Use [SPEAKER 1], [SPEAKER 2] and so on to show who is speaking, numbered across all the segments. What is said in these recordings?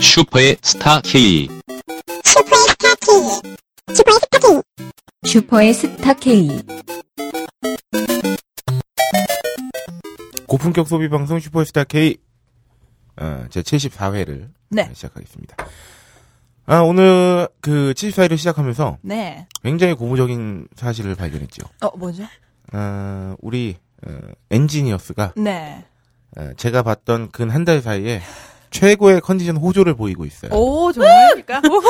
[SPEAKER 1] 슈퍼의 스타 K.
[SPEAKER 2] 슈퍼의 스타 K 슈퍼의 스타 K
[SPEAKER 3] 슈퍼의 스타 K.
[SPEAKER 4] 고품격 소비 방송 슈퍼스타 K 어, 제 74회를
[SPEAKER 5] 네.
[SPEAKER 4] 시작하겠습니다. 아 오늘 그 74회를 시작하면서
[SPEAKER 5] 네.
[SPEAKER 4] 굉장히 고무적인 사실을 발견했죠.
[SPEAKER 5] 어, 뭐죠?
[SPEAKER 4] 아, 우리 어, 엔지니어스가
[SPEAKER 5] 네.
[SPEAKER 4] 어, 제가 봤던 근 한 달 사이에 최고의 컨디션 호조를 보이고 있어요.
[SPEAKER 6] 오, 정말입니까?
[SPEAKER 4] 네.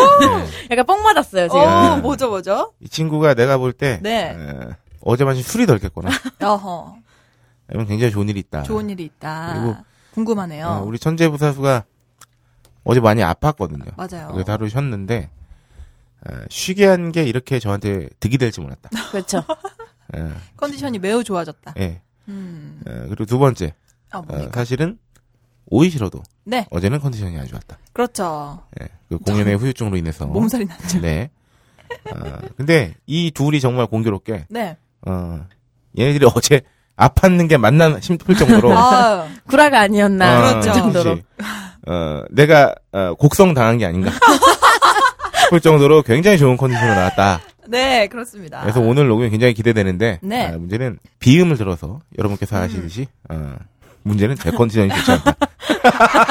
[SPEAKER 6] 약간 뻥 맞았어요, 지금.
[SPEAKER 5] 어, 뭐죠, 뭐죠?
[SPEAKER 4] 이 친구가 내가 볼 때
[SPEAKER 5] 네.
[SPEAKER 4] 어, 제 마신 술이 덜 깼거나
[SPEAKER 5] 어허.
[SPEAKER 4] 아니면 굉장히 좋은 일이 있다.
[SPEAKER 5] 좋은 일이 있다.
[SPEAKER 4] 그리고-
[SPEAKER 5] 궁금하네요.
[SPEAKER 4] 어, 우리 천재 부사수가 어제 많이 아팠거든요.
[SPEAKER 5] 맞아요.
[SPEAKER 4] 그래서 하루 쉬었는데 어, 쉬게 한 게 이렇게 저한테 득이 될지 몰랐다.
[SPEAKER 6] 그렇죠.
[SPEAKER 4] 어,
[SPEAKER 5] 컨디션이 매우 좋아졌다.
[SPEAKER 4] 예.
[SPEAKER 5] 음.
[SPEAKER 4] 어, 그리고 두 번째
[SPEAKER 5] 아,
[SPEAKER 4] 어,
[SPEAKER 5] 뭡니까?
[SPEAKER 4] 사실은 오이 싫어도
[SPEAKER 5] 네.
[SPEAKER 4] 어제는 컨디션이 안 좋았다.
[SPEAKER 5] 그렇죠.
[SPEAKER 4] 예. 그 공연의 후유증으로 인해서
[SPEAKER 5] 몸살이 났죠.
[SPEAKER 4] 네. 어, 근데 이 둘이 정말 공교롭게
[SPEAKER 5] 네.
[SPEAKER 4] 어, 얘네들이 어제 아팠는 게 맞나 싶을 정도로
[SPEAKER 5] 아,
[SPEAKER 6] 구라가 아니었나.
[SPEAKER 4] 어,
[SPEAKER 5] 그렇죠.
[SPEAKER 6] 그 정도로.
[SPEAKER 4] 그렇지. 어, 내가 어, 곡성 당한 게 아닌가 싶을 정도로 굉장히 좋은 컨디션으로 나왔다.
[SPEAKER 5] 네, 그렇습니다.
[SPEAKER 4] 그래서 오늘 녹음이 굉장히 기대되는데
[SPEAKER 5] 네.
[SPEAKER 4] 아, 문제는 비음을 들어서 여러분께서 아시듯이 어, 문제는 제 컨디션이 좋지 않다.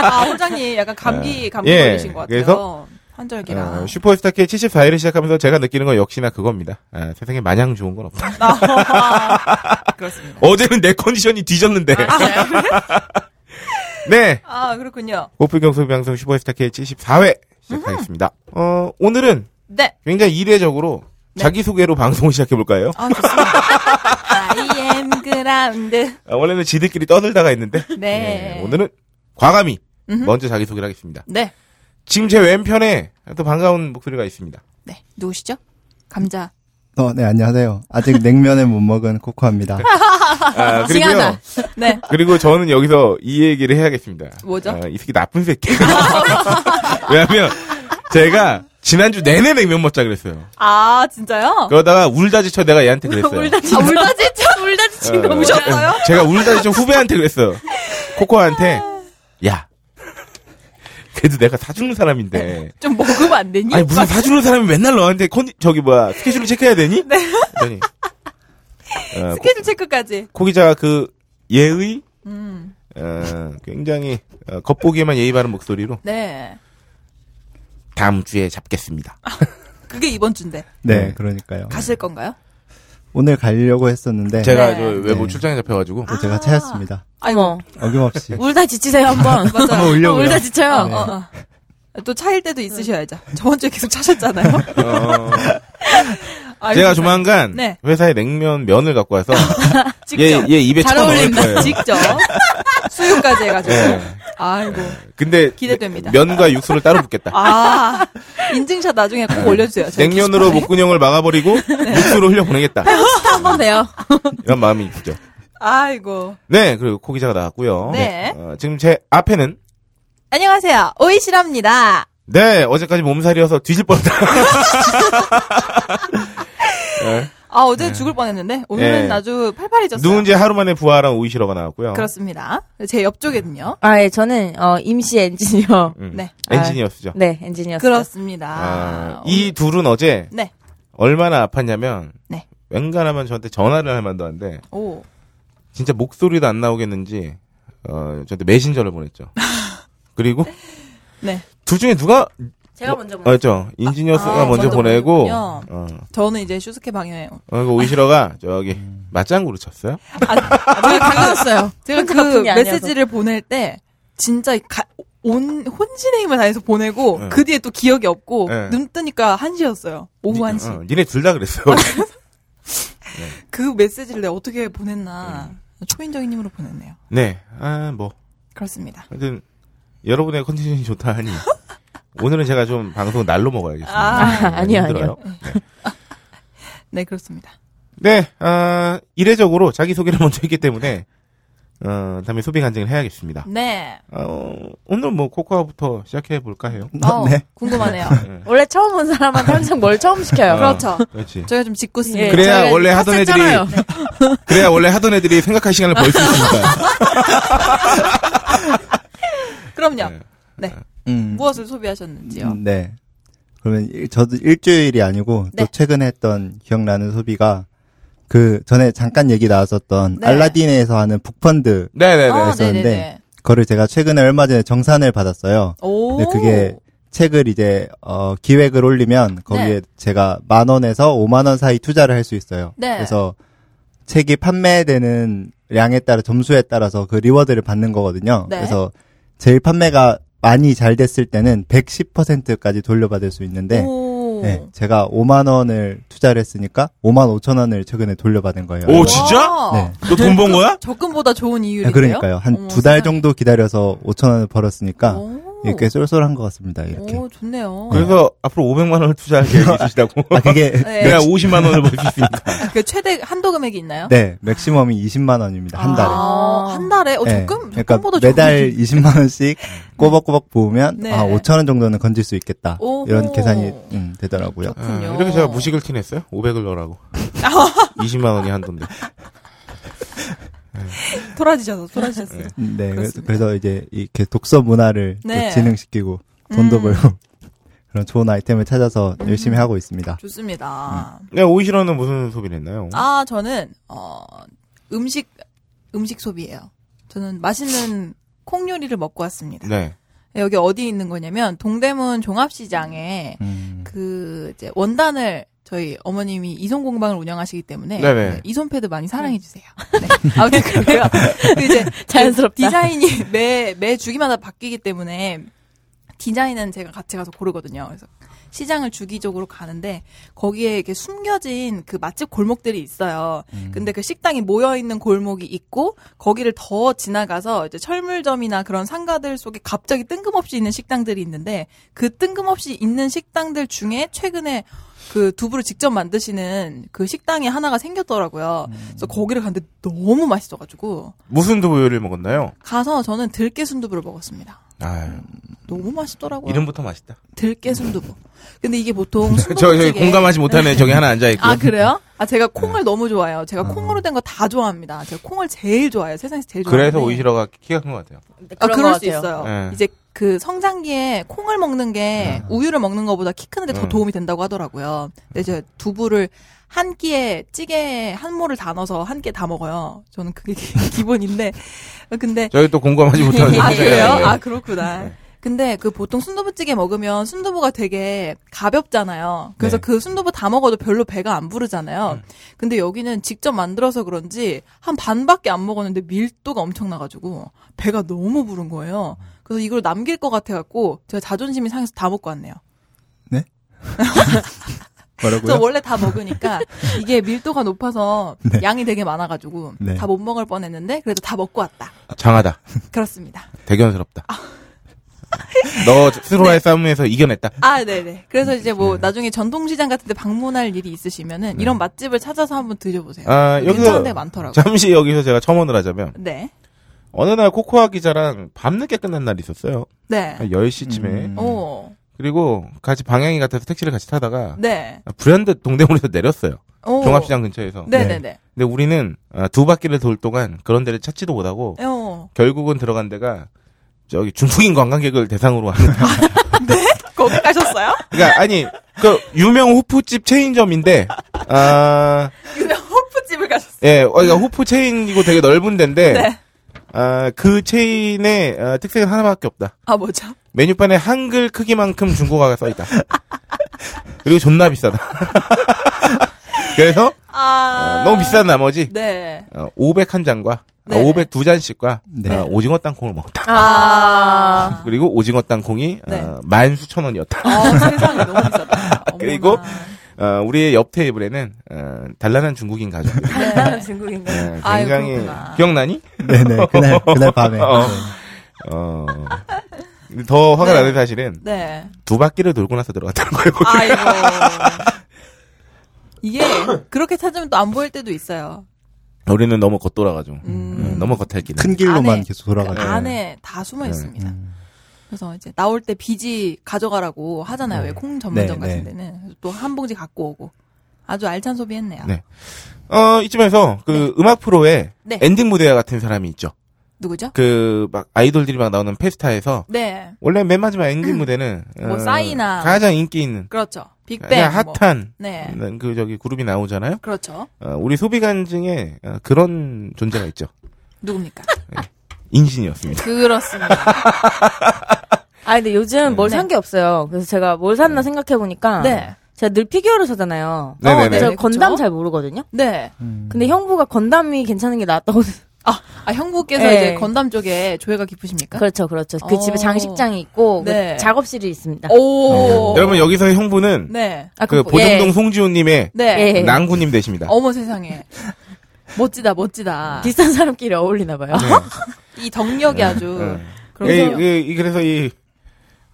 [SPEAKER 5] 아, 호장님 약간 감기, 감기
[SPEAKER 4] 예,
[SPEAKER 5] 걸리신 것 같아요.
[SPEAKER 4] 그래서-
[SPEAKER 5] 환절기랑.
[SPEAKER 4] 어, 슈퍼스타 K 74회를 시작하면서 제가 느끼는 건 역시나 그겁니다. 아, 세상에 마냥 좋은 건 없다.
[SPEAKER 5] 아, 그렇습니다.
[SPEAKER 4] 어제는 내 컨디션이 뒤졌는데. 네.
[SPEAKER 5] 아, 그렇군요.
[SPEAKER 4] 고프경수 방송 슈퍼스타 K 74회 시작하겠습니다. 어, 오늘은
[SPEAKER 5] 네.
[SPEAKER 4] 굉장히 이례적으로 자기소개로 방송을 시작해볼까요?
[SPEAKER 5] 아, 좋습니다. I am 네. ground.
[SPEAKER 4] 아, 원래는 지들끼리 떠들다가 했는데
[SPEAKER 5] 네.
[SPEAKER 4] 예, 오늘은 과감히
[SPEAKER 5] 음흠.
[SPEAKER 4] 먼저 자기소개를 하겠습니다.
[SPEAKER 5] 네.
[SPEAKER 4] 지금 제 왼편에 또 반가운 목소리가 있습니다.
[SPEAKER 5] 네. 누구시죠? 감자.
[SPEAKER 7] 어, 네, 안녕하세요. 아직 냉면을 못 먹은 코코아입니다.
[SPEAKER 4] 아, 그리고요.
[SPEAKER 6] 찡하다.
[SPEAKER 5] 네.
[SPEAKER 4] 그리고 저는 여기서 이 얘기를 해야겠습니다.
[SPEAKER 5] 뭐죠?
[SPEAKER 4] 아, 이 새끼 나쁜 새끼. 왜냐하면 제가 지난주 내내 냉면 먹자 그랬어요.
[SPEAKER 5] 아, 진짜요?
[SPEAKER 4] 그러다가 울다지쳐 내가 얘한테 그랬어요.
[SPEAKER 6] 아, 울다 지쳐, 울다 지친
[SPEAKER 4] 어,
[SPEAKER 6] 거
[SPEAKER 5] 우셨어요?
[SPEAKER 4] 제가 울다지쳐 후배한테 그랬어요. 코코한테 야. 그래도 내가 사주는 사람인데
[SPEAKER 5] 좀 먹으면 안 되니?
[SPEAKER 4] 아니 무슨 사주는 사람이 맨날 너한테 컨디 저기 뭐야 스케줄을 체크해야 되니? 네. 그랬더니 어, 코,
[SPEAKER 5] 스케줄 체크까지.
[SPEAKER 4] 코 기자가 그 예의
[SPEAKER 5] 음.
[SPEAKER 4] 어, 굉장히 어, 겉보기에만 예의 바른 목소리로
[SPEAKER 5] 네.
[SPEAKER 4] 다음 주에 잡겠습니다.
[SPEAKER 5] 아, 그게 이번 주인데.
[SPEAKER 7] 네,
[SPEAKER 4] 네.
[SPEAKER 7] 그러니까요.
[SPEAKER 5] 가실 건가요?
[SPEAKER 7] 오늘 가려고 했었는데
[SPEAKER 4] 제가
[SPEAKER 5] 네. 아,
[SPEAKER 4] 저 외국
[SPEAKER 7] 네.
[SPEAKER 4] 출장에 잡혀가지고
[SPEAKER 7] 또 제가 차였습니다.
[SPEAKER 6] 어머.
[SPEAKER 7] 어김없이.
[SPEAKER 5] 뭐,
[SPEAKER 6] 울다 지치세요, 한 번.
[SPEAKER 7] 한번 울려고요.
[SPEAKER 6] 울다 지쳐요.
[SPEAKER 4] 아,
[SPEAKER 7] 네.
[SPEAKER 5] 어, 어. 또 차일 때도 있으셔야죠. 저번 주에 계속 차셨잖아요.
[SPEAKER 4] 어, 제가
[SPEAKER 5] 알겠습니다.
[SPEAKER 4] 조만간
[SPEAKER 5] 네.
[SPEAKER 4] 회사에 냉면 면을 갖고 와서
[SPEAKER 6] 직접.
[SPEAKER 4] 얘, 얘 입에
[SPEAKER 6] 잘
[SPEAKER 4] 쳐넣을
[SPEAKER 6] 어울린다.
[SPEAKER 4] 거예요.
[SPEAKER 5] 직접 수육까지 해가지고.
[SPEAKER 4] 네.
[SPEAKER 5] 아이고.
[SPEAKER 4] 근데
[SPEAKER 5] 기대됩니다.
[SPEAKER 4] 면과 육수를 따로 붓겠다.
[SPEAKER 5] 아 인증샷 나중에 꼭 올려주세요. 저희
[SPEAKER 4] 냉면으로 뭐-
[SPEAKER 5] 게시판에. 네.
[SPEAKER 4] 목근형을 막아버리고 육수로 흘려보내겠다.
[SPEAKER 6] 한번 돼요.
[SPEAKER 4] 이런 마음이 있죠.
[SPEAKER 5] 아이고.
[SPEAKER 4] 네, 그리고 코 기자가 나왔고요.
[SPEAKER 5] 네.
[SPEAKER 4] 어, 지금 제 앞에는
[SPEAKER 5] 안녕하세요. 오이시랍니다.
[SPEAKER 4] 네 어제까지 몸살이어서 뒤질 뻔했다.
[SPEAKER 5] 아 어제 죽을 뻔했는데 오늘은
[SPEAKER 4] 네.
[SPEAKER 5] 아주 팔팔해졌어요.
[SPEAKER 4] 누군지 하루 만에 부활한 오이시러가 나왔고요.
[SPEAKER 5] 그렇습니다. 제 옆쪽에는요.
[SPEAKER 6] 아, 예, 저는, 어, 임시 엔지니어.
[SPEAKER 4] 음,
[SPEAKER 5] 네.
[SPEAKER 4] 엔지니어스죠.
[SPEAKER 6] 네, 엔지니어.
[SPEAKER 5] 그렇습니다.
[SPEAKER 4] 아, 이 둘은 어제
[SPEAKER 5] 네.
[SPEAKER 4] 얼마나 아팠냐면
[SPEAKER 5] 네.
[SPEAKER 4] 웬간하면 저한테 전화를 할 만도 한데
[SPEAKER 5] 오.
[SPEAKER 4] 진짜 목소리도 안 나오겠는지 어, 저한테 메신저를 보냈죠. 그리고
[SPEAKER 5] 네.
[SPEAKER 4] 둘 중에 누가
[SPEAKER 6] 제가
[SPEAKER 4] 어,
[SPEAKER 6] 먼저 볼게요.
[SPEAKER 4] 맞죠? 아, 그렇죠. 인지니어스가
[SPEAKER 5] 아, 아,
[SPEAKER 4] 먼저
[SPEAKER 5] 먼저
[SPEAKER 4] 보내고
[SPEAKER 5] 보내군요.
[SPEAKER 4] 어,
[SPEAKER 5] 저는 이제 슈스케 방에
[SPEAKER 4] 어, 그 오이시러가 저기 맞장구를 쳤어요.
[SPEAKER 6] 제가 다가왔어요.
[SPEAKER 5] 아, 제가
[SPEAKER 6] 혼자 아픈
[SPEAKER 5] 그
[SPEAKER 6] 게 아니어서.
[SPEAKER 5] 메시지를 보낼 때 진짜 가- 온 혼신의 힘을 다해서 보내고
[SPEAKER 4] 네.
[SPEAKER 5] 그 뒤에 또 기억이 없고
[SPEAKER 4] 네.
[SPEAKER 5] 눈 뜨니까 1시였어요. 오후
[SPEAKER 4] 니-
[SPEAKER 5] 1시.
[SPEAKER 4] 어, 니네 둘 다 그랬어요.
[SPEAKER 5] 그 메시지를 내가 어떻게 보냈나.
[SPEAKER 7] 음.
[SPEAKER 5] 초인적인 힘으로 보냈네요.
[SPEAKER 4] 네. 아, 뭐.
[SPEAKER 5] 그렇습니다.
[SPEAKER 4] 하여튼 여러분의 컨디션이 좋다 하니 오늘은 제가 좀 방송 날로 먹어야겠습니다.
[SPEAKER 5] 아,
[SPEAKER 4] 네,
[SPEAKER 6] 아니요,
[SPEAKER 4] 힘들어요.
[SPEAKER 5] 네, 그렇습니다.
[SPEAKER 4] 네, 아, 이례적으로 자기소개를 먼저 했기 때문에, 어, 다음에 소비 간증을 해야겠습니다.
[SPEAKER 5] 네.
[SPEAKER 4] 어, 오늘 뭐, 코코아부터 시작해볼까 해요.
[SPEAKER 5] 어,
[SPEAKER 7] 네.
[SPEAKER 5] 궁금하네요.
[SPEAKER 6] 원래 처음 온 사람한테 항상 뭘 처음 시켜요.
[SPEAKER 5] 그렇죠.
[SPEAKER 4] 그렇지.
[SPEAKER 5] 저희가 좀 짓궂습니다.
[SPEAKER 6] 예,
[SPEAKER 4] 아. 그래야
[SPEAKER 6] 저희가
[SPEAKER 4] 원래 하던 애들이-
[SPEAKER 6] 컸었잖아요.
[SPEAKER 4] 그래야 원래 하던 애들이 생각할 시간을 벌 수 있으니까.
[SPEAKER 5] 그럼요.
[SPEAKER 4] 네.
[SPEAKER 5] 네.
[SPEAKER 7] 음.
[SPEAKER 5] 무엇을 소비하셨는지요?
[SPEAKER 7] 음, 네. 그러면 일- 저도 일주일이 아니고
[SPEAKER 5] 네.
[SPEAKER 7] 또 최근에 했던 기억나는 소비가 그 전에 잠깐 얘기 나왔었던
[SPEAKER 5] 네.
[SPEAKER 7] 알라딘에서 하는 북펀드
[SPEAKER 4] 네네네.
[SPEAKER 5] 아,
[SPEAKER 7] 했었는데
[SPEAKER 5] 네네네.
[SPEAKER 7] 거를 제가 최근에 얼마 전에 정산을 받았어요.
[SPEAKER 5] 오.
[SPEAKER 7] 근데 네, 그게 책을 이제 어, 기획을 올리면 거기에
[SPEAKER 5] 네.
[SPEAKER 7] 제가 만 원에서 5만 원 사이 투자를 할 수 있어요.
[SPEAKER 5] 네.
[SPEAKER 7] 그래서 책이 판매되는 량에 따라 점수에 따라서 그 리워드를 받는 거거든요.
[SPEAKER 5] 네.
[SPEAKER 7] 그래서 제일 판매가 많이 잘 됐을 때는 110%까지 돌려받을 수 있는데
[SPEAKER 5] 오.
[SPEAKER 7] 네, 제가 5만 원을 투자를 했으니까 5만 5천 원을 최근에 돌려받은 거예요.
[SPEAKER 4] 오, 진짜?
[SPEAKER 5] 와.
[SPEAKER 7] 네.
[SPEAKER 4] 너 돈 번 거야?
[SPEAKER 5] 적금보다 좋은 이율이에요?
[SPEAKER 7] 그러니까요. 한 두 달 예, 그 정도 기다려서 5천 원을 벌었으니까 이렇게 쏠쏠한 것 같습니다. 이렇게.
[SPEAKER 5] 오, 좋네요.
[SPEAKER 4] 그래서 앞으로 500만 원을 투자할 계획이시다고.
[SPEAKER 7] 아 그게
[SPEAKER 5] 네.
[SPEAKER 4] 내가 50만 원을 벌 수 있으니까.
[SPEAKER 5] 그 최대 한도 금액이 있나요?
[SPEAKER 7] 네, 맥시멈이 20만 원입니다. 한 달에.
[SPEAKER 5] 아, 한 달에? 어,
[SPEAKER 7] 네,
[SPEAKER 5] 적금?
[SPEAKER 7] 그러니까
[SPEAKER 5] 적금보다
[SPEAKER 7] 매달
[SPEAKER 5] 적금이-
[SPEAKER 7] 20만 원씩 꼬박꼬박 모으면
[SPEAKER 5] 네.
[SPEAKER 7] 아, 5천 원 정도는 건질 수 있겠다.
[SPEAKER 5] 오호.
[SPEAKER 7] 이런 계산이 음, 되더라고요.
[SPEAKER 4] 아,
[SPEAKER 5] 그렇군요.
[SPEAKER 4] 이렇게 제가 무식을 티냈어요? 500을 넣으라고. 20만 원이 한돈데.
[SPEAKER 5] 토라지셔서, 토라지셨어요.
[SPEAKER 7] 음, 네, 그래서,
[SPEAKER 5] 그렇습니다.
[SPEAKER 7] 그래서 이제 이렇게 독서 문화를 또
[SPEAKER 5] 네.
[SPEAKER 7] 진흥시키고 돈도
[SPEAKER 5] 음.
[SPEAKER 7] 벌고 그런 좋은 아이템을 찾아서 열심히 하고 있습니다.
[SPEAKER 5] 좋습니다.
[SPEAKER 7] 음.
[SPEAKER 4] 네, 오이시로는 무슨 소비를 했나요?
[SPEAKER 5] 아, 저는, 어, 음식, 음식 소비예요. 저는 맛있는 콩 요리를 먹고 왔습니다.
[SPEAKER 4] 네.
[SPEAKER 5] 여기 어디 있는 거냐면, 동대문 종합시장에
[SPEAKER 7] 음,
[SPEAKER 5] 그, 이제 원단을 저희 어머님이 이손 공방을 운영하시기 때문에
[SPEAKER 4] 네네.
[SPEAKER 5] 네, 이손 패드 많이 사랑해 주세요. 네. 아무튼 그래요. 그 이제
[SPEAKER 6] 자연스럽다.
[SPEAKER 5] 디자인이 매, 매 주기마다 바뀌기 때문에 디자인은 제가 같이 가서 고르거든요. 그래서 시장을 주기적으로 가는데 거기에 이렇게 숨겨진 그 맛집 골목들이 있어요. 근데 그 식당이 모여 있는 골목이 있고 거기를 더 지나가서 이제 철물점이나 그런 상가들 속에 갑자기 뜬금없이 있는 식당들이 있는데 그 뜬금없이 있는 식당들 중에 최근에 그 두부를 직접 만드시는 그 식당이 하나가 생겼더라고요. 그래서 거기를 갔는데 너무 맛있어가지고
[SPEAKER 4] 무슨 두부요리를 먹었나요?
[SPEAKER 5] 가서 저는 들깨 순두부를 먹었습니다.
[SPEAKER 4] 아,
[SPEAKER 5] 음, 너무 맛있더라고요.
[SPEAKER 4] 이름부터 맛있다.
[SPEAKER 5] 들깨 순두부. 근데 이게 보통
[SPEAKER 4] 저, 저기
[SPEAKER 5] 순두부찌개-
[SPEAKER 4] 공감하지 못하는 저기 하나 앉아있고.
[SPEAKER 5] 아 그래요? 아 제가
[SPEAKER 4] 네.
[SPEAKER 5] 콩을 너무 좋아해요. 제가
[SPEAKER 4] 어.
[SPEAKER 5] 콩으로 된 거 다 좋아합니다. 제가 콩을 제일 좋아해요. 세상에서 제일 좋아해요. 네.
[SPEAKER 4] 그래서 오이시로가 키가 큰 것 같아요.
[SPEAKER 5] 아,
[SPEAKER 6] 네, 그런
[SPEAKER 5] 그럴
[SPEAKER 6] 것
[SPEAKER 5] 수
[SPEAKER 6] 같아요.
[SPEAKER 5] 있어요.
[SPEAKER 4] 네.
[SPEAKER 5] 이제 그 성장기에 콩을 먹는 게 우유를 먹는 것보다 키 크는데 더
[SPEAKER 4] 음.
[SPEAKER 5] 도움이 된다고 하더라고요. 근데 이제 두부를 한 끼에 찌개에 한 모를 다 넣어서 한 끼에 다 먹어요. 저는 그게 기본인데. 근데
[SPEAKER 4] 저희 또 공감하지 못하는
[SPEAKER 5] 아
[SPEAKER 4] 남자가
[SPEAKER 5] 그래요?
[SPEAKER 4] 있는데.
[SPEAKER 5] 아 그렇구나. 근데 그 보통 순두부찌개 먹으면 순두부가 되게 가볍잖아요. 그래서
[SPEAKER 4] 네.
[SPEAKER 5] 그 순두부 다 먹어도 별로 배가 안 부르잖아요. 근데 여기는 직접 만들어서 그런지 한 반밖에 안 먹었는데 밀도가 엄청나가지고 배가 너무 부른 거예요. 그래서 이걸 남길 것 같아갖고 제가 자존심이 상해서 다 먹고 왔네요. 저
[SPEAKER 7] 뭐라고요?
[SPEAKER 5] 원래 다 먹으니까 이게 밀도가 높아서 양이 되게 많아가지고
[SPEAKER 7] 네.
[SPEAKER 5] 다 못 먹을 뻔했는데 그래도 다 먹고 왔다.
[SPEAKER 4] 장하다.
[SPEAKER 5] 그렇습니다.
[SPEAKER 4] 대견스럽다.
[SPEAKER 5] 아. 네.
[SPEAKER 4] 너 스스로의 싸움에서 이겨냈다.
[SPEAKER 5] 아, 네네. 그래서 이제 뭐 나중에 전통시장 같은 데 방문할 일이 있으시면은 이런 맛집을 찾아서 한번 드셔보세요.
[SPEAKER 4] 네. 아,
[SPEAKER 5] 괜찮은 데
[SPEAKER 4] 여기서
[SPEAKER 5] 많더라고요.
[SPEAKER 4] 잠시 여기서 제가 첨언을 하자면
[SPEAKER 5] 네.
[SPEAKER 4] 어느 날 코코아 기자랑 밤늦게 끝난 날이 있었어요.
[SPEAKER 5] 네.
[SPEAKER 4] 한 10시쯤에.
[SPEAKER 7] 음.
[SPEAKER 5] 오.
[SPEAKER 4] 그리고 같이 방향이 같아서 택시를 같이 타다가
[SPEAKER 5] 네.
[SPEAKER 4] 불현듯 동대문에서 내렸어요.
[SPEAKER 5] 오.
[SPEAKER 4] 종합시장 근처에서.
[SPEAKER 5] 네네네.
[SPEAKER 4] 근데 우리는 아, 두 바퀴를 돌 동안 그런 데를 찾지도 못하고
[SPEAKER 5] 어.
[SPEAKER 4] 결국은 들어간 데가 저기 중국인 관광객을 대상으로 하는
[SPEAKER 5] 거기 가셨어요?
[SPEAKER 4] 그러니까 아니 그 유명 호프집 체인점인데 아
[SPEAKER 5] 유명 호프집을 가셨어요.
[SPEAKER 4] 예, 어, 그러니까 호프 체인이고 되게 넓은 데인데
[SPEAKER 5] 네.
[SPEAKER 4] 아, 그 체인의 어, 특색은 하나밖에 없다.
[SPEAKER 5] 아, 뭐죠?
[SPEAKER 4] 메뉴판에 한글 크기만큼 중국어가 써 있다. 그리고 존나 비싸다. 그래서
[SPEAKER 5] 아.
[SPEAKER 4] 어, 너무 비싼 나머지
[SPEAKER 5] 네.
[SPEAKER 4] 어, 500한 잔과
[SPEAKER 5] 네.
[SPEAKER 4] 500 두 잔씩과
[SPEAKER 7] 네.
[SPEAKER 4] 어, 오징어 땅콩을 먹었다.
[SPEAKER 6] 아.
[SPEAKER 4] 그리고 오징어 땅콩이
[SPEAKER 5] 네.
[SPEAKER 4] 만 수천 원이었다.
[SPEAKER 5] 어, 세상에 너무 비싸다.
[SPEAKER 4] 아, 그리고
[SPEAKER 5] 어머나. 네.
[SPEAKER 4] 어, 우리의 옆 테이블에는 어, 단란한 중국인 가족.
[SPEAKER 6] 대단한 중국인가?
[SPEAKER 4] 어,
[SPEAKER 5] 아유,
[SPEAKER 4] 굉장히
[SPEAKER 5] 그렇구나.
[SPEAKER 4] 기억나니?
[SPEAKER 7] 네네 그날 그날 밤에
[SPEAKER 4] 어.
[SPEAKER 7] 네.
[SPEAKER 4] 어, 더 화가 나는 사실은
[SPEAKER 5] 네.
[SPEAKER 4] 두 바퀴를 돌고 나서 들어갔다는 거예요.
[SPEAKER 5] 아이고. 이게 그렇게 찾으면 또 안 보일 때도 있어요.
[SPEAKER 4] 우리는 너무 겉돌아가지고
[SPEAKER 5] 음.
[SPEAKER 4] 너무 겉핥기는
[SPEAKER 7] 큰 길로만
[SPEAKER 5] 안에,
[SPEAKER 7] 계속
[SPEAKER 5] 그
[SPEAKER 7] 돌아가죠.
[SPEAKER 5] 안에 다 숨어
[SPEAKER 4] 네.
[SPEAKER 5] 있습니다. 그래서 이제 나올 때 비지 가져가라고 하잖아요. 왜 콩 전문점
[SPEAKER 7] 네,
[SPEAKER 5] 같은
[SPEAKER 7] 네.
[SPEAKER 5] 데는 또 한 봉지 갖고 오고 아주 알찬 소비했네요.
[SPEAKER 4] 네. 어 이쯤에서 그 음악 프로에
[SPEAKER 5] 네.
[SPEAKER 4] 엔딩 무대와 같은 사람이 있죠.
[SPEAKER 5] 누구죠?
[SPEAKER 4] 그 막 아이돌들이 막 나오는 페스타에서
[SPEAKER 5] 네.
[SPEAKER 4] 원래 맨 마지막 엔딩 무대는 어,
[SPEAKER 5] 뭐 싸이나.
[SPEAKER 4] 가장 인기 있는
[SPEAKER 5] 그렇죠. 빅뱅.
[SPEAKER 4] 가장
[SPEAKER 5] 뭐.
[SPEAKER 4] 핫한
[SPEAKER 5] 네.
[SPEAKER 4] 그 저기 그룹이 나오잖아요.
[SPEAKER 5] 그렇죠.
[SPEAKER 4] 어, 우리 소비 간증에 어, 그런 존재가 있죠.
[SPEAKER 5] 누굽니까?
[SPEAKER 4] 인신이었습니다.
[SPEAKER 5] 그렇습니다.
[SPEAKER 6] 아 근데 요즘 뭘
[SPEAKER 5] 네.
[SPEAKER 6] 산 게 없어요. 그래서 제가 뭘 샀나 생각해 보니까
[SPEAKER 5] 네.
[SPEAKER 6] 제가 늘 피규어를 사잖아요.
[SPEAKER 4] 네네네.
[SPEAKER 6] 어, 근데 저
[SPEAKER 5] 네,
[SPEAKER 6] 건담
[SPEAKER 5] 그쵸?
[SPEAKER 6] 잘 모르거든요.
[SPEAKER 5] 네.
[SPEAKER 4] 음.
[SPEAKER 6] 근데 형부가 건담이 괜찮은 게 낫다고.
[SPEAKER 5] 아, 형부께서
[SPEAKER 6] 네.
[SPEAKER 5] 이제 건담 쪽에 조예가 깊으십니까?
[SPEAKER 6] 그렇죠, 그렇죠. 그
[SPEAKER 5] 어.
[SPEAKER 6] 집에 장식장이 있고 그
[SPEAKER 5] 네.
[SPEAKER 6] 작업실이 있습니다.
[SPEAKER 5] 오.
[SPEAKER 4] 음. 여러분 여기서의 형부는
[SPEAKER 5] 어. 네.
[SPEAKER 6] 아,
[SPEAKER 4] 그
[SPEAKER 6] 그-
[SPEAKER 4] 보정동
[SPEAKER 6] 예.
[SPEAKER 4] 송지호님의
[SPEAKER 5] 네.
[SPEAKER 6] 예.
[SPEAKER 4] 낭구님 되십니다.
[SPEAKER 5] 어머 세상에. 멋지다, 멋지다.
[SPEAKER 6] 비싼 사람끼리 어울리나 봐요.
[SPEAKER 5] 이 정력이 아주.
[SPEAKER 4] 네.
[SPEAKER 5] 그래서
[SPEAKER 4] 예, 이- 이- 그래서 이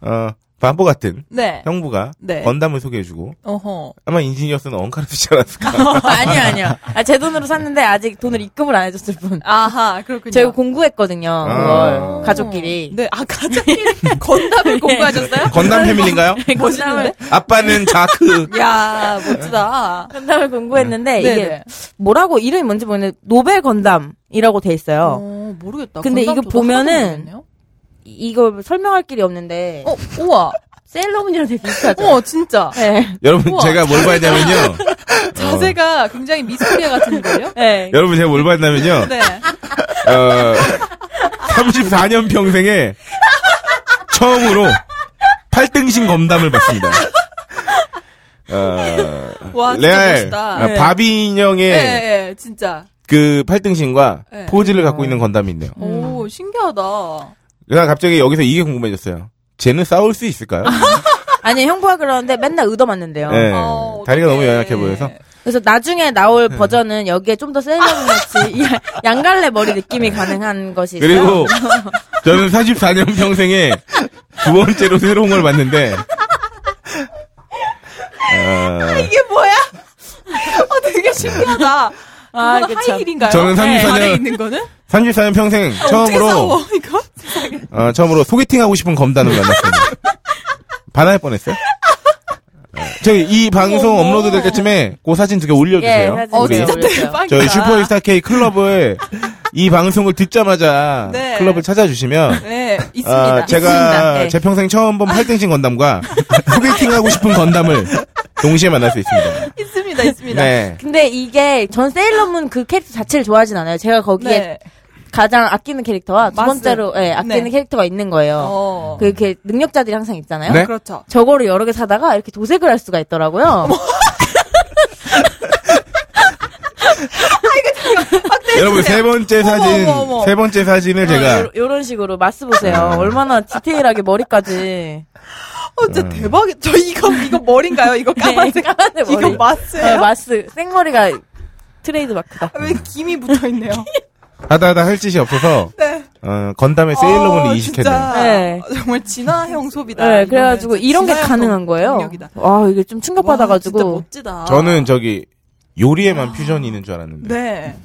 [SPEAKER 4] 어, 바보 같은
[SPEAKER 5] 네.
[SPEAKER 4] 형부가
[SPEAKER 5] 네.
[SPEAKER 4] 건담을 소개해주고
[SPEAKER 5] 어허.
[SPEAKER 4] 아마 인신이었으면 엉카르트지 않았을까.
[SPEAKER 6] 아니요, 아니요. 아, 제 돈으로 샀는데 아직 돈을 입금을 안 해줬을 뿐.
[SPEAKER 5] 아하, 그렇군요.
[SPEAKER 6] 저희 공구했거든요.
[SPEAKER 4] 아.
[SPEAKER 6] 그걸 가족끼리.
[SPEAKER 5] 네, 아, 가족끼리 건담을 공부하셨어요?
[SPEAKER 4] 건담 패밀리인가요?
[SPEAKER 6] 건담을
[SPEAKER 4] 아빠는 자크. 그,
[SPEAKER 5] 야, 멋지다.
[SPEAKER 6] 건담을 공구했는데
[SPEAKER 5] 네,
[SPEAKER 6] 이게
[SPEAKER 5] 네.
[SPEAKER 6] 뭐라고 이름이 뭔지 모르는데 노벨 건담이라고 돼 있어요.
[SPEAKER 5] 어, 모르겠다.
[SPEAKER 6] 근데
[SPEAKER 5] 건담도
[SPEAKER 6] 이거 보면은-
[SPEAKER 5] 하나도 모르겠네요.
[SPEAKER 6] 이거 설명할 길이 없는데
[SPEAKER 5] 어, 우와.
[SPEAKER 6] 셀러문이랑 되게 비슷하죠.
[SPEAKER 5] 우와, 진짜.
[SPEAKER 6] 네.
[SPEAKER 4] 여러분
[SPEAKER 5] 우와.
[SPEAKER 4] 제가 뭘 봤냐면요.
[SPEAKER 5] 자세가 굉장히 미스코리아 같은데요?
[SPEAKER 6] 네.
[SPEAKER 4] 여러분 제가 뭘 봤냐면요.
[SPEAKER 5] 네.
[SPEAKER 4] 어, 34년 평생에 처음으로 팔등신 검담을 봤습니다. 어,
[SPEAKER 5] 와, 진짜
[SPEAKER 4] 레알
[SPEAKER 5] 멋있다.
[SPEAKER 4] 아,
[SPEAKER 5] 네.
[SPEAKER 4] 바비 인형의
[SPEAKER 5] 예, 예, 진짜.
[SPEAKER 4] 그 팔등신과
[SPEAKER 5] 네.
[SPEAKER 4] 포즈를 갖고 있는 건담이 있네요.
[SPEAKER 5] 오, 신기하다.
[SPEAKER 4] 그래서 갑자기 여기서 이게 궁금해졌어요. 쟤는 싸울 수 있을까요?
[SPEAKER 6] 아니 형부가 그러는데 맨날 의도 맞는데요.
[SPEAKER 4] 네.
[SPEAKER 5] 아, 어떡해.
[SPEAKER 4] 다리가 너무 연약해 보여서.
[SPEAKER 6] 그래서 나중에 나올 버전은 여기에 좀 더 셀러문 같이 이 양갈래 머리 느낌이 가능한 것이 있어요.
[SPEAKER 4] 그리고 저는 44년 평생에 두 번째로 새로운 걸 봤는데 어,
[SPEAKER 5] 이게 뭐야? 아, 되게 신기하다.
[SPEAKER 6] 아,
[SPEAKER 5] 아,
[SPEAKER 6] 그쵸.
[SPEAKER 5] 하이힐인가요?
[SPEAKER 4] 저는
[SPEAKER 5] 네,
[SPEAKER 4] 34년
[SPEAKER 5] 안에 있는 거는?
[SPEAKER 4] 34년 평생
[SPEAKER 5] 어떻게
[SPEAKER 4] 처음으로
[SPEAKER 5] 싸워, 이거?
[SPEAKER 4] 어, 처음으로 소개팅 하고 싶은 검단을 만났습니다. 반할 뻔했어요. 어, 저기 이 방송 업로드 될 때쯤에 그 사진 두 개 올려주세요.
[SPEAKER 6] 예, 사진
[SPEAKER 5] 어,
[SPEAKER 6] 우리
[SPEAKER 5] 진짜
[SPEAKER 6] 어울렸죠.
[SPEAKER 5] 대박이다.
[SPEAKER 4] 저희 슈퍼스타 K 클럽을 이 방송을 듣자마자
[SPEAKER 5] 네.
[SPEAKER 4] 클럽을 찾아주시면
[SPEAKER 5] 네, 있습니다. 네.
[SPEAKER 4] 아,
[SPEAKER 6] 있습니다.
[SPEAKER 4] 제가
[SPEAKER 6] 예.
[SPEAKER 4] 제 평생 처음 본 팔등신 건담과 소개팅하고 싶은 건담을 동시에 만날 수 있습니다.
[SPEAKER 5] 있습니다, 있습니다.
[SPEAKER 4] 네.
[SPEAKER 6] 근데 이게 전 세일러문 그 캐릭터 자체를 좋아하진 않아요. 제가 거기에
[SPEAKER 5] 네.
[SPEAKER 6] 가장 아끼는 캐릭터와 두
[SPEAKER 5] 마스.
[SPEAKER 6] 번째로 예, 아끼는
[SPEAKER 5] 네.
[SPEAKER 6] 캐릭터가 있는 거예요.
[SPEAKER 5] 어.
[SPEAKER 6] 그 이렇게 능력자들이 항상 있잖아요.
[SPEAKER 4] 네?
[SPEAKER 5] 그렇죠.
[SPEAKER 6] 저거를 여러 개 사다가 이렇게 도색을 할 수가 있더라고요.
[SPEAKER 4] 네, 여러분 세 번째
[SPEAKER 5] 어머,
[SPEAKER 4] 사진
[SPEAKER 5] 어머, 어머. 아,
[SPEAKER 4] 세 번째 사진을 제가 아.
[SPEAKER 6] 요, 런 식으로 마스 보세요. 얼마나 디테일하게 머리까지.
[SPEAKER 5] 어, 진짜
[SPEAKER 4] 음.
[SPEAKER 5] 대박이. 저 이거 이거 머리인가요? 이거 까만색.
[SPEAKER 6] 네, 까만색 머리.
[SPEAKER 5] 이거
[SPEAKER 6] 어,
[SPEAKER 5] 마스예요? 아,
[SPEAKER 6] 마스 생머리가 트레이드 마크다.
[SPEAKER 5] 왜 김이 붙어 있네요?
[SPEAKER 4] 하다 하다 할 짓이 없어서
[SPEAKER 5] 네.
[SPEAKER 4] 어, 건담의 세일러문을
[SPEAKER 5] 어,
[SPEAKER 4] 이식했네요.
[SPEAKER 5] 진짜.
[SPEAKER 6] 네.
[SPEAKER 5] 정말 진화형 소비다.
[SPEAKER 6] 네,
[SPEAKER 5] 이거는
[SPEAKER 6] 그래가지고
[SPEAKER 5] 진짜
[SPEAKER 6] 이런 게
[SPEAKER 5] 진화형
[SPEAKER 6] 가능한 거예요.
[SPEAKER 5] 능력이다.
[SPEAKER 6] 와 이게 좀 충격받아가지고.
[SPEAKER 5] 와, 진짜 멋지다.
[SPEAKER 4] 저는 저기 요리에만 퓨전이 있는 줄 알았는데
[SPEAKER 5] 아. 네.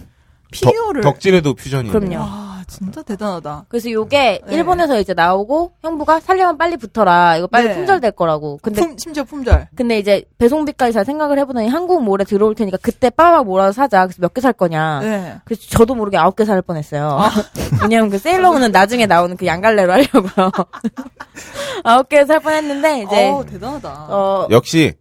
[SPEAKER 4] 덕-
[SPEAKER 5] 피규어를
[SPEAKER 4] 덕질에도 퓨전이 있네요.
[SPEAKER 6] 그럼요.
[SPEAKER 5] 와, 진짜 대단하다.
[SPEAKER 6] 그래서 요게
[SPEAKER 5] 네.
[SPEAKER 6] 일본에서 이제 나오고 형부가 살려면 빨리 붙어라. 이거 빨리
[SPEAKER 5] 네.
[SPEAKER 6] 품절될 거라고. 근데
[SPEAKER 5] 품, 심지어 품절.
[SPEAKER 6] 근데 이제 배송비까지 잘 생각을 해보더니 한국 모레 들어올 테니까 그때 빠박 몰아서 사자. 그래서 몇 개 살 거냐.
[SPEAKER 5] 네.
[SPEAKER 6] 그래서 저도 모르게 아홉 개 살 뻔했어요. 왜냐면 그 세일러문은 나중에 나오는 그 양갈래로 하려고요. 아홉 개 살 뻔했는데 이제
[SPEAKER 5] 어우, 대단하다.
[SPEAKER 6] 어
[SPEAKER 4] 역시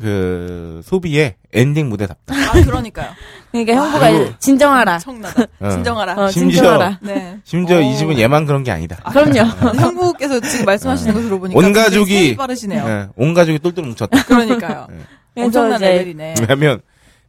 [SPEAKER 4] 그 소비의 엔딩 무대답다.
[SPEAKER 5] 아, 그러니까요.
[SPEAKER 6] 그러니까 형부가 이제 진정하라.
[SPEAKER 5] 엄청나다.
[SPEAKER 4] 어.
[SPEAKER 5] 진정하라.
[SPEAKER 6] 아. 어,
[SPEAKER 4] 아, 심지어-
[SPEAKER 6] 진정하라.
[SPEAKER 5] 네.
[SPEAKER 4] 심지어
[SPEAKER 5] 오.
[SPEAKER 4] 이 집은 얘만 그런 게 아니다. 네.
[SPEAKER 6] 그럼요.
[SPEAKER 5] 형부께서 지금 말씀하시는 거 들어보니까
[SPEAKER 4] 온
[SPEAKER 5] 굉장히
[SPEAKER 4] 가족이-
[SPEAKER 5] 세이 빠르시네요.
[SPEAKER 4] 네, 온 가족이 똘똘 뭉쳤다.
[SPEAKER 5] 그러니까요.
[SPEAKER 6] 그래서
[SPEAKER 5] 엄청난
[SPEAKER 6] 이제-
[SPEAKER 5] 레벨이네.
[SPEAKER 4] 왜냐하면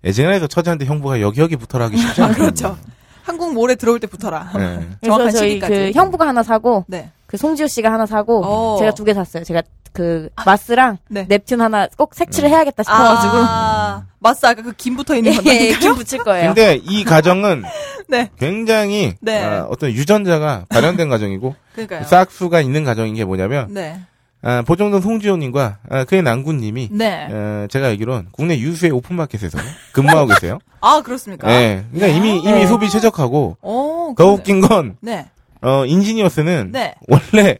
[SPEAKER 4] 예전에도 처자한테 형부가 여기 여기 붙어라 하기 쉽지
[SPEAKER 5] 아,
[SPEAKER 4] 않거든요.
[SPEAKER 5] 그렇죠. 한국 모레 들어올 때 붙어라.
[SPEAKER 4] 네.
[SPEAKER 6] 그래서
[SPEAKER 5] 정확한
[SPEAKER 6] 저희
[SPEAKER 5] 시기까지.
[SPEAKER 6] 그 형부가 하나 사고
[SPEAKER 5] 네.
[SPEAKER 6] 그 송지효 씨가 하나 사고
[SPEAKER 5] 어.
[SPEAKER 6] 제가 두 개 샀어요. 제가 그 마스랑
[SPEAKER 5] 네.
[SPEAKER 6] 넵튠 하나 꼭
[SPEAKER 4] 음.
[SPEAKER 6] 색칠을 해야겠다 싶어가지고
[SPEAKER 5] 아, 맞스 아까 그 김 붙어 있는 거
[SPEAKER 6] 예, 예,
[SPEAKER 5] 맞나요?
[SPEAKER 6] 킴 붙일 거예요.
[SPEAKER 4] 근데 이 가정은
[SPEAKER 5] 네.
[SPEAKER 4] 굉장히
[SPEAKER 5] 네.
[SPEAKER 4] 아, 어떤 유전자가 발현된 가정이고
[SPEAKER 5] 그러니까요.
[SPEAKER 4] 싹수가 있는 가정인 게 뭐냐면
[SPEAKER 5] 네.
[SPEAKER 4] 아, 보정동 송지호님과 아, 그의 난구님이
[SPEAKER 5] 네.
[SPEAKER 4] 어, 제가 알기론 국내 유수의 오픈마켓에서 근무하고 계세요.
[SPEAKER 5] 아, 그렇습니까?
[SPEAKER 4] 네. 그러니까 이미 이미
[SPEAKER 6] 네.
[SPEAKER 4] 소비 최적하고
[SPEAKER 5] 오,
[SPEAKER 4] 더
[SPEAKER 5] 그러네.
[SPEAKER 4] 웃긴 건
[SPEAKER 5] 네.
[SPEAKER 4] 어, 인지니어스는
[SPEAKER 5] 네.
[SPEAKER 4] 원래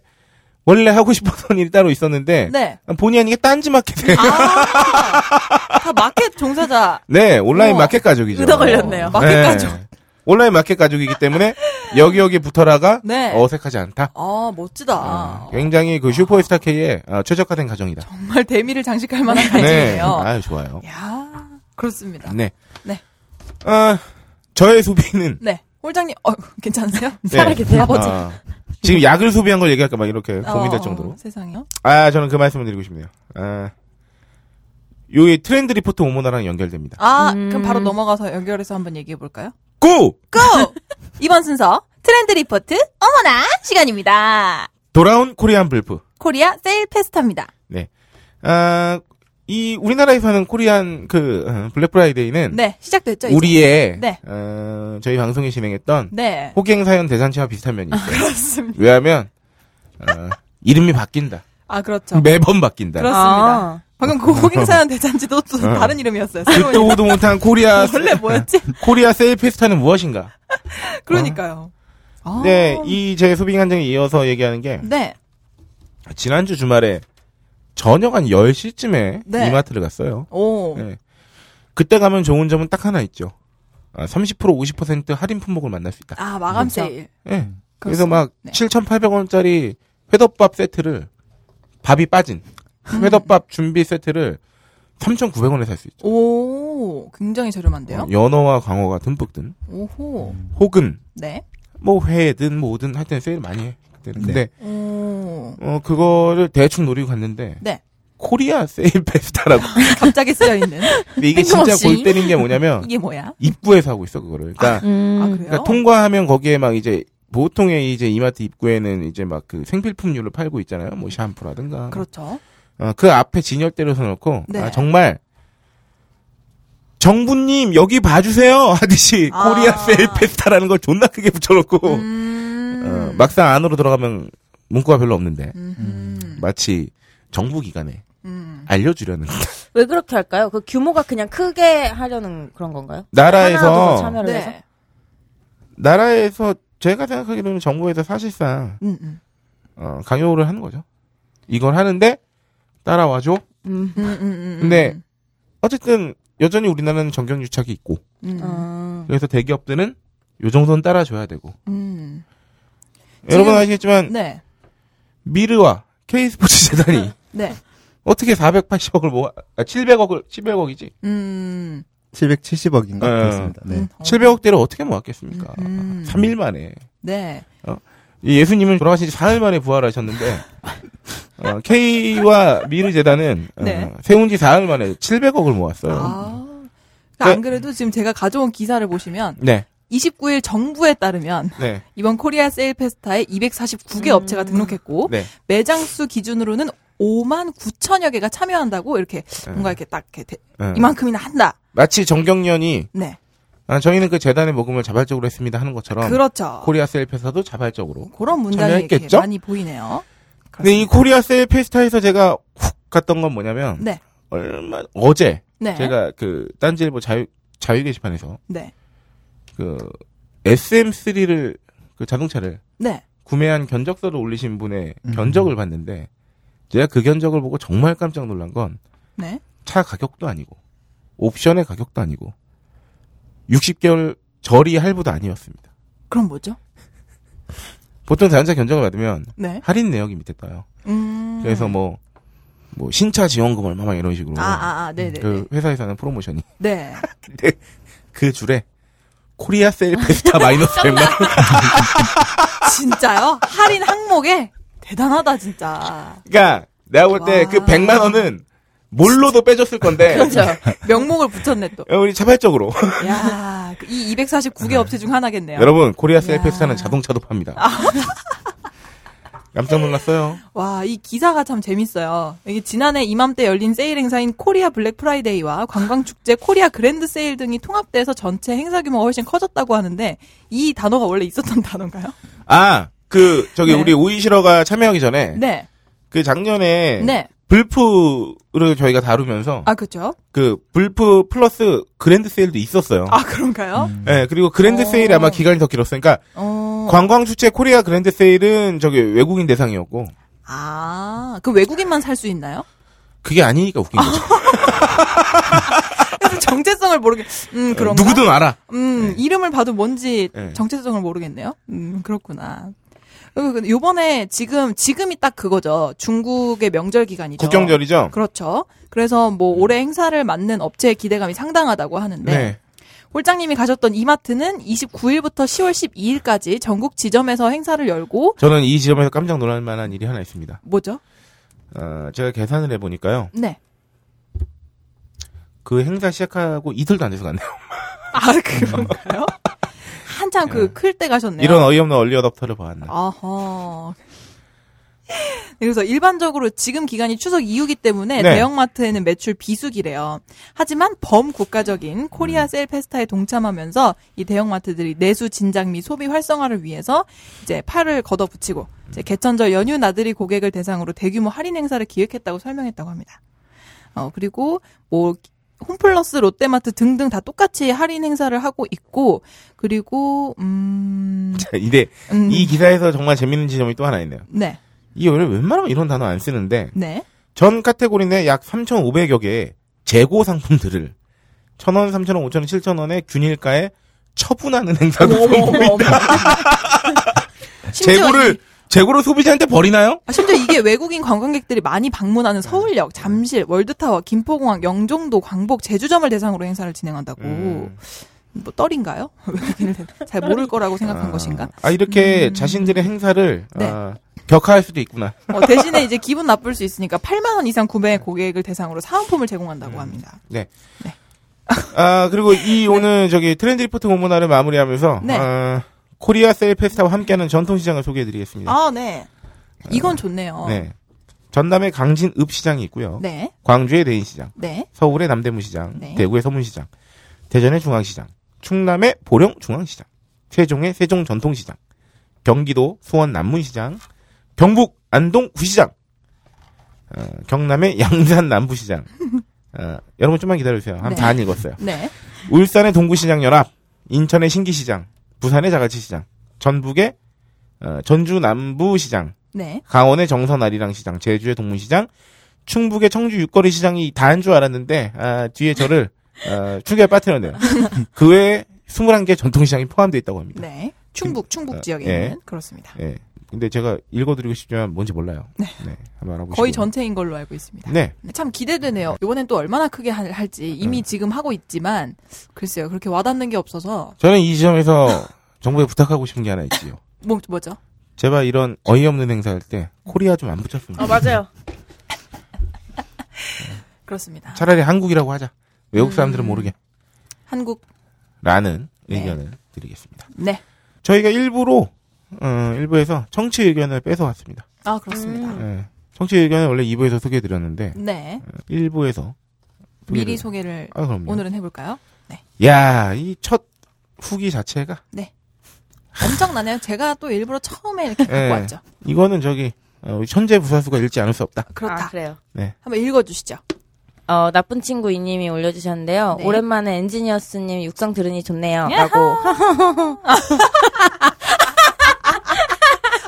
[SPEAKER 4] 원래 하고 싶었던 일이 따로 있었는데
[SPEAKER 5] 네.
[SPEAKER 4] 본의 아니게 딴지 마켓에
[SPEAKER 5] 아, 다 마켓 종사자.
[SPEAKER 4] 네 온라인
[SPEAKER 5] 우와.
[SPEAKER 4] 마켓 가족이죠.
[SPEAKER 6] 의도 걸렸네요.
[SPEAKER 5] 마켓 가족.
[SPEAKER 4] 온라인 마켓 가족이기 때문에 여기 여기 붙어라가
[SPEAKER 5] 네.
[SPEAKER 4] 어색하지 않다.
[SPEAKER 5] 아, 멋지다.
[SPEAKER 4] 어, 굉장히 그 슈퍼스타 K의 어, 최적화된 가정이다.
[SPEAKER 5] 정말 대미를 장식할 만한
[SPEAKER 4] 네,
[SPEAKER 5] 가정이에요.
[SPEAKER 4] 아유 좋아요.
[SPEAKER 5] 야 그렇습니다.
[SPEAKER 4] 네.
[SPEAKER 5] 네.
[SPEAKER 4] 아, 저의 소비는
[SPEAKER 5] 네. 홀장님, 어, 괜찮으세요?
[SPEAKER 4] 네.
[SPEAKER 6] 살아계세요?
[SPEAKER 5] 뭐 아버지.
[SPEAKER 4] 아, 지금 약을 소비한 걸 얘기할까 막 이렇게 고민될
[SPEAKER 5] 어,
[SPEAKER 4] 정도로.
[SPEAKER 5] 세상에요.
[SPEAKER 4] 아, 저는 그 말씀을 드리고 싶네요. 아, 요게 트렌드 리포트 오모나랑 연결됩니다.
[SPEAKER 5] 아,
[SPEAKER 6] 음.
[SPEAKER 5] 그럼 바로 넘어가서 연결해서 한번 얘기해 볼까요?
[SPEAKER 4] 고!
[SPEAKER 5] 고! 이번 순서 트렌드 리포트 어머나 시간입니다.
[SPEAKER 4] 돌아온 코리안 불프.
[SPEAKER 5] 코리아 세일 페스타입니다.
[SPEAKER 4] 네. 아, 이 우리나라에서 하는 코리안 그 어, 블랙 프라이데이는
[SPEAKER 5] 네, 시작됐죠. 이제?
[SPEAKER 4] 우리의
[SPEAKER 5] 네.
[SPEAKER 4] 어, 저희 방송이 진행했던
[SPEAKER 5] 네. 아,
[SPEAKER 4] 호갱 사연 대잔치와 비슷한 면이 있어요.
[SPEAKER 5] 그렇습니다.
[SPEAKER 4] 왜냐하면 어, 이름이 바뀐다.
[SPEAKER 5] 아, 그렇죠.
[SPEAKER 4] 매번 바뀐다.
[SPEAKER 5] 그렇- 그렇습니다.
[SPEAKER 6] 아.
[SPEAKER 5] 방금 그 호갱사연 대잔치도 또
[SPEAKER 4] 어.
[SPEAKER 5] 다른 이름이었어요. 새로운
[SPEAKER 4] 듣도
[SPEAKER 5] 이름.
[SPEAKER 4] 보도 못한 코리아
[SPEAKER 5] 원래 뭐였지?
[SPEAKER 4] 네. 코리아 세일 페스타는 무엇인가?
[SPEAKER 5] 그러니까요. 아.
[SPEAKER 4] 네, 이 제 소비 간증에 이어서 얘기하는 게
[SPEAKER 5] 네.
[SPEAKER 4] 지난주 주말에 저녁 한 10시쯤에
[SPEAKER 5] 네.
[SPEAKER 4] 이마트를 갔어요.
[SPEAKER 5] 오.
[SPEAKER 4] 네. 그때 가면 좋은 점은 딱 하나 있죠. 아, 30% 50% 할인 품목을 만날 수 있다.
[SPEAKER 5] 아, 마감
[SPEAKER 6] 그렇죠.
[SPEAKER 5] 세일.
[SPEAKER 4] 예. 그래서 막
[SPEAKER 5] 네.
[SPEAKER 4] 7,800원짜리 회덮밥 세트를 밥이 빠진
[SPEAKER 5] 음.
[SPEAKER 4] 회덮밥 준비 세트를 3,900원에 살 수 있죠.
[SPEAKER 5] 오, 굉장히 저렴한데요?
[SPEAKER 4] 어, 연어와 광어가 듬뿍 든
[SPEAKER 5] 오호.
[SPEAKER 4] 혹은
[SPEAKER 5] 네.
[SPEAKER 4] 뭐 회든 뭐든 하여튼 세일 많이 해. 그때는.
[SPEAKER 7] 네.
[SPEAKER 4] 근데
[SPEAKER 5] 오.
[SPEAKER 4] 어 그거를 대충 노리고 갔는데
[SPEAKER 5] 네.
[SPEAKER 4] 코리아 세일 페스타라고.
[SPEAKER 5] 갑자기 쓰여 있는
[SPEAKER 4] 근데 이게 진짜
[SPEAKER 5] 뜬금없이.
[SPEAKER 4] 골 때린 게 뭐냐면
[SPEAKER 5] 이게 뭐야?
[SPEAKER 4] 입구에서 하고 있어 그거를. 그러니까
[SPEAKER 5] 아,
[SPEAKER 6] 음.
[SPEAKER 5] 그래요?
[SPEAKER 4] 그러니까 통과하면 거기에 막 이제 보통의 이제 이마트 입구에는 이제 막 그 생필품류를 팔고 있잖아요. 뭐 샴푸라든가. 그
[SPEAKER 5] 그렇죠.
[SPEAKER 4] 그 앞에 진열대로 서놓고
[SPEAKER 5] 네.
[SPEAKER 4] 아, 정말 정부님 여기 봐주세요 하듯이
[SPEAKER 5] 아.
[SPEAKER 4] 코리아 세일 페스타라는 걸 존나 크게 붙여놓고
[SPEAKER 5] 음.
[SPEAKER 4] 어, 막상 안으로 들어가면 문구가 별로 없는데
[SPEAKER 5] 음.
[SPEAKER 4] 마치 정부 기관에
[SPEAKER 5] 음.
[SPEAKER 4] 알려주려는
[SPEAKER 6] 왜 그렇게 할까요? 그 규모가 그냥 크게 하려는 그런 건가요? 하나라도 더
[SPEAKER 4] 나라에서
[SPEAKER 6] 참여를 해서.
[SPEAKER 5] 네.
[SPEAKER 4] 나라에서 제가 생각하기로는 정부에서 사실상
[SPEAKER 5] 음, 음.
[SPEAKER 4] 어, 강요를 하는 거죠. 이걸 하는데 따라와줘.
[SPEAKER 6] 음.
[SPEAKER 5] 음, 음, 음, 음.
[SPEAKER 4] 근데 어쨌든 여전히 우리나라는 정경 유착이 있고
[SPEAKER 5] 음.
[SPEAKER 6] 어.
[SPEAKER 4] 그래서 대기업들은 요 정도는 따라줘야 되고
[SPEAKER 5] 음.
[SPEAKER 4] 여러분
[SPEAKER 5] 지금-
[SPEAKER 4] 아시겠지만
[SPEAKER 5] 네.
[SPEAKER 4] 미르와 K스포츠 재단이
[SPEAKER 5] 네.
[SPEAKER 4] 어떻게 480억을 모아 아, 700억을 700억이지
[SPEAKER 5] 음.
[SPEAKER 7] 770억인가
[SPEAKER 4] 네.
[SPEAKER 7] 그렇습니다. 네.
[SPEAKER 5] 음. 어.
[SPEAKER 4] 700억대를 어떻게 모았겠습니까?
[SPEAKER 5] 음.
[SPEAKER 4] 3일 만에
[SPEAKER 5] 네.
[SPEAKER 4] 이 예수님은 돌아가신 지 4일 만에 부활하셨는데 어, K와 미르 재단은 어,
[SPEAKER 5] 네.
[SPEAKER 4] 세운 지 4일 만에 700억을 모았어요.
[SPEAKER 5] 아. 그러니까 안 그래도 지금 제가 가져온 기사를 보시면
[SPEAKER 4] 네,
[SPEAKER 5] 29일 정부에 따르면
[SPEAKER 4] 네,
[SPEAKER 5] 이번 코리아 세일 페스타에 249개
[SPEAKER 6] 음.
[SPEAKER 5] 업체가 등록했고
[SPEAKER 4] 네.
[SPEAKER 5] 매장 수 기준으로는 5만 9천여 개가 참여한다고 이렇게
[SPEAKER 4] 네.
[SPEAKER 5] 뭔가 이렇게 딱 이렇게 대-
[SPEAKER 4] 어.
[SPEAKER 5] 이만큼이나 한다.
[SPEAKER 4] 마치 정경련이
[SPEAKER 5] 네.
[SPEAKER 4] 아, 저희는 그 재단의 모금을 자발적으로 했습니다 하는 것처럼
[SPEAKER 5] 그렇죠.
[SPEAKER 4] 코리아 세일 페스타도 자발적으로.
[SPEAKER 5] 그런 문장이 이렇게
[SPEAKER 4] 참여했겠죠?
[SPEAKER 5] 많이 보이네요.
[SPEAKER 4] 근데 이 코리아 세일 페스타에서 제가 훅 갔던 건 뭐냐면
[SPEAKER 5] 네.
[SPEAKER 4] 얼마 어제
[SPEAKER 5] 네.
[SPEAKER 4] 제가 그 딴지일보 자유 자유 게시판에서
[SPEAKER 5] 네.
[SPEAKER 4] 그 SM3를 그 자동차를
[SPEAKER 5] 네.
[SPEAKER 4] 구매한 견적서를 올리신 분의
[SPEAKER 7] 음.
[SPEAKER 4] 견적을 봤는데 제가 그 견적을 보고 정말 깜짝 놀란 건 차
[SPEAKER 5] 네.
[SPEAKER 4] 가격도 아니고 옵션의 가격도 아니고 60개월 저리 할부도 아니었습니다.
[SPEAKER 5] 그럼 뭐죠?
[SPEAKER 4] 보통 자동차 견적을 받으면
[SPEAKER 5] 네.
[SPEAKER 4] 할인 내역이 밑에 떠요.
[SPEAKER 5] 음.
[SPEAKER 4] 그래서 뭐, 뭐, 신차 지원금 얼마 막 이런 식으로.
[SPEAKER 5] 아, 아, 아, 네, 네.
[SPEAKER 4] 그 회사에서 하는 프로모션이.
[SPEAKER 5] 네.
[SPEAKER 4] 그 줄에, 코리아 세일 페스타 마이너스 100만.
[SPEAKER 5] 진짜요? 할인 항목에 대단하다 진짜.
[SPEAKER 4] 그니까, 그러니까 내가 볼 때
[SPEAKER 5] 와.
[SPEAKER 4] 그 100만 원은 뭘로도 빼줬을 건데.
[SPEAKER 5] 그렇죠. 명목을 붙였네 또.
[SPEAKER 4] 어, 우리 자발적으로.
[SPEAKER 5] 야, 그이 249개 업체 중 하나겠네요.
[SPEAKER 4] 여러분, 코리아 세일
[SPEAKER 5] 야. 아.
[SPEAKER 4] 페스타는 자동차도 팝니다. 깜짝 놀랐어요.
[SPEAKER 5] 와, 이 기사가 참 재밌어요. 이게 지난해 이맘때 열린 세일 행사인 코리아 블랙 프라이데이와 관광축제 코리아 그랜드 세일 등이 통합돼서 전체 행사 규모가 훨씬 커졌다고 하는데 이 단어가 원래 있었던 단어인가요?
[SPEAKER 4] 아, 그, 저기,
[SPEAKER 5] 네.
[SPEAKER 4] 우리 오이시러가 참여하기 전에.
[SPEAKER 5] 네.
[SPEAKER 4] 그 작년에.
[SPEAKER 5] 네.
[SPEAKER 4] 불프를 저희가 다루면서.
[SPEAKER 5] 아, 그렇죠.
[SPEAKER 4] 그, 불프 플러스 그랜드 세일도 있었어요.
[SPEAKER 5] 아, 그런가요?
[SPEAKER 4] 네, 그리고 그랜드
[SPEAKER 5] 어.
[SPEAKER 4] 세일이 아마 기간이 더 길었으니까
[SPEAKER 5] 어.
[SPEAKER 4] 관광축제 코리아 그랜드 세일은 저기 외국인 대상이었고
[SPEAKER 5] 아, 그 외국인만 살 수 있나요?
[SPEAKER 4] 그게 아니니까 웃긴 거죠.
[SPEAKER 5] 그래서 정체성을 모르게 음 그런가?
[SPEAKER 4] 누구든 알아.
[SPEAKER 5] 음, 이름을 봐도 뭔지
[SPEAKER 4] 네.
[SPEAKER 5] 정체성을 모르겠네요. 음, 그렇구나. 어, 근데 요번에 지금, 지금이 딱 그거죠. 중국의 명절 기간이죠.
[SPEAKER 4] 국경절이죠.
[SPEAKER 5] 그렇죠. 그래서 뭐 올해 행사를 맡는 업체의 기대감이 상당하다고 하는데
[SPEAKER 4] 네.
[SPEAKER 5] 홀장님이 가셨던 이마트는 29일부터 10월 12일까지 전국 지점에서 행사를 열고
[SPEAKER 4] 저는 이 지점에서 깜짝 놀랄 만한 일이 하나 있습니다.
[SPEAKER 5] 뭐죠?
[SPEAKER 4] 어, 제가 계산을 해보니까요.
[SPEAKER 5] 네.
[SPEAKER 4] 그 행사 시작하고 이틀도 안 돼서 갔네요.
[SPEAKER 5] 아 그런가요? 한참 그 클 때 가셨네요.
[SPEAKER 4] 이런 어이없는 얼리어답터를 봐왔나.
[SPEAKER 5] 아하. 네, 그래서 일반적으로 지금 기간이 추석 이후기 때문에
[SPEAKER 4] 네.
[SPEAKER 5] 대형마트에는 매출 비수기래요. 하지만 범국가적인
[SPEAKER 4] 음.
[SPEAKER 5] 코리아 셀 페스타에 동참하면서 이 대형마트들이 내수 진작 및 소비 활성화를 위해서 이제 팔을 걷어붙이고 이제 개천절 연휴 나들이 고객을 대상으로 대규모 할인 행사를 기획했다고 설명했다고 합니다. 어, 그리고 뭐 홈플러스, 롯데마트 등등 다 똑같이 할인 행사를 하고 있고 그리고 음,
[SPEAKER 4] 이데
[SPEAKER 5] 음
[SPEAKER 4] 이 기사에서 정말 재밌는 지점이 또 하나 있네요.
[SPEAKER 5] 네.
[SPEAKER 4] 이 원래 웬만하면 이런 단어 안 쓰는데
[SPEAKER 5] 네.
[SPEAKER 4] 전 카테고리 내 약 3,500여 개의 재고 상품들을 1,000원, 3,000원, 5,000원, 7,000원의 균일가에 처분하는 행사도 성공이-
[SPEAKER 5] 어,
[SPEAKER 4] 뭐.
[SPEAKER 5] 심지어
[SPEAKER 4] 재고를
[SPEAKER 5] 이-
[SPEAKER 4] 재고를 소비자한테 버리나요?
[SPEAKER 5] 아, 심지어 이게 외국인 관광객들이 많이 방문하는
[SPEAKER 4] 네.
[SPEAKER 5] 서울역, 잠실, 월드타워, 김포공항, 영종도, 광복, 제주점을 대상으로 행사를 진행한다고.
[SPEAKER 4] 음.
[SPEAKER 5] 뭐 떨인가요? 외국인을 잘 모를 거라고 생각한
[SPEAKER 4] 아,
[SPEAKER 5] 것인가? 음.
[SPEAKER 4] 아 이렇게 자신들의 행사를
[SPEAKER 5] 네.
[SPEAKER 4] 아, 격하할 수도 있구나.
[SPEAKER 5] 어, 대신에 이제 기분 나쁠 수 있으니까 8만 원 이상 구매 고객을 대상으로 사은품을 제공한다고 합니다.
[SPEAKER 4] 네.
[SPEAKER 5] 네.
[SPEAKER 4] 아 그리고 이 오늘 저기 트렌드 리포트 공문화를 마무리하면서
[SPEAKER 5] 네.
[SPEAKER 4] 아, 코리아 셀 페스타와 함께하는 전통시장을 소개해드리겠습니다.
[SPEAKER 5] 아, 네. 이건 좋네요.
[SPEAKER 4] 예. 네. 전남의 강진읍 시장이 있고요.
[SPEAKER 5] 아. 네.
[SPEAKER 4] 광주의 대인시장,
[SPEAKER 5] 네.
[SPEAKER 4] 서울의 남대문시장,
[SPEAKER 5] 네.
[SPEAKER 4] 대구의 서문시장, 대전의 중앙시장, 충남의 보령중앙시장, 세종의 세종전통시장, 경기도 수원 남문시장, 경북 안동 구시장, 어, 경남의 양산 남부시장. 어, 여러분 좀만 기다려주세요.
[SPEAKER 5] 네.
[SPEAKER 4] 한반 읽었어요.
[SPEAKER 5] 네.
[SPEAKER 4] 울산의 동구시장 연합, 인천의 신기시장, 부산의 자갈치시장, 전북의 어, 전주 남부시장,
[SPEAKER 5] 네.
[SPEAKER 4] 강원의 정선 아리랑 시장, 제주의 동문시장, 충북의 청주 육거리 시장이 다 한 줄 알았는데 아, 뒤에 저를 어, 축에 빠뜨렸네요. 그 외에 21개 전통시장이 포함되어 있다고 합니다.
[SPEAKER 5] 네. 충북, 충북 지역에
[SPEAKER 4] 예.
[SPEAKER 5] 있는 그렇습니다.
[SPEAKER 4] 예. 근데 제가 읽어드리고 싶지만 뭔지 몰라요. 네. 한번 알아보시고.
[SPEAKER 5] 거의 전체인 걸로 알고 있습니다.
[SPEAKER 4] 네.
[SPEAKER 5] 네, 참 기대되네요. 이번엔 또 얼마나 크게 할- 할지 이미 지금 하고 있지만 글쎄요 그렇게 와닿는 게 없어서
[SPEAKER 4] 저는 이 지점에서 정부에 부탁하고 싶은 게 하나 있지요.
[SPEAKER 5] 뭐 뭐죠?
[SPEAKER 4] 제발 이런 어이없는 행사할 때 코리아 좀 안 붙였으면
[SPEAKER 6] 아
[SPEAKER 4] 좋겠어요.
[SPEAKER 6] 맞아요.
[SPEAKER 5] 그렇습니다.
[SPEAKER 4] 차라리 한국이라고 하자. 외국
[SPEAKER 5] 음.
[SPEAKER 4] 사람들은 모르게.
[SPEAKER 5] 한국
[SPEAKER 4] 라는
[SPEAKER 5] 네.
[SPEAKER 4] 의견을 드리겠습니다.
[SPEAKER 5] 네.
[SPEAKER 4] 저희가 일부로 어, 일부에서 청취 의견을 뺏어왔습니다.
[SPEAKER 5] 아 그렇습니다.
[SPEAKER 4] 예. 청취 의견은 원래 2부에서 소개해드렸는데
[SPEAKER 5] 네.
[SPEAKER 4] 1부에서
[SPEAKER 5] 미리 소개를
[SPEAKER 4] 아 그럼요.
[SPEAKER 5] 오늘은 해볼까요?
[SPEAKER 4] 야이 첫 후기 자체가
[SPEAKER 5] 엄청나네요. 제가 또 일부러 처음에 이렇게
[SPEAKER 4] 예.
[SPEAKER 5] 갖고 왔죠.
[SPEAKER 4] 이거는 저기 어, 현재 부사수가 읽지 않을 수 없다.
[SPEAKER 5] 그렇다.
[SPEAKER 6] 아, 그래요.
[SPEAKER 5] 한번 읽어주시죠.
[SPEAKER 6] 어, 나쁜 친구 이님이 올려주셨는데요.
[SPEAKER 5] 네.
[SPEAKER 6] 오랜만에 엔지니어스님 육성 들으니 좋네요.
[SPEAKER 5] 야하!
[SPEAKER 6] 라고.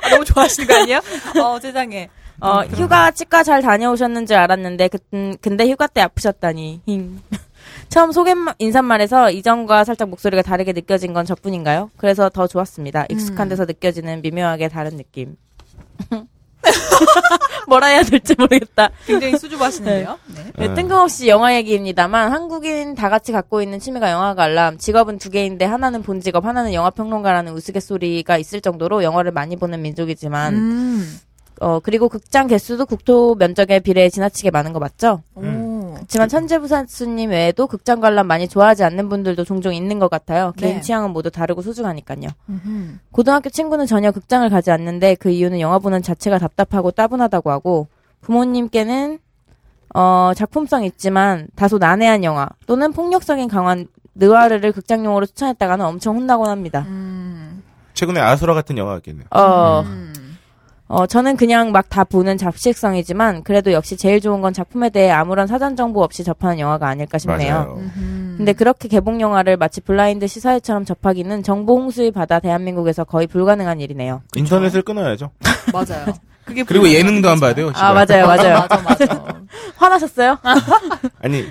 [SPEAKER 5] 아, 너무 좋아하시는 거 아니에요? 어 세상에.
[SPEAKER 6] 어, 휴가, 치과 잘 다녀오셨는 줄 알았는데, 그, 음, 근데 휴가 때 아프셨다니. 힝. 처음 소개 인사말에서 이전과 살짝 목소리가 다르게 느껴진 건 저뿐인가요? 그래서 더 좋았습니다. 익숙한
[SPEAKER 5] 음.
[SPEAKER 6] 데서 느껴지는 미묘하게 다른 느낌. 뭐라 해야 될지 모르겠다.
[SPEAKER 5] 굉장히 수줍어하시는데요. 네.
[SPEAKER 6] 네, 뜬금없이 영화 얘기입니다만 한국인 다 같이 갖고 있는 취미가 영화 관람. 직업은 두 개인데 하나는 본 직업, 하나는 영화 평론가라는 우스갯소리가 있을 정도로 영화를 많이 보는 민족이지만
[SPEAKER 5] 음.
[SPEAKER 6] 어 그리고 극장 개수도 국토 면적에 비해 지나치게 많은 거 맞죠?
[SPEAKER 4] 음.
[SPEAKER 5] 오.
[SPEAKER 6] 그렇지만 천재부산수님 외에도 극장 관람 많이 좋아하지 않는 분들도 종종 있는 것 같아요. 개인
[SPEAKER 5] 네.
[SPEAKER 6] 취향은 모두 다르고 소중하니까요.
[SPEAKER 5] 음흠.
[SPEAKER 6] 고등학교 친구는 전혀 극장을 가지 않는데 그 이유는 영화 보는 자체가 답답하고 따분하다고 하고 부모님께는 어, 작품성 있지만 다소 난해한 영화 또는 폭력성이 강한 느와르를 극장용으로 추천했다가는 엄청 혼나곤 합니다.
[SPEAKER 5] 음.
[SPEAKER 4] 최근에 아수라 같은 영화가 있겠네요.
[SPEAKER 6] 어,
[SPEAKER 5] 음.
[SPEAKER 6] 어, 저는 그냥 막 다 보는 잡식성이지만 그래도 역시 제일 좋은 건 작품에 대해 아무런 사전 정보 없이 접하는 영화가 아닐까 싶네요.
[SPEAKER 4] 맞아요.
[SPEAKER 5] 음.
[SPEAKER 6] 근데 그렇게 개봉 영화를 마치 블라인드 시사회처럼 접하기는 정보 홍수의 바다 대한민국에서 거의 불가능한 일이네요.
[SPEAKER 4] 인터넷을 끊어야죠.
[SPEAKER 5] 맞아요. 그게
[SPEAKER 4] 그리고
[SPEAKER 5] 불가능한 아,
[SPEAKER 4] 예능도 안 봐야
[SPEAKER 5] 거죠.
[SPEAKER 4] 돼요.
[SPEAKER 6] 아
[SPEAKER 4] 씨발.
[SPEAKER 6] 맞아요 맞아요.
[SPEAKER 5] 맞아 맞아.
[SPEAKER 6] 화나셨어요?
[SPEAKER 4] 아니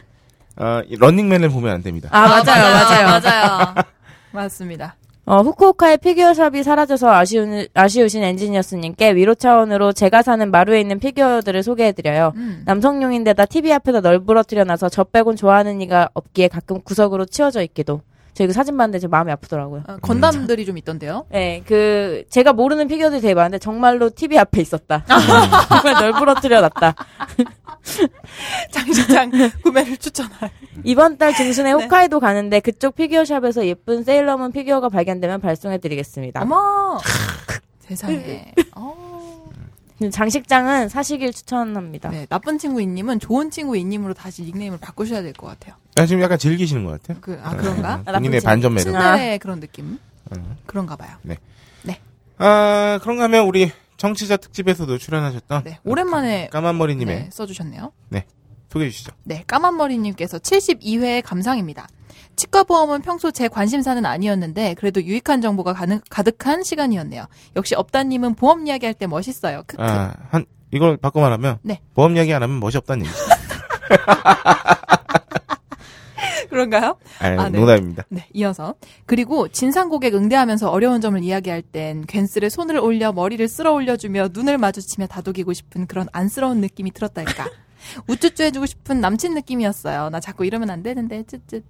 [SPEAKER 4] 어, 이 런닝맨을 보면 안 됩니다.
[SPEAKER 6] 아, 맞아요, 맞아요.
[SPEAKER 5] 맞아요. 맞습니다.
[SPEAKER 6] 어, 후쿠오카의 피규어 샵이 사라져서 아쉬운, 아쉬우신 엔지니어스님께 위로 차원으로 제가 사는 마루에 있는 피규어들을 소개해드려요.
[SPEAKER 5] 음.
[SPEAKER 6] 남성용인데다 TV 앞에다 널브러뜨려놔서 저 빼곤 좋아하는 이가 없기에 가끔 구석으로 치워져 있기도. 저 이거 사진 봤는데 제 마음이 아프더라고요.
[SPEAKER 5] 어, 건담들이 좀 있던데요.
[SPEAKER 6] 네, 그, 제가 모르는 피규어들이 되게 많은데 정말로 TV 앞에 있었다.
[SPEAKER 5] 아.
[SPEAKER 6] 정말 널브러뜨려놨다.
[SPEAKER 5] 장식장 구매를 추천할.
[SPEAKER 6] 이번 달 중순에
[SPEAKER 5] 네.
[SPEAKER 6] 홋카이도 가는데 그쪽 피규어 샵에서 예쁜 세일러문 피규어가 발견되면 발송해드리겠습니다.
[SPEAKER 5] 어머. 세상에. 어.
[SPEAKER 6] 장식장은 사시길 추천합니다.
[SPEAKER 5] 네, 나쁜 친구 인님은 좋은 친구 인님으로 다시 닉네임을 바꾸셔야 될 것 같아요.
[SPEAKER 4] 아, 지금 약간 즐기시는 것 같아요.
[SPEAKER 5] 그, 아, 그런가?
[SPEAKER 4] 어, 본인의
[SPEAKER 6] 나쁜
[SPEAKER 4] 반전 매력. 네.
[SPEAKER 5] 친절의 그런 느낌? 그런가 봐요.
[SPEAKER 4] 아, 그런가 하면 우리 정치자 특집에서도 출연하셨던
[SPEAKER 5] 네, 오랜만에
[SPEAKER 4] 까만머리님의
[SPEAKER 5] 네, 써주셨네요.
[SPEAKER 4] 소개해 주시죠.
[SPEAKER 5] 네, 까만머리님께서 72회 감상입니다. 치과보험은 평소 제 관심사는 아니었는데 그래도 유익한 정보가 가능, 가득한 시간이었네요. 역시 업다님은 보험 이야기할 때 멋있어요. 크크.
[SPEAKER 4] 아, 한, 이걸 바꿔 말하면
[SPEAKER 5] 그, 네.
[SPEAKER 4] 보험 이야기 안 하면 멋이 없다는 얘기죠.
[SPEAKER 5] 그런가요?
[SPEAKER 4] 아,
[SPEAKER 5] 아, 네.
[SPEAKER 4] 농담입니다.
[SPEAKER 5] 네, 이어서 그리고 진상 고객 응대하면서 어려운 점을 이야기할 땐 괜스레 손을 올려 머리를 쓸어 올려주며 눈을 마주치며 다독이고 싶은 그런 안쓰러운 느낌이 들었달까. 우쭈쭈 해주고 싶은 남친 느낌이었어요. 나 자꾸 이러면 안 되는데 쯧쯧.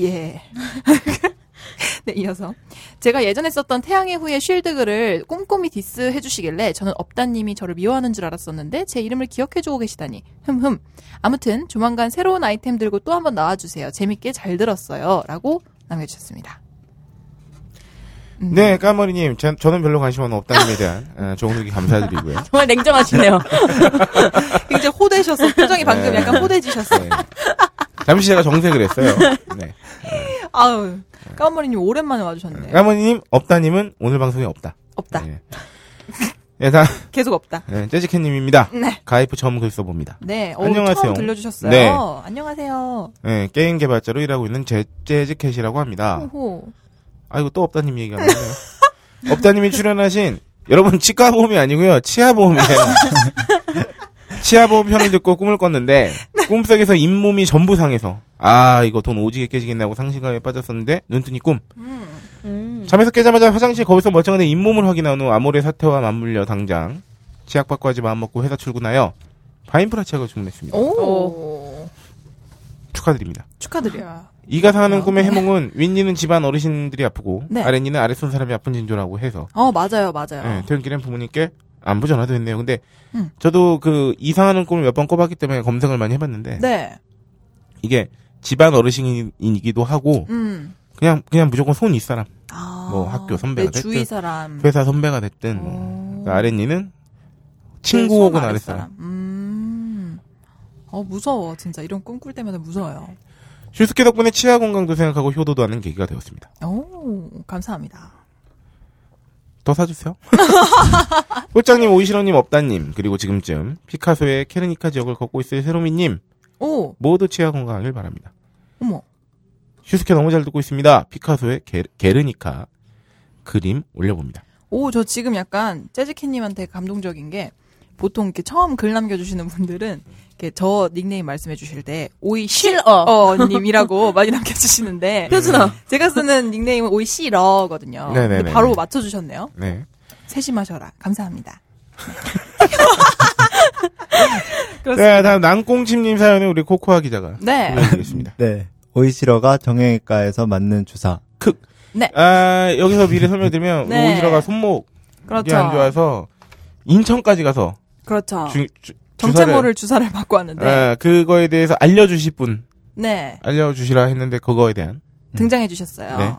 [SPEAKER 5] 예. 네, 이어서 제가 예전에 썼던 태양의 후예 쉴드 글을 꼼꼼히 디스 해주시길래 저는 업다님이 저를 미워하는 줄 알았었는데 제 이름을 기억해주고 계시다니 흠흠 아무튼 조만간 새로운 아이템 들고 또 한번 나와주세요 재밌게 잘 들었어요라고 남겨주셨습니다. 음.
[SPEAKER 4] 네, 까머리님, 전- 저는 별로 관심은 없다는 에 대한 아, 좋은 의견 감사드리고요.
[SPEAKER 6] 정말 냉정하시네요.
[SPEAKER 5] 굉장히 호되셨어 표정이 방금
[SPEAKER 4] 네.
[SPEAKER 5] 약간 호되지셨어.
[SPEAKER 4] 네. 잠시 제가 정색을 했어요. 네.
[SPEAKER 5] 아우 까머리님 오랜만에 와주셨네.
[SPEAKER 4] 까머리님, 없다님은 오늘 방송에 없다.
[SPEAKER 5] 없다
[SPEAKER 4] 네. 네, 다,
[SPEAKER 5] 계속 없다.
[SPEAKER 4] 네, 재즈캣님입니다.
[SPEAKER 5] 네.
[SPEAKER 4] 가이프 처음 글 써봅니다.
[SPEAKER 5] 네, 어,
[SPEAKER 4] 안녕하세요.
[SPEAKER 5] 처음 들려주셨어요.
[SPEAKER 4] 네.
[SPEAKER 5] 안녕하세요.
[SPEAKER 4] 네, 게임 개발자로 일하고 있는 제, 재즈캣이라고
[SPEAKER 5] 음.
[SPEAKER 4] 합니다.
[SPEAKER 5] 호호.
[SPEAKER 4] 아이고, 또 업다님 얘기가 나오네요. 업다님이 출연하신, 여러분, 치과보험이 아니고요 치아보험이에요. 치아보험 편을 듣고 꿈을 꿨는데, 꿈속에서 잇몸이 전부 상해서, 아, 이거 돈 오지게 깨지겠네 하고 상실감에 빠졌었는데, 눈뜨니 꿈.
[SPEAKER 6] 음.
[SPEAKER 4] 잠에서 깨자마자 화장실 거기서 멀쩡한데 잇몸을 확인한 후 암홀의 사태와 맞물려 당장 치약 바꿔 하지 마음먹고 회사 출근하여 바인프라 치약을
[SPEAKER 5] 어?
[SPEAKER 4] 주문했습니다.
[SPEAKER 5] 오.
[SPEAKER 4] 축하드립니다.
[SPEAKER 5] 축하드려요.
[SPEAKER 4] 이가 상하는
[SPEAKER 5] 어.
[SPEAKER 4] 꿈의 해몽은 윗니는 집안 어르신들이 아프고
[SPEAKER 5] 네.
[SPEAKER 4] 아랫니는 아랫손 사람이 아픈 징조라고 해서
[SPEAKER 5] 어, 맞아요, 맞아요.
[SPEAKER 4] 예, 퇴근길엔 부모님께 안부 전화도 했네요. 근데
[SPEAKER 5] 음.
[SPEAKER 4] 저도 그 이상하는 꿈을 몇 번 꿔봤기 때문에 검색을 많이 해봤는데
[SPEAKER 5] 네.
[SPEAKER 4] 이게 집안 어르신이기도 하고
[SPEAKER 5] 음.
[SPEAKER 4] 그냥 그냥 무조건 손 윗사람
[SPEAKER 5] 아.
[SPEAKER 4] 뭐 학교 선배가
[SPEAKER 5] 내 주위
[SPEAKER 4] 됐든 그
[SPEAKER 5] 사람.
[SPEAKER 4] 회사 선배가 됐든 뭐
[SPEAKER 5] 어.
[SPEAKER 4] 그 아랫니는
[SPEAKER 5] 그
[SPEAKER 4] 친구
[SPEAKER 5] 손
[SPEAKER 4] 혹은
[SPEAKER 5] 아랫사람.
[SPEAKER 4] 아랫사람
[SPEAKER 5] 음. 어, 무서워. 진짜 이런 꿈 꿀 때마다 무서워요.
[SPEAKER 4] 슈스케 덕분에 치아 건강도 생각하고 효도도 하는 계기가 되었습니다.
[SPEAKER 5] 오, 감사합니다.
[SPEAKER 4] 더 사주세요. 홀장님, 오이시러님, 업다님, 그리고 지금쯤 피카소의 케르니카 지역을 걷고 있을 세로미님
[SPEAKER 5] 오,
[SPEAKER 4] 모두 치아 건강하길 바랍니다.
[SPEAKER 5] 어머.
[SPEAKER 4] 슈스케 너무 잘 듣고 있습니다. 피카소의 게, 게르니카 그림 올려봅니다.
[SPEAKER 5] 오, 저 지금 약간 재즈캣님한테 감동적인 게 보통 이렇게 처음 글 남겨주시는 분들은 이렇게 저 닉네임 말씀해 주실 때 오이 실어 님이라고 많이 남겨주시는데 표준어 제가 쓰는 닉네임은 오이 실어거든요.
[SPEAKER 4] 네네네네.
[SPEAKER 5] 근데 바로 맞춰주셨네요.
[SPEAKER 4] 네.
[SPEAKER 5] 세심하셔라. 감사합니다.
[SPEAKER 4] 네, 다음 난꽁침님 사연에 우리 코코아 기자가
[SPEAKER 5] 네.
[SPEAKER 4] 읽어드리겠습니다.
[SPEAKER 7] 네. 오이시러가 정형외과에서 맞는 주사.
[SPEAKER 4] 아, 여기서 미리 설명드리면
[SPEAKER 5] 네.
[SPEAKER 4] 오이시러가 손목이
[SPEAKER 5] 그렇죠.
[SPEAKER 4] 안 좋아서 인천까지 가서
[SPEAKER 5] 그렇죠.
[SPEAKER 4] 주, 주,
[SPEAKER 5] 정체모를 주사를 받고 왔는데
[SPEAKER 4] 주사를, 아, 그거에 대해서 알려주실 분
[SPEAKER 5] 네.
[SPEAKER 4] 알려주시라 했는데 그거에 대한
[SPEAKER 5] 등장해 주셨어요.
[SPEAKER 4] 네.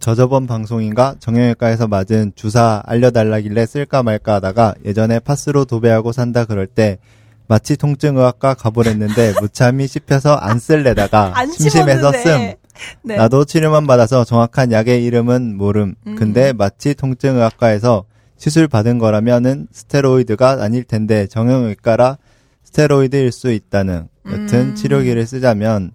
[SPEAKER 7] 저 저번 방송인가 정형외과에서 맞은 주사 알려달라길래 쓸까 말까 하다가 예전에 파스로 도배하고 산다 그럴 때 마취 통증의학과 가보랬는데 무참히 씹혀서 안 쓸래다가
[SPEAKER 5] 안
[SPEAKER 7] 심심해서
[SPEAKER 5] 씹었는데.
[SPEAKER 7] 쓴
[SPEAKER 5] 네.
[SPEAKER 7] 나도 치료만 받아서 정확한 약의 이름은 모름.
[SPEAKER 5] 음.
[SPEAKER 7] 근데 마치 통증의학과에서 시술 받은 거라면은 스테로이드가 아닐 텐데 정형외과라 스테로이드일 수 있다는. 여튼
[SPEAKER 5] 음.
[SPEAKER 7] 치료기를 쓰자면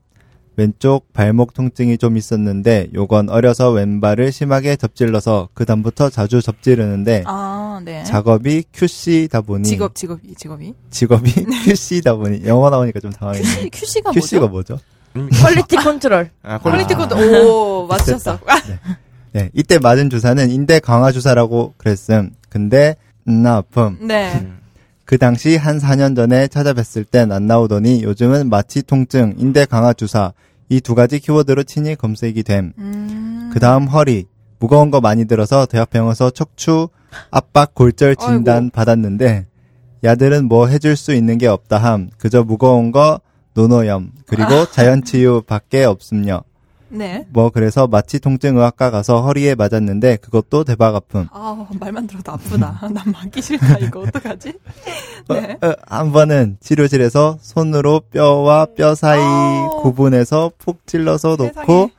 [SPEAKER 7] 왼쪽 발목 통증이 좀 있었는데 요건 어려서 왼발을 심하게 접질러서 그 다음부터 자주 접지르는데
[SPEAKER 5] 아, 네.
[SPEAKER 7] 작업이 QC다 보니
[SPEAKER 5] 직업, 직업이, 직업이.
[SPEAKER 7] 직업이 QC다 보니 영어 나오니까 좀 당황했네요.
[SPEAKER 5] QC가 뭐죠?
[SPEAKER 7] QC가 뭐죠?
[SPEAKER 6] 퀄리티 컨트롤.
[SPEAKER 4] 아,
[SPEAKER 5] 퀄리티
[SPEAKER 4] 퀄리티.
[SPEAKER 5] 코드, 오, 맞췄어.
[SPEAKER 7] 네, 이때 맞은 주사는 인대 강화 주사라고 그랬음. 근데 음, 나 아픔.
[SPEAKER 5] 네.
[SPEAKER 7] 그 당시 한 4년 전에 찾아뵀을 땐 안 나오더니 요즘은 마취 통증, 인대 강화 주사 이 두 가지 키워드로 친히 검색이 됨.
[SPEAKER 5] 음.
[SPEAKER 7] 그다음 허리 무거운 거 많이 들어서 대학병원에서 척추 압박 골절 진단
[SPEAKER 5] 아이고.
[SPEAKER 7] 받았는데 야들은 뭐 해줄 수 있는 게 없다 함. 그저 무거운 거 노노염 그리고
[SPEAKER 5] 아.
[SPEAKER 7] 자연 치유밖에 없음요.
[SPEAKER 5] 네.
[SPEAKER 7] 뭐 그래서 마취 통증 의학과 가서 허리에 맞았는데 그것도 대박 아픔.
[SPEAKER 5] 아, 말만 들어도 아프다.
[SPEAKER 7] 음.
[SPEAKER 5] 난 맞기 싫다. 이거 어떡하지? 네.
[SPEAKER 7] 어, 한 번은 치료실에서 손으로 뼈와 뼈 사이
[SPEAKER 5] 아우.
[SPEAKER 7] 구분해서 푹 찔러서 놓고
[SPEAKER 5] 어. 세상에.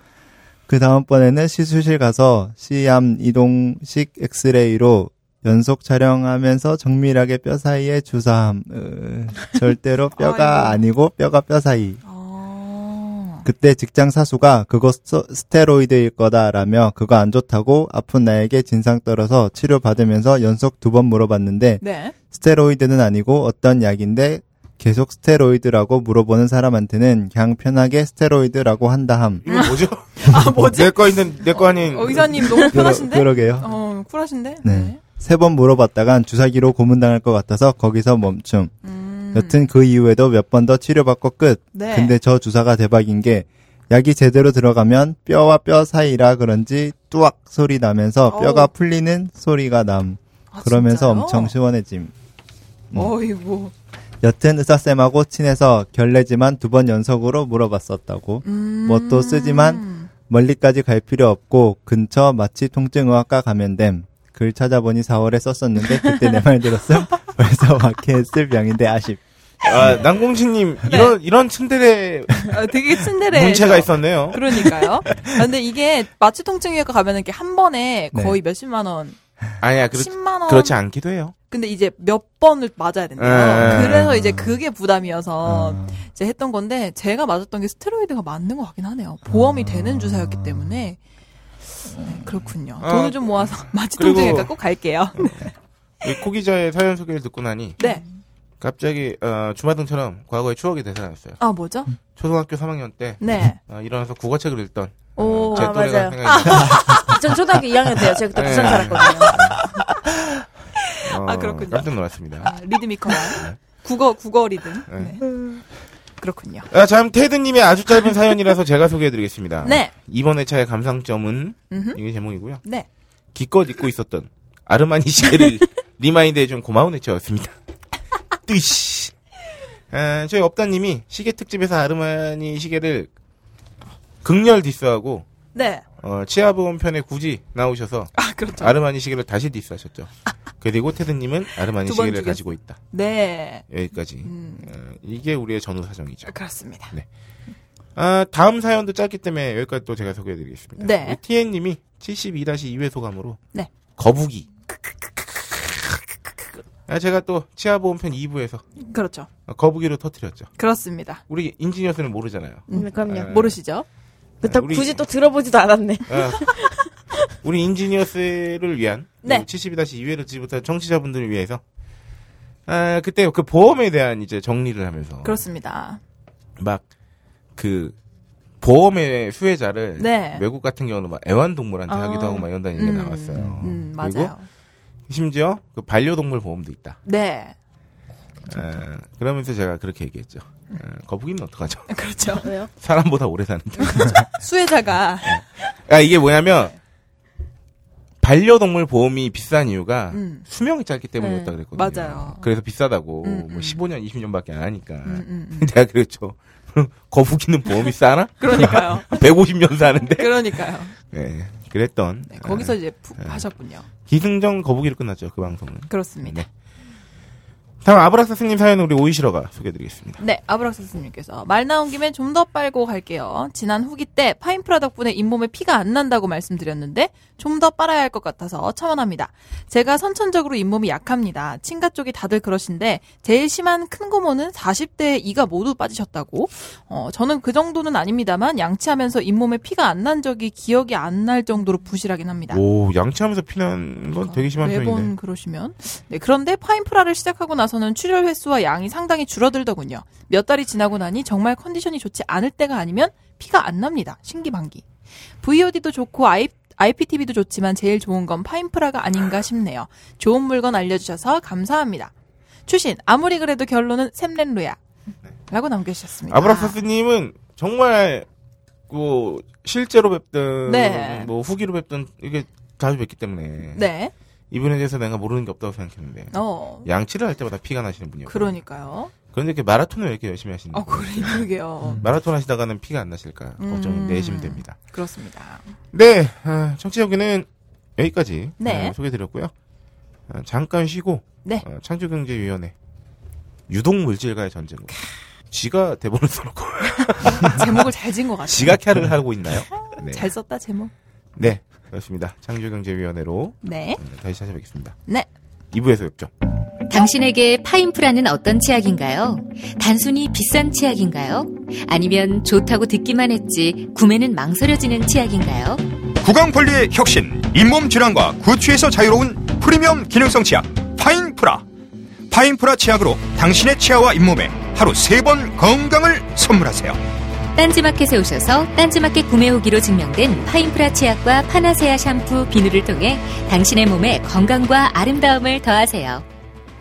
[SPEAKER 7] 그 다음번에는 시술실 가서 시암 이동식 엑스레이로 연속 촬영하면서 정밀하게 뼈 사이에 주사함. 으, 절대로 뼈가
[SPEAKER 5] 아이고.
[SPEAKER 7] 아니고 뼈가 뼈 사이.
[SPEAKER 5] 아.
[SPEAKER 7] 그때 직장 사수가 그거 스- 스테로이드일 거다라며 그거 안 좋다고 아픈 나에게 진상 떨어서 치료 받으면서 연속 두 번 물어봤는데
[SPEAKER 5] 네.
[SPEAKER 7] 스테로이드는 아니고 어떤 약인데 계속 스테로이드라고 물어보는 사람한테는 그냥 편하게 스테로이드라고 한다함.
[SPEAKER 4] 이거 뭐죠? 아, 뭐지? 내 거 있는, 내 거 아닌.
[SPEAKER 5] 어, 의사님 너무 편하신데?
[SPEAKER 7] 그러, 게요
[SPEAKER 5] 어, 쿨하신데?
[SPEAKER 7] 네. 세 번 물어봤다간 주사기로 고문당할 것 같아서 거기서 멈춤.
[SPEAKER 5] 음.
[SPEAKER 7] 여튼 그 이후에도 몇 번 더 치료받고 끝.
[SPEAKER 5] 네.
[SPEAKER 7] 근데 저 주사가 대박인 게 약이 제대로 들어가면 뼈와 뼈 사이라 그런지 뚜악 소리 나면서 뼈가
[SPEAKER 5] 어우.
[SPEAKER 7] 풀리는 소리가 남.
[SPEAKER 5] 아,
[SPEAKER 7] 그러면서
[SPEAKER 5] 진짜요?
[SPEAKER 7] 엄청 음. 시원해짐.
[SPEAKER 5] 어이구.
[SPEAKER 7] 여튼 의사쌤하고 친해서 결례지만 두 번 연속으로 물어봤었다고.
[SPEAKER 5] 음.
[SPEAKER 7] 뭣도뭐 쓰지만 멀리까지 갈 필요 없고 근처 마취 통증의학과 가면 됨. 글 찾아보니 4월에 썼었는데 그때 내 말 들었음. 벌써 막혔을 병인데 아쉽.
[SPEAKER 4] 아, 난공신님,
[SPEAKER 5] 네.
[SPEAKER 4] 이런, 이런 츤데레
[SPEAKER 5] 아, 되게 츤데레.
[SPEAKER 4] 문체가 있었네요.
[SPEAKER 5] 그러니까요. 아, 근데 이게 마취통증외과 가면 이렇게 한 번에
[SPEAKER 7] 네.
[SPEAKER 5] 거의 몇십만 원,
[SPEAKER 4] 아니야, 그렇,
[SPEAKER 5] 10만 원.
[SPEAKER 4] 그렇지 않기도 해요.
[SPEAKER 5] 근데 이제 몇 번을 맞아야 된대요.
[SPEAKER 4] 에.
[SPEAKER 5] 그래서 이제 그게 부담이어서
[SPEAKER 4] 음.
[SPEAKER 7] 아.
[SPEAKER 5] 이제 했던 건데 제가 맞았던 게 스테로이드가 맞는 것 같긴 하네요. 보험이 되는 주사였기 때문에 네, 그렇군요.
[SPEAKER 4] 음. 아. 음.
[SPEAKER 5] 돈을 좀 모아서 마취통증외과 꼭 갈게요.
[SPEAKER 4] 이 코기자의 사연 소개를 듣고 나니
[SPEAKER 5] 네.
[SPEAKER 4] 갑자기 어, 주마등처럼 과거의 추억이 되살아났어요.
[SPEAKER 5] 아 뭐죠?
[SPEAKER 4] 초등학교 3학년 때
[SPEAKER 5] 네.
[SPEAKER 4] 어, 일어나서 국어책을 읽던
[SPEAKER 5] 오.
[SPEAKER 4] 어, 제
[SPEAKER 6] 아,
[SPEAKER 4] 또래가
[SPEAKER 6] 맞아요.
[SPEAKER 4] 생각이 나요.
[SPEAKER 6] 전 초등학교 2학년 때요. 제가 그때
[SPEAKER 4] 네.
[SPEAKER 6] 부산 살았거든요.
[SPEAKER 4] 어,
[SPEAKER 5] 아, 그렇군요.
[SPEAKER 4] 깜짝 놀랐습니다.
[SPEAKER 5] 아, 리드미컬한 국어 국어 리듬.
[SPEAKER 4] 네.
[SPEAKER 5] 네. 그렇군요.
[SPEAKER 4] 아, 참 테드님의 아주 짧은 사연이라서 제가 소개해드리겠습니다.
[SPEAKER 5] 네.
[SPEAKER 4] 이번 회차의 감상점은
[SPEAKER 5] 음흠.
[SPEAKER 4] 이게 제목이고요.
[SPEAKER 5] 네.
[SPEAKER 4] 기껏 잊고 있었던 아르마니 시계를 리마인드해준 고마운 회차였습니다. 뜨시. 아, 저희 업다님이 시계 특집에서 아르마니 시계를 극렬 디스하고
[SPEAKER 5] 네.
[SPEAKER 4] 어, 치아보험 편에 굳이 나오셔서
[SPEAKER 5] 아 그렇죠.
[SPEAKER 4] 아르마니 시계를 다시 디스하셨죠. 그리고 테드님은 아르마니
[SPEAKER 5] 두번
[SPEAKER 4] 시계를
[SPEAKER 5] 죽였-
[SPEAKER 4] 가지고 있다.
[SPEAKER 5] 네.
[SPEAKER 4] 여기까지.
[SPEAKER 5] 음.
[SPEAKER 4] 어, 이게 우리의 전후 사정이죠.
[SPEAKER 5] 그렇습니다.
[SPEAKER 4] 아, 다음 사연도 짧기 때문에 여기까지 또 제가 소개해드리겠습니다.
[SPEAKER 5] 네.
[SPEAKER 4] TN님이 72-2회 소감으로
[SPEAKER 5] 네.
[SPEAKER 4] 거북이. 아, 제가 또 치아보험편 2부에서
[SPEAKER 5] 그렇죠.
[SPEAKER 4] 거북이로 터뜨렸죠.
[SPEAKER 5] 그렇습니다.
[SPEAKER 4] 우리 인지니어스는 모르잖아요.
[SPEAKER 6] 음,
[SPEAKER 4] 네.
[SPEAKER 6] 그럼요.
[SPEAKER 5] 모르시죠?
[SPEAKER 6] 그렇다고
[SPEAKER 4] 우리-
[SPEAKER 6] 굳이 또 들어보지도 않았네.
[SPEAKER 4] 아, 우리 인지니어스를 위한 그
[SPEAKER 5] 네.
[SPEAKER 4] 72-2회를 지부터 청취자분들을 위해서 아, 그때 그 보험에 대한 이제 정리를 하면서
[SPEAKER 5] 그렇습니다.
[SPEAKER 4] 막 그 보험의 수혜자를
[SPEAKER 5] 네.
[SPEAKER 4] 외국 같은 경우는 막 애완동물한테
[SPEAKER 6] 아.
[SPEAKER 4] 하기도 하고 막 네, 이런다는 얘기가
[SPEAKER 5] 음,
[SPEAKER 4] 나왔어요.
[SPEAKER 5] 음,
[SPEAKER 4] 그리고
[SPEAKER 5] 맞아요.
[SPEAKER 4] 심지어 그 반려동물 보험도 있다.
[SPEAKER 5] 네.
[SPEAKER 4] 에, 그러면서 제가 그렇게 얘기했죠. 에, 거북이는 어떡하죠?
[SPEAKER 5] 그렇죠.
[SPEAKER 6] 왜요?
[SPEAKER 4] 사람보다 오래 사는데.
[SPEAKER 5] 수혜자가
[SPEAKER 4] 아, 이게 뭐냐면 반려동물 보험이 비싼 이유가
[SPEAKER 5] 음. 네.
[SPEAKER 4] 수명이 짧기 때문이었다 그랬거든요.
[SPEAKER 5] 맞아요.
[SPEAKER 4] 그래서 비싸다고
[SPEAKER 5] 음,
[SPEAKER 4] 뭐
[SPEAKER 5] 음.
[SPEAKER 4] 15년, 20년밖에 안 하니까.
[SPEAKER 5] 음, 음, 음.
[SPEAKER 4] 내가 그랬죠. 그럼 거북이는 보험이 싸나?
[SPEAKER 5] 그러니까요.
[SPEAKER 4] 150년 사는데?
[SPEAKER 5] 그러니까요.
[SPEAKER 4] 예, 그랬던.
[SPEAKER 5] 네, 거기서
[SPEAKER 4] 아,
[SPEAKER 5] 이제 푹 하셨군요. 네.
[SPEAKER 4] 기승전 거북이로 끝났죠, 그 방송은.
[SPEAKER 5] 그렇습니다.
[SPEAKER 4] 다음 아브라사스님 사연은 우리 오이시러가 소개해드리겠습니다.
[SPEAKER 5] 네, 아브락사스님께서 말 나온 김에 좀 더 빨고 갈게요. 지난 후기 때 파인프라 덕분에 잇몸에 피가 안 난다고 말씀드렸는데 좀 더 빨아야 할 것 같아서 첨언합니다. 제가 선천적으로 잇몸이 약합니다. 친가 쪽이 다들 그러신데 제일 심한 큰 고모는 40대에 이가 모두 빠지셨다고. 어, 저는 그 정도는 아닙니다만 양치하면서 잇몸에 피가 안 난 적이 기억이 안 날 정도로 부실하긴 합니다.
[SPEAKER 4] 오, 양치하면서 피난 건 어, 되게 심한
[SPEAKER 5] 네. 매번
[SPEAKER 4] 편인데.
[SPEAKER 5] 그러시면. 네, 그런데 파인프라를 시작하고 나서는 출혈 횟수와 양이 상당히 줄어들더군요. 몇 달이 지나고 나니 정말 컨디션이 좋지 않을 때가 아니면 피가 안 납니다. 신기방기. VOD도 좋고 I, IPTV도 좋지만 제일 좋은 건 파인프라가 아닌가 싶네요. 좋은 물건 알려주셔서 감사합니다. 출신 아무리 그래도 결론은 샘렌루야. 라고 남겨주셨습니다.
[SPEAKER 4] 아브라사스님은 정말 그 실제로 뵙든
[SPEAKER 5] 네.
[SPEAKER 4] 뭐 후기로 뵙든 이게 자주 뵙기 때문에
[SPEAKER 5] 네.
[SPEAKER 4] 이분에 대해서 내가 모르는 게 없다고 생각했는데
[SPEAKER 5] 어.
[SPEAKER 4] 양치를 할 때마다 피가 나시는 분이요.
[SPEAKER 5] 그러니까요.
[SPEAKER 4] 그런데 이렇게 마라톤을 왜 이렇게 열심히 하시는?
[SPEAKER 5] 어, 그러게요.
[SPEAKER 4] 마라톤 하시다가는 피가 안 나실까
[SPEAKER 5] 음.
[SPEAKER 4] 걱정이 내심됩니다.
[SPEAKER 5] 그렇습니다.
[SPEAKER 4] 네, 아, 청취 여기는 여기까지
[SPEAKER 5] 네.
[SPEAKER 4] 아, 소개드렸고요. 아, 잠깐 쉬고
[SPEAKER 5] 네.
[SPEAKER 4] 어, 창조경제위원회 유독물질과의 전쟁. 지가 대본을 써놓고
[SPEAKER 5] 제목을 잘 지은 것 같아요.
[SPEAKER 4] 지가 캬를 하고 있나요? 네,
[SPEAKER 5] 잘 썼다, 제목.
[SPEAKER 4] 네 그렇습니다. 창조경제위원회로
[SPEAKER 5] 네.
[SPEAKER 4] 음, 다시 찾아뵙겠습니다.
[SPEAKER 5] 네.
[SPEAKER 4] 2부에서 뵙죠.
[SPEAKER 1] 당신에게 파인프라는 어떤 치약인가요? 단순히 비싼 치약인가요? 아니면 좋다고 듣기만 했지 구매는 망설여지는 치약인가요?
[SPEAKER 8] 구강 관리의 혁신, 잇몸 질환과 구취에서 자유로운 프리미엄 기능성 치약 파인프라. 파인프라 치약으로 당신의 치아와 잇몸에 하루 세 번 건강을 선물하세요.
[SPEAKER 1] 딴지마켓에 오셔서 딴지마켓 구매 후기로 증명된 파인프라 치약과 파나세아 샴푸, 비누를 통해 당신의 몸에 건강과 아름다움을 더하세요.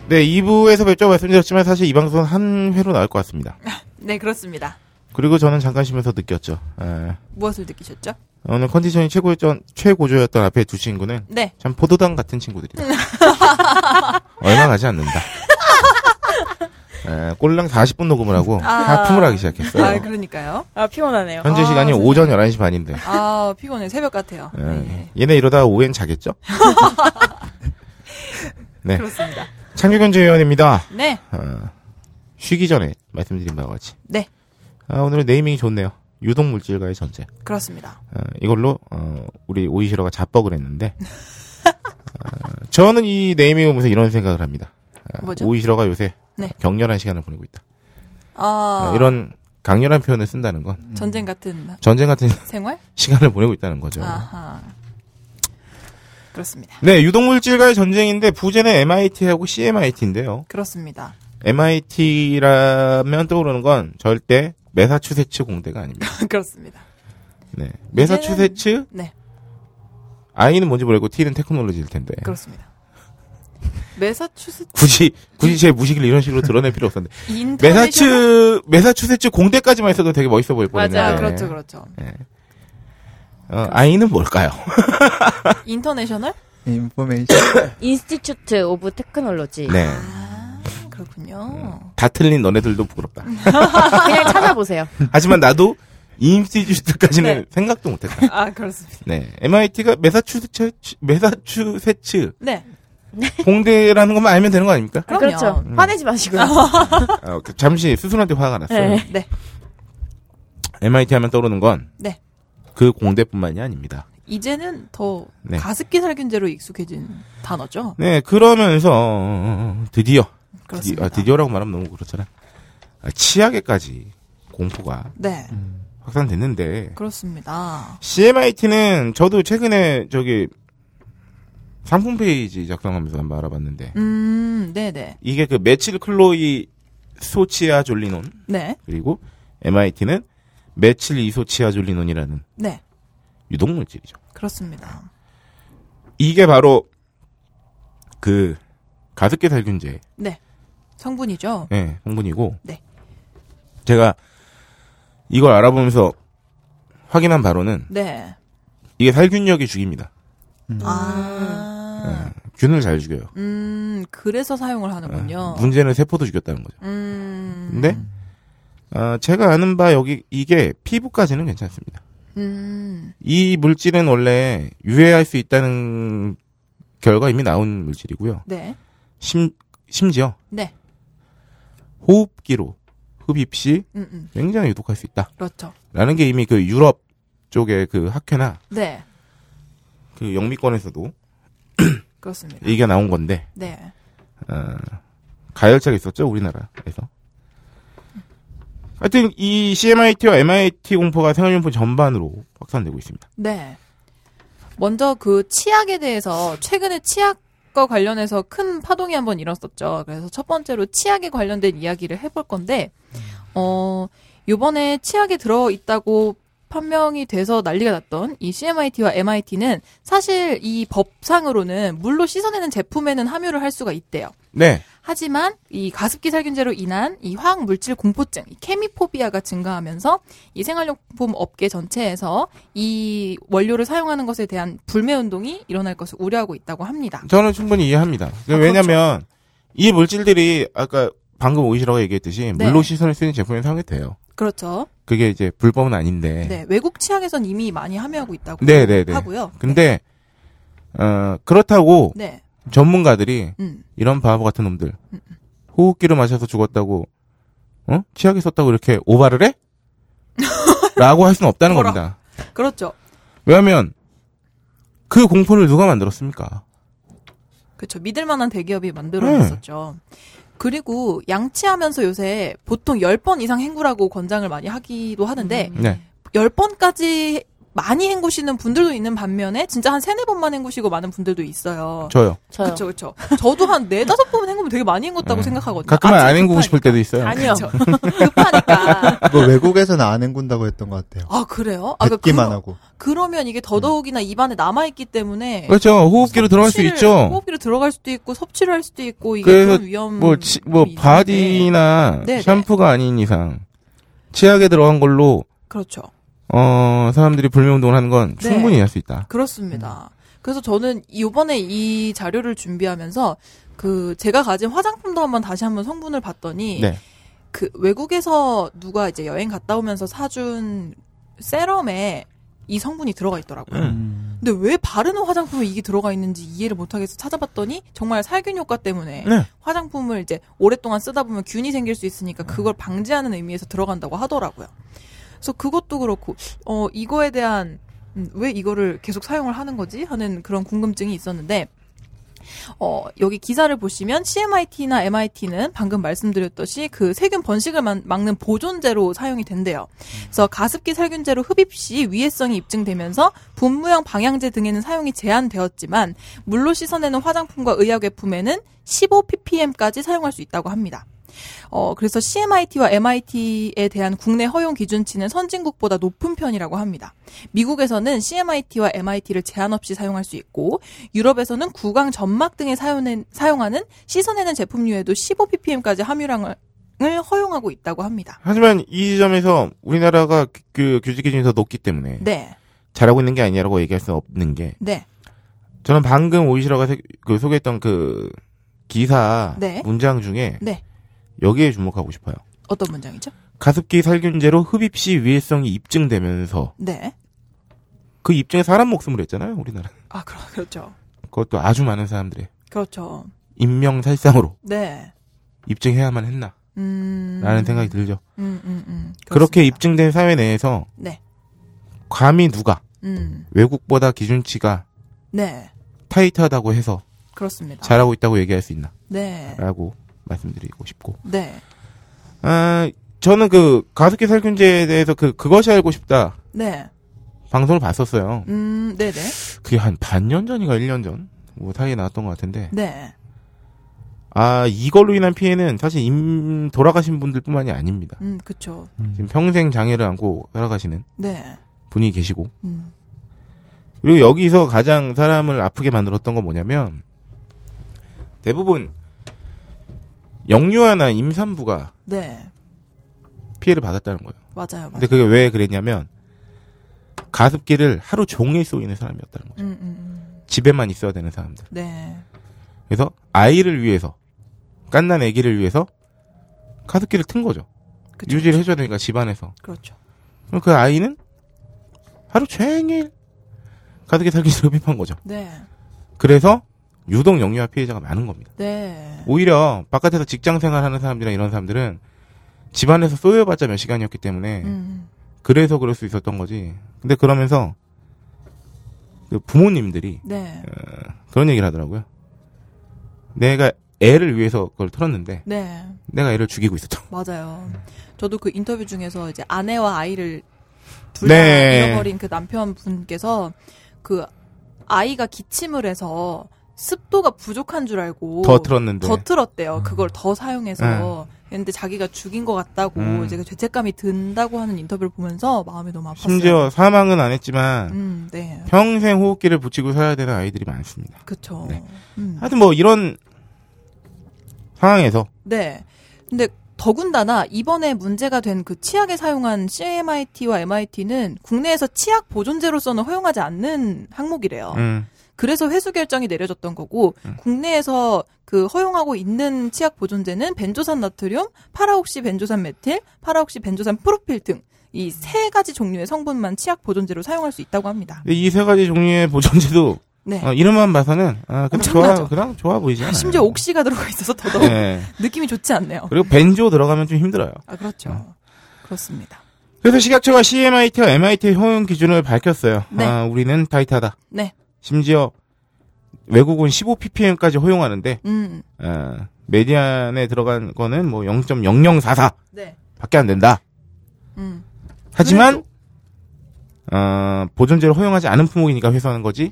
[SPEAKER 4] 네, 2부에서 뵙죠 말씀드렸지만 사실 이 방송은 한 회로 나올 것 같습니다.
[SPEAKER 5] 네, 그렇습니다.
[SPEAKER 4] 그리고 저는 잠깐 쉬면서 느꼈죠. 아,
[SPEAKER 5] 무엇을 느끼셨죠?
[SPEAKER 4] 오늘 컨디션이 최고였던 최고조였던 앞에 두 친구는
[SPEAKER 5] 네.
[SPEAKER 4] 참 포도당 같은 친구들이다. 얼마 가지 않는다. 에, 꼴랑 40분 녹음을 하고 하품을 하기 시작했어요.
[SPEAKER 5] 아, 그러니까요.
[SPEAKER 6] 아 피곤하네요.
[SPEAKER 4] 현재
[SPEAKER 5] 아, 세상에.
[SPEAKER 4] 시간이 오전 11시 반인데.
[SPEAKER 5] 아, 피곤해. 새벽 같아요.
[SPEAKER 4] 에,
[SPEAKER 5] 네.
[SPEAKER 4] 얘네 이러다 오후엔 자겠죠? 네.
[SPEAKER 5] 그렇습니다.
[SPEAKER 4] 창규견제 회원입니다.
[SPEAKER 5] 네.
[SPEAKER 4] 어, 쉬기 전에 말씀드린 바와 같이.
[SPEAKER 5] 네.
[SPEAKER 4] 아, 오늘은 네이밍이 좋네요. 유독물질과의 전쟁.
[SPEAKER 5] 그렇습니다.
[SPEAKER 4] 어, 이걸로 어, 우리 오이시로가 자뻑을 했는데 어, 저는 이 네이밍을 보면서 이런 생각을 합니다. 아,
[SPEAKER 5] 뭐죠?
[SPEAKER 4] 오이시로가 요새
[SPEAKER 5] 네.
[SPEAKER 4] 격렬한 시간을 보내고 있다.
[SPEAKER 5] 아,
[SPEAKER 4] 아, 이런 강렬한 표현을 쓴다는 건
[SPEAKER 5] 전쟁 같은
[SPEAKER 4] 전쟁 같은
[SPEAKER 5] 생활?
[SPEAKER 4] 시간을 보내고 있다는 거죠.
[SPEAKER 5] 아하. 그렇습니다.
[SPEAKER 4] 네, 유독물질과의 전쟁인데 부제는 MIT하고 CMIT인데요.
[SPEAKER 5] 그렇습니다.
[SPEAKER 4] MIT라면 떠오르는 건 절대 매사추세츠 공대가 아닙니다.
[SPEAKER 5] 그렇습니다.
[SPEAKER 4] 네, 매사추세츠
[SPEAKER 5] 네.
[SPEAKER 4] I는 뭔지 모르고 T는 테크놀로지일 텐데.
[SPEAKER 5] 그렇습니다. 메사추세츠
[SPEAKER 4] 굳이 굳이 제 무식을 이런 식으로 드러낼 필요 없었는데
[SPEAKER 5] 인터내셔널
[SPEAKER 4] 메사추 메사추세츠 공대까지만 있어도 되게 멋있어 보일 뻔했는데.
[SPEAKER 5] 맞아. 그렇죠. 그렇죠.
[SPEAKER 4] 네. 어, I는 뭘까요?
[SPEAKER 5] 인터내셔널?
[SPEAKER 7] 인포메이션.
[SPEAKER 6] 인스티튜트 오브 테크놀로지.
[SPEAKER 4] 네,
[SPEAKER 5] 아, 그렇군요.
[SPEAKER 4] 다 틀린 너네들도 부끄럽다.
[SPEAKER 6] 그냥 찾아보세요.
[SPEAKER 4] 하지만 나도 인스티튜트까지는
[SPEAKER 5] 네.
[SPEAKER 4] 생각도 못했다.
[SPEAKER 5] 아, 그렇습니다.
[SPEAKER 4] 네, MIT가 메사추세츠 메사추세츠
[SPEAKER 5] 네.
[SPEAKER 4] 공대라는 것만 알면 되는 거 아닙니까?
[SPEAKER 5] 그럼요.
[SPEAKER 6] 그렇죠. 화내지 마시고요.
[SPEAKER 4] 아, 그- 잠시 수순한테 화가 났어요.
[SPEAKER 6] 네.
[SPEAKER 5] 네.
[SPEAKER 4] MIT 하면 떠오르는 건 그
[SPEAKER 5] 네.
[SPEAKER 4] 공대뿐만이 아닙니다.
[SPEAKER 5] 이제는 더
[SPEAKER 4] 네.
[SPEAKER 5] 가습기 살균제로 익숙해진 단어죠.
[SPEAKER 4] 네, 그러면서 드디어 드디,
[SPEAKER 5] 그렇습니다.
[SPEAKER 4] 아, 드디어라고 말하면 너무 그렇잖아. 아, 치약에까지 공포가
[SPEAKER 5] 네,
[SPEAKER 4] 음. 확산됐는데
[SPEAKER 5] 그렇습니다.
[SPEAKER 4] CMIT는 저도 최근에 저기 상품 페이지 작성하면서 한번 알아봤는데
[SPEAKER 5] 음, 네네.
[SPEAKER 4] 이게 그 메칠 클로이 소치아 졸리논
[SPEAKER 5] 네,
[SPEAKER 4] 그리고 MIT는 메칠 이소치아 졸리논이라는
[SPEAKER 5] 네.
[SPEAKER 4] 유독물질이죠.
[SPEAKER 5] 그렇습니다.
[SPEAKER 4] 이게 바로 그 가습기 살균제
[SPEAKER 5] 네. 성분이죠.
[SPEAKER 4] 예, 성분이고.
[SPEAKER 5] 네.
[SPEAKER 4] 제가 이걸 알아보면서 확인한 바로는
[SPEAKER 5] 네.
[SPEAKER 4] 이게 살균력이 죽입니다.
[SPEAKER 5] 아,
[SPEAKER 4] 균을 잘 죽여요. 어,
[SPEAKER 5] 음, 그래서 사용을 하는군요.
[SPEAKER 4] 아, 문제는 세포도 죽였다는 거죠.
[SPEAKER 5] 음,
[SPEAKER 4] 근데 아, 제가 아는 바 여기 이게 피부까지는 괜찮습니다.
[SPEAKER 5] 음,
[SPEAKER 4] 이 물질은 원래 유해할 수 있다는 결과 이미 나온 물질이고요.
[SPEAKER 5] 네,
[SPEAKER 4] 심 심지어
[SPEAKER 5] 네.
[SPEAKER 4] 호흡기로 흡입시
[SPEAKER 5] 음, 음.
[SPEAKER 4] 굉장히 유독할 수 있다.
[SPEAKER 5] 그렇죠.
[SPEAKER 4] 라는 게 이미 그 유럽 쪽의 그 학회나
[SPEAKER 5] 네.
[SPEAKER 4] 그 영미권에서도
[SPEAKER 5] 그렇습니다.
[SPEAKER 4] 얘기가 나온 건데
[SPEAKER 5] 네.
[SPEAKER 4] 어, 가열차가 있었죠 우리나라에서. 하여튼 이 CMIT와 MIT 공포가 생활용품 전반으로 확산되고 있습니다.
[SPEAKER 5] 네. 먼저 그 치약에 대해서 최근에 치약과 관련해서 큰 파동이 한번 일었었죠. 그래서 첫 번째로 치약에 관련된 이야기를 해볼 건데, 어, 요번에 치약에 들어있다고 판명이 돼서 난리가 났던 이 CMIT와 MIT는 사실 이 법상으로는 물로 씻어내는 제품에는 함유를 할 수가 있대요.
[SPEAKER 4] 네,
[SPEAKER 5] 하지만 이 가습기 살균제로 인한 이 화학 물질 공포증, 이 케미포비아가 증가하면서 이 생활용품 업계 전체에서 이 원료를 사용하는 것에 대한 불매 운동이 일어날 것을 우려하고 있다고 합니다.
[SPEAKER 4] 저는 충분히 이해합니다. 왜냐하면 이 물질들이 아까 방금 오이시라고 얘기했듯이
[SPEAKER 5] 네.
[SPEAKER 4] 물로 씻어낼 수 있는 제품에 사용돼요.
[SPEAKER 5] 그렇죠.
[SPEAKER 4] 그게 이제 불법은 아닌데.
[SPEAKER 5] 네. 외국 치약에선 이미 많이 함유하고 있다고
[SPEAKER 4] 네, 네, 네.
[SPEAKER 5] 하고요.
[SPEAKER 4] 근데 어, 그렇다고
[SPEAKER 5] 네.
[SPEAKER 4] 전문가들이
[SPEAKER 5] 음.
[SPEAKER 4] 이런 바보 같은 놈들 호흡기를 마셔서 죽었다고 어 치약에 썼다고 이렇게 오바를 해? 라고 할 수는 없다는
[SPEAKER 5] 어라.
[SPEAKER 4] 겁니다.
[SPEAKER 5] 그렇죠.
[SPEAKER 4] 왜냐하면 그 공포를 누가 만들었습니까?
[SPEAKER 5] 그렇죠. 믿을 만한 대기업이 만들어냈었죠.
[SPEAKER 4] 음.
[SPEAKER 5] 그리고 양치하면서 요새 보통 10번 이상 헹구라고 권장을 많이 하기도 하는데
[SPEAKER 4] 네,
[SPEAKER 5] 10번까지 많이 헹구시는 분들도 있는 반면에 진짜 한 세네 번만 헹구시고 많은 분들도 있어요.
[SPEAKER 4] 저요.
[SPEAKER 6] 저요.
[SPEAKER 5] 그렇죠, 그렇죠. 저도 한 네다섯 번 헹구면 되게 많이 헹궜다고
[SPEAKER 4] 음.
[SPEAKER 5] 생각하거든요.
[SPEAKER 4] 가끔은
[SPEAKER 5] 아침에
[SPEAKER 4] 안 헹구고
[SPEAKER 5] 급하니까.
[SPEAKER 4] 싶을 때도 있어요.
[SPEAKER 6] 아니요.
[SPEAKER 5] 급하니까.
[SPEAKER 7] 이거 뭐 외국에서는 안 헹군다고 했던 것 같아요.
[SPEAKER 5] 아 그래요? 아, 그러니까
[SPEAKER 7] 뱉기만
[SPEAKER 5] 그러-
[SPEAKER 7] 하고.
[SPEAKER 5] 그러면 이게 더더욱이나 입안에 남아 있기 때문에
[SPEAKER 4] 그렇죠. 호흡기로 들어갈 수
[SPEAKER 5] 섭취를-
[SPEAKER 4] 있죠.
[SPEAKER 5] 호흡기로 들어갈 수도 있고 섭취를 할 수도 있고 이게
[SPEAKER 4] 그래서
[SPEAKER 5] 그런 위험.
[SPEAKER 4] 뭐, 치, 뭐 바디나
[SPEAKER 5] 네, 네.
[SPEAKER 4] 샴푸가 아닌 이상 치약에 들어간 걸로
[SPEAKER 5] 그렇죠.
[SPEAKER 4] 어 사람들이 불매 운동을 하는 건
[SPEAKER 5] 네.
[SPEAKER 4] 충분히 이해할 수 있다.
[SPEAKER 5] 그렇습니다. 그래서 저는 이번에 이 자료를 준비하면서 그 제가 가진 화장품도 한번 다시 한번 성분을 봤더니
[SPEAKER 4] 네.
[SPEAKER 5] 그 외국에서 누가 이제 여행 갔다 오면서 사준 세럼에 이 성분이 들어가 있더라고요.
[SPEAKER 7] 음.
[SPEAKER 5] 근데 왜 바르는 화장품에 이게 들어가 있는지 이해를 못하겠어 찾아봤더니 정말 살균 효과 때문에
[SPEAKER 4] 네.
[SPEAKER 5] 화장품을 이제 오랫동안 쓰다 보면 균이 생길 수 있으니까 그걸 방지하는 의미에서 들어간다고 하더라고요. 그래서 그것도 그렇고 어 이거에 대한 음, 왜 이거를 계속 사용을 하는 거지 하는 그런 궁금증이 있었는데 어 여기 기사를 보시면 CMIT나 MIT는 방금 말씀드렸듯이 그 세균 번식을 만- 막는 보존제로 사용이 된대요. 그래서 가습기 살균제로 흡입 시 위해성이 입증되면서 분무형 방향제 등에는 사용이 제한되었지만 물로 씻어내는 화장품과 의약외품에는 15 ppm까지 사용할 수 있다고 합니다. 어, 그래서 CMIT와 MIT에 대한 국내 허용 기준치는 선진국보다 높은 편이라고 합니다. 미국에서는 CMIT와 MIT를 제한 없이 사용할 수 있고, 유럽에서는 구강 점막 등에 사용해- 사용하는 씻어내는 제품류에도 15 ppm까지 함유량을 허용하고 있다고 합니다.
[SPEAKER 4] 하지만 이 지점에서 우리나라가 그- 그 규제 기준이 더 높기 때문에
[SPEAKER 5] 네,
[SPEAKER 4] 잘하고 있는 게 아니라고 얘기할 수 없는 게
[SPEAKER 5] 네,
[SPEAKER 4] 저는 방금 오이시라가 세- 그 소개했던 그 기사
[SPEAKER 5] 네.
[SPEAKER 4] 문장 중에
[SPEAKER 5] 네.
[SPEAKER 4] 여기에 주목하고 싶어요.
[SPEAKER 5] 어떤 문장이죠?
[SPEAKER 4] 가습기 살균제로 흡입 시 위해성이 입증되면서
[SPEAKER 5] 네.
[SPEAKER 4] 그 입증에 사람 목숨을 했잖아요, 우리나라.
[SPEAKER 5] 아, 그럼, 그렇죠.
[SPEAKER 4] 그것도 아주 많은 사람들의
[SPEAKER 5] 그렇죠.
[SPEAKER 4] 인명 살상으로
[SPEAKER 5] 네.
[SPEAKER 4] 입증해야만 했나
[SPEAKER 5] 음.
[SPEAKER 4] 라는 생각이 들죠.
[SPEAKER 5] 음, 음, 음. 그렇습니다.
[SPEAKER 4] 그렇게 입증된 사회 내에서
[SPEAKER 5] 네.
[SPEAKER 4] 감히 누가
[SPEAKER 5] 음.
[SPEAKER 4] 외국보다 기준치가
[SPEAKER 5] 네.
[SPEAKER 4] 타이트하다고 해서
[SPEAKER 5] 그렇습니다.
[SPEAKER 4] 잘하고 있다고 얘기할 수 있나?
[SPEAKER 5] 네.
[SPEAKER 4] 라고 말씀드리고 싶고.
[SPEAKER 5] 네.
[SPEAKER 4] 아, 저는 그 가습기 살균제에 대해서 그 그것이 알고 싶다
[SPEAKER 5] 네.
[SPEAKER 4] 방송을 봤었어요.
[SPEAKER 5] 음, 네네.
[SPEAKER 4] 그게 한 반년 전인가 1년 전? 뭐 사이에 나왔던 것 같은데.
[SPEAKER 5] 네.
[SPEAKER 4] 아, 이걸로 인한 피해는 사실 임, 돌아가신 분들뿐만이 아닙니다.
[SPEAKER 5] 음, 그쵸.
[SPEAKER 4] 지금 평생 장애를 안고 살아가시는
[SPEAKER 5] 네.
[SPEAKER 4] 분이 계시고.
[SPEAKER 5] 음.
[SPEAKER 4] 그리고 여기서 가장 사람을 아프게 만들었던 건 뭐냐면 대부분 영유아나 임산부가
[SPEAKER 5] 네.
[SPEAKER 4] 피해를 받았다는 거예요.
[SPEAKER 5] 맞아요. 맞아요.
[SPEAKER 4] 근데 그게 왜 그랬냐면 가습기를 하루 종일 쏘이는 사람이었다는 거예요.
[SPEAKER 5] 음, 음, 음.
[SPEAKER 4] 집에만 있어야 되는 사람들.
[SPEAKER 5] 네.
[SPEAKER 4] 그래서 아이를 위해서 깐난 아기를 위해서 가습기를 튼 거죠.
[SPEAKER 5] 그쵸.
[SPEAKER 4] 유지를 해줘야 되니까 집안에서.
[SPEAKER 5] 그렇죠.
[SPEAKER 4] 그럼 그 아이는 하루 종일 가습기 살균제를 흡입한 거죠.
[SPEAKER 5] 네.
[SPEAKER 4] 그래서 유독 영유아 피해자가 많은 겁니다.
[SPEAKER 5] 네.
[SPEAKER 4] 오히려 바깥에서 직장 생활하는 사람들이나 이런 사람들은 집안에서 쏘여봤자 몇 시간이었기 때문에
[SPEAKER 5] 음.
[SPEAKER 4] 그래서 그럴 수 있었던 거지. 근데 그러면서 그 부모님들이
[SPEAKER 5] 네.
[SPEAKER 4] 그런 얘기를 하더라고요. 내가 애를 위해서 그걸 털었는데
[SPEAKER 5] 네.
[SPEAKER 4] 내가 애를 죽이고 있었다.
[SPEAKER 5] 맞아요. 저도 그 인터뷰 중에서 이제 아내와 아이를 둘 다
[SPEAKER 4] 네.
[SPEAKER 5] 잃어버린 그 남편분께서 그 아이가 기침을 해서 습도가 부족한 줄 알고
[SPEAKER 4] 더 털었는데. 음. 네.
[SPEAKER 5] 더 틀었대요. 그걸 더 사용해서. 근데 자기가 죽인 것 같다고
[SPEAKER 4] 음.
[SPEAKER 5] 이제 그 죄책감이 든다고 하는 인터뷰를 보면서 마음이 너무 아팠어요.
[SPEAKER 4] 심지어 사망은 안 했지만
[SPEAKER 5] 음, 네.
[SPEAKER 4] 평생 호흡기를 붙이고 살아야 되는 아이들이 많습니다.
[SPEAKER 5] 그쵸.
[SPEAKER 4] 네.
[SPEAKER 5] 음.
[SPEAKER 4] 하여튼 뭐 이런 상황에서
[SPEAKER 5] 네. 근데 더군다나 이번에 문제가 된 그 치약에 사용한 CMIT와 MIT는 국내에서 치약 보존제로서는 허용하지 않는 항목이래요.
[SPEAKER 4] 음,
[SPEAKER 5] 그래서 회수 결정이 내려졌던 거고 국내에서 그 허용하고 있는 치약 보존제는 벤조산 나트륨, 파라옥시 벤조산 메틸, 파라옥시 벤조산 프로필 등 이 세 가지 종류의 성분만 치약 보존제로 사용할 수 있다고 합니다.
[SPEAKER 4] 이 세 가지 종류의 보존제도
[SPEAKER 5] 네.
[SPEAKER 4] 어, 이름만 봐서는 아, 그냥 좋아
[SPEAKER 5] 엄청나죠.
[SPEAKER 4] 그냥 좋아 보이지 않아요.
[SPEAKER 5] 심지어 옥시가 들어가 있어서 더더욱
[SPEAKER 4] 네.
[SPEAKER 5] 느낌이 좋지 않네요.
[SPEAKER 4] 그리고 벤조 들어가면 좀 힘들어요.
[SPEAKER 5] 아
[SPEAKER 4] 음.
[SPEAKER 5] 그렇죠. 그렇습니다.
[SPEAKER 4] 그래서 식약처가 CMIT와 MIT의 효용 기준을 밝혔어요.
[SPEAKER 5] 네.
[SPEAKER 4] 아, 우리는 타이트하다.
[SPEAKER 5] 네.
[SPEAKER 4] 심지어 외국은 15ppm까지 허용하는데
[SPEAKER 5] 음.
[SPEAKER 4] 어, 메디안에 들어간 거는 뭐 0.0044
[SPEAKER 5] 네.
[SPEAKER 4] 밖에 안 된다.
[SPEAKER 5] 음.
[SPEAKER 4] 하지만 어, 보존제를 허용하지 않은 품목이니까 회수하는 거지.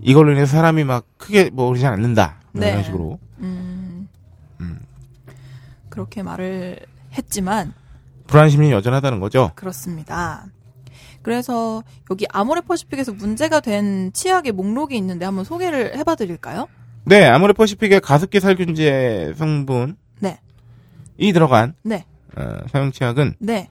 [SPEAKER 4] 이걸로 인해서 사람이 막 크게 뭐 그러지 않는다.
[SPEAKER 5] 네.
[SPEAKER 4] 이런 식으로.
[SPEAKER 5] 음.
[SPEAKER 4] 음.
[SPEAKER 5] 그렇게 말을 했지만
[SPEAKER 4] 불안심이 여전하다는 거죠.
[SPEAKER 5] 그렇습니다. 그래서 여기 아모레퍼시픽에서 문제가 된 치약의 목록이 있는데 한번 소개를 해봐드릴까요?
[SPEAKER 4] 네, 아모레퍼시픽의 가습기 살균제 성분이
[SPEAKER 5] 네,
[SPEAKER 4] 들어간
[SPEAKER 5] 네,
[SPEAKER 4] 어, 사용 치약은
[SPEAKER 5] 네.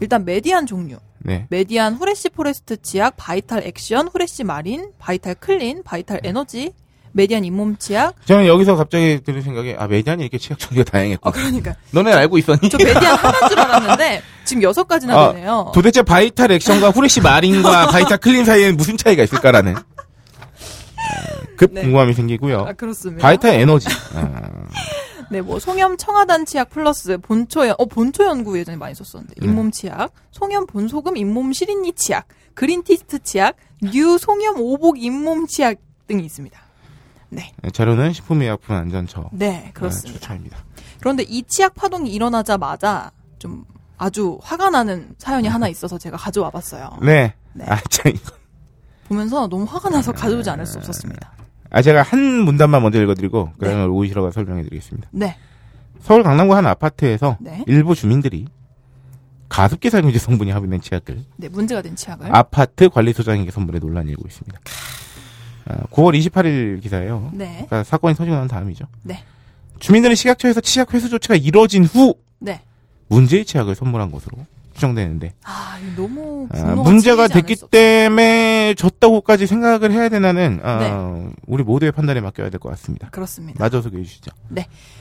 [SPEAKER 5] 일단 메디안 종류.
[SPEAKER 4] 네,
[SPEAKER 5] 메디안 후레쉬 포레스트 치약, 바이탈 액션, 후레쉬 마린, 바이탈 클린, 바이탈 에너지, 메디안 잇몸 치약.
[SPEAKER 4] 저는 여기서 갑자기 드는 생각이 아 메디안이 이렇게 치약 종류가 다양했고
[SPEAKER 5] 아 그러니까
[SPEAKER 4] 너네 알고 있었니?
[SPEAKER 5] 저 메디안 하나인 줄 알았는데 지금 여섯 가지나
[SPEAKER 4] 아,
[SPEAKER 5] 되네요.
[SPEAKER 4] 도대체 바이탈 액션과 후레쉬 마린과 바이탈 클린 사이에 무슨 차이가 있을까라는 어, 급
[SPEAKER 5] 네.
[SPEAKER 4] 궁금함이 생기고요.
[SPEAKER 5] 아 그렇습니다.
[SPEAKER 4] 바이탈 에너지. 아,
[SPEAKER 5] 네, 뭐 송염 청하단 치약 플러스 본초연 어 본초 연구 예전에 많이 썼었는데
[SPEAKER 4] 네.
[SPEAKER 5] 잇몸 치약, 송염 본소금 잇몸 시린니 치약, 그린티스트 치약, 뉴 송염 오복 잇몸 치약 등이 있습니다.
[SPEAKER 4] 자료는 식품의약품안전처
[SPEAKER 5] 네,
[SPEAKER 4] 아,
[SPEAKER 5] 그렇습니다.
[SPEAKER 4] 추천입니다.
[SPEAKER 5] 그런데 이 치약 파동이 일어나자마자 좀 아주 화가 나는 사연이 하나 있어서 제가 가져와 봤어요.
[SPEAKER 4] 네.
[SPEAKER 5] 네.
[SPEAKER 4] 아, 참, 이거.
[SPEAKER 5] 보면서 너무 화가 나서
[SPEAKER 4] 네.
[SPEAKER 5] 가져오지 않을 수 없었습니다.
[SPEAKER 4] 아, 제가 한 문단만 먼저 읽어드리고 그러면 오이시러가 설명해드리겠습니다.
[SPEAKER 5] 네,
[SPEAKER 4] 서울 강남구 한 아파트에서
[SPEAKER 5] 네.
[SPEAKER 4] 일부 주민들이 가습기 살균제 성분이 함유된 치약을
[SPEAKER 5] 네 문제가 된 치약을
[SPEAKER 4] 아파트 관리소장에게 선물해 논란이 일고 있습니다. 아, 9월 28일 기사예요.
[SPEAKER 5] 네,
[SPEAKER 4] 그러니까 사건이 터지고 난 다음이죠.
[SPEAKER 5] 네.
[SPEAKER 4] 주민들은 식약처에서 치약 회수 조치가 이뤄진 후
[SPEAKER 5] 네.
[SPEAKER 4] 문제의 치약을 선물한 것으로 추정되는데
[SPEAKER 5] 아 이거 너무
[SPEAKER 4] 아,
[SPEAKER 5] 분노가
[SPEAKER 4] 문제가
[SPEAKER 5] 치이지 않을
[SPEAKER 4] 됐기
[SPEAKER 5] 수 없-
[SPEAKER 4] 때문에 졌다고까지 생각을 해야 되나는
[SPEAKER 5] 네.
[SPEAKER 4] 아, 우리 모두의 판단에 맡겨야 될 것 같습니다.
[SPEAKER 5] 그렇습니다.
[SPEAKER 4] 마저 소개해 주시죠.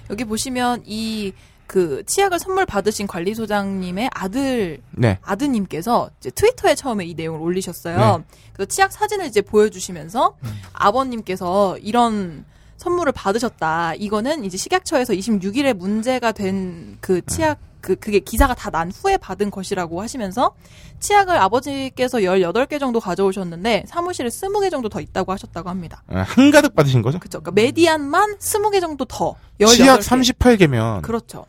[SPEAKER 5] 여기 보시면 이 그 치약을 선물 받으신 관리소장님의 아들
[SPEAKER 4] 네.
[SPEAKER 5] 아드님께서 이제 트위터에 처음에 이 내용을 올리셨어요.
[SPEAKER 4] 네.
[SPEAKER 5] 그래서 치약 사진을 이제 보여주시면서
[SPEAKER 4] 음.
[SPEAKER 5] 아버님께서 이런 선물을 받으셨다. 이거는 이제 식약처에서 26일에 문제가 된
[SPEAKER 4] 네.
[SPEAKER 5] 그 치약 그 그게 기사가 다 난 후에 받은 것이라고 하시면서 치약을 아버지께서 18개 정도 가져오셨는데 사무실에 20개 정도 더 있다고 하셨다고 합니다.
[SPEAKER 4] 아, 한가득 받으신 거죠?
[SPEAKER 5] 그쵸 그러니까 메디안만 20개 정도 더 18개.
[SPEAKER 4] 음. 치약 38개면
[SPEAKER 5] 그렇죠.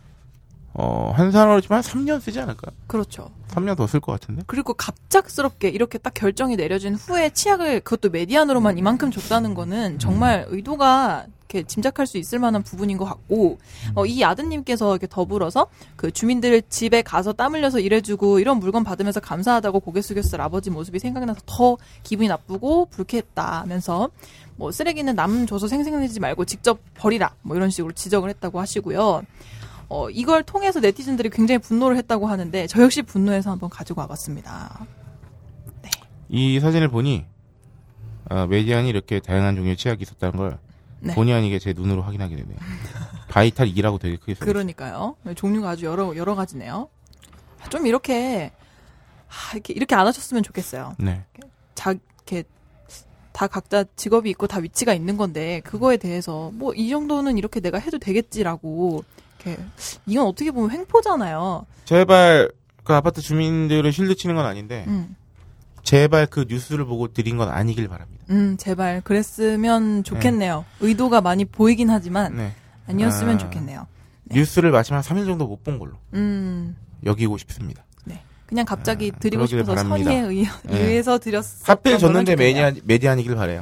[SPEAKER 4] 어, 한 사람으로 치면 한 3년 쓰지 않을까?
[SPEAKER 5] 그렇죠.
[SPEAKER 4] 3년 더 쓸 것 같은데.
[SPEAKER 5] 그리고 갑작스럽게 이렇게 딱 결정이 내려진 후에 치약을 그것도 메디안으로만 이만큼 줬다는 거는 정말 의도가 이렇게 짐작할 수 있을 만한 부분인 것 같고 어, 이 아드님께서 이렇게 더불어서 그 주민들 집에 가서 땀 흘려서 일해주고 이런 물건 받으면서 감사하다고 고개 숙였을 아버지 모습이 생각나서 더 기분이 나쁘고 불쾌했다면서 뭐 쓰레기는 남 줘서 생생내지 말고 직접 버리라 뭐 이런 식으로 지적을 했다고 하시고요. 어, 이걸 통해서 네티즌들이 굉장히 분노를 했다고 하는데 저 역시 분노해서 한번 가지고 와봤습니다.
[SPEAKER 4] 이 사진을 보니 아, 메디안이 이렇게 다양한 종류의 치약이 있었다는 걸
[SPEAKER 5] 네.
[SPEAKER 4] 본의 아니게 제 눈으로 확인하게 되네요. 바이탈 2라고 되게 크게 써 있어요.
[SPEAKER 5] 그러니까요. 네, 종류가 아주 여러 여러 가지네요. 좀 아, 이렇게 아, 이렇게 이렇게 안 하셨으면 좋겠어요.
[SPEAKER 4] 네.
[SPEAKER 5] 자 이렇게 다 각자 직업이 있고 다 위치가 있는 건데 그거에 대해서 뭐 이 정도는 이렇게 내가 해도 되겠지라고 이렇게 이건 어떻게 보면 횡포잖아요.
[SPEAKER 4] 제발 그 아파트 주민들을 실드치는 건 아닌데
[SPEAKER 5] 음,
[SPEAKER 4] 제발 그 뉴스를 보고 드린 건 아니길 바랍니다.
[SPEAKER 5] 음, 제발 그랬으면 좋겠네요. 의도가 많이 보이긴 하지만
[SPEAKER 4] 네.
[SPEAKER 5] 아니었으면
[SPEAKER 4] 아.
[SPEAKER 5] 좋겠네요. 네.
[SPEAKER 4] 뉴스를 마지막 3일 정도 못 본 걸로
[SPEAKER 5] 음,
[SPEAKER 4] 여기고 싶습니다.
[SPEAKER 5] 네. 그냥 갑자기
[SPEAKER 4] 아,
[SPEAKER 5] 드리고
[SPEAKER 4] 그러기를
[SPEAKER 5] 싶어서
[SPEAKER 4] 바랍니다.
[SPEAKER 5] 선의에 의-
[SPEAKER 4] 네.
[SPEAKER 5] 의해서 드렸어.
[SPEAKER 4] 하필 졌는데 매니아, 메디안이길 바래요.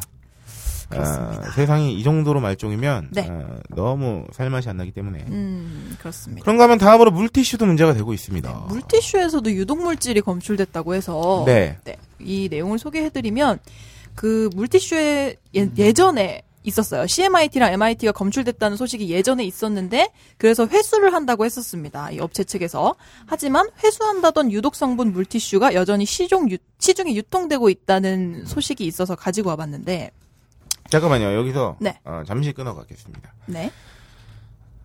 [SPEAKER 4] 아,
[SPEAKER 5] 그렇습니다.
[SPEAKER 4] 세상이 이 정도로 말종이면
[SPEAKER 5] 네.
[SPEAKER 4] 아, 너무 살맛이 안 나기 때문에
[SPEAKER 5] 음, 그렇습니다.
[SPEAKER 4] 그런가 하면 다음으로 물티슈도 문제가 되고 있습니다.
[SPEAKER 5] 네, 물티슈에서도 유독 물질이 검출됐다고 해서
[SPEAKER 4] 네.
[SPEAKER 5] 네, 이 내용을 소개해드리면 그 물티슈에
[SPEAKER 4] 음.
[SPEAKER 5] 예, 전에 있었어요. CMIT랑 MIT가 검출됐다는 소식이 예전에 있었는데 그래서 회수를 한다고 했었습니다. 이 업체 측에서 하지만 회수한다던 유독 성분 물티슈가 여전히 시중 유- 시중에 유통되고 있다는 소식이 있어서 가지고 와봤는데
[SPEAKER 4] 잠깐만요. 여기서
[SPEAKER 5] 네.
[SPEAKER 4] 어, 잠시 끊어가겠습니다.
[SPEAKER 5] 네,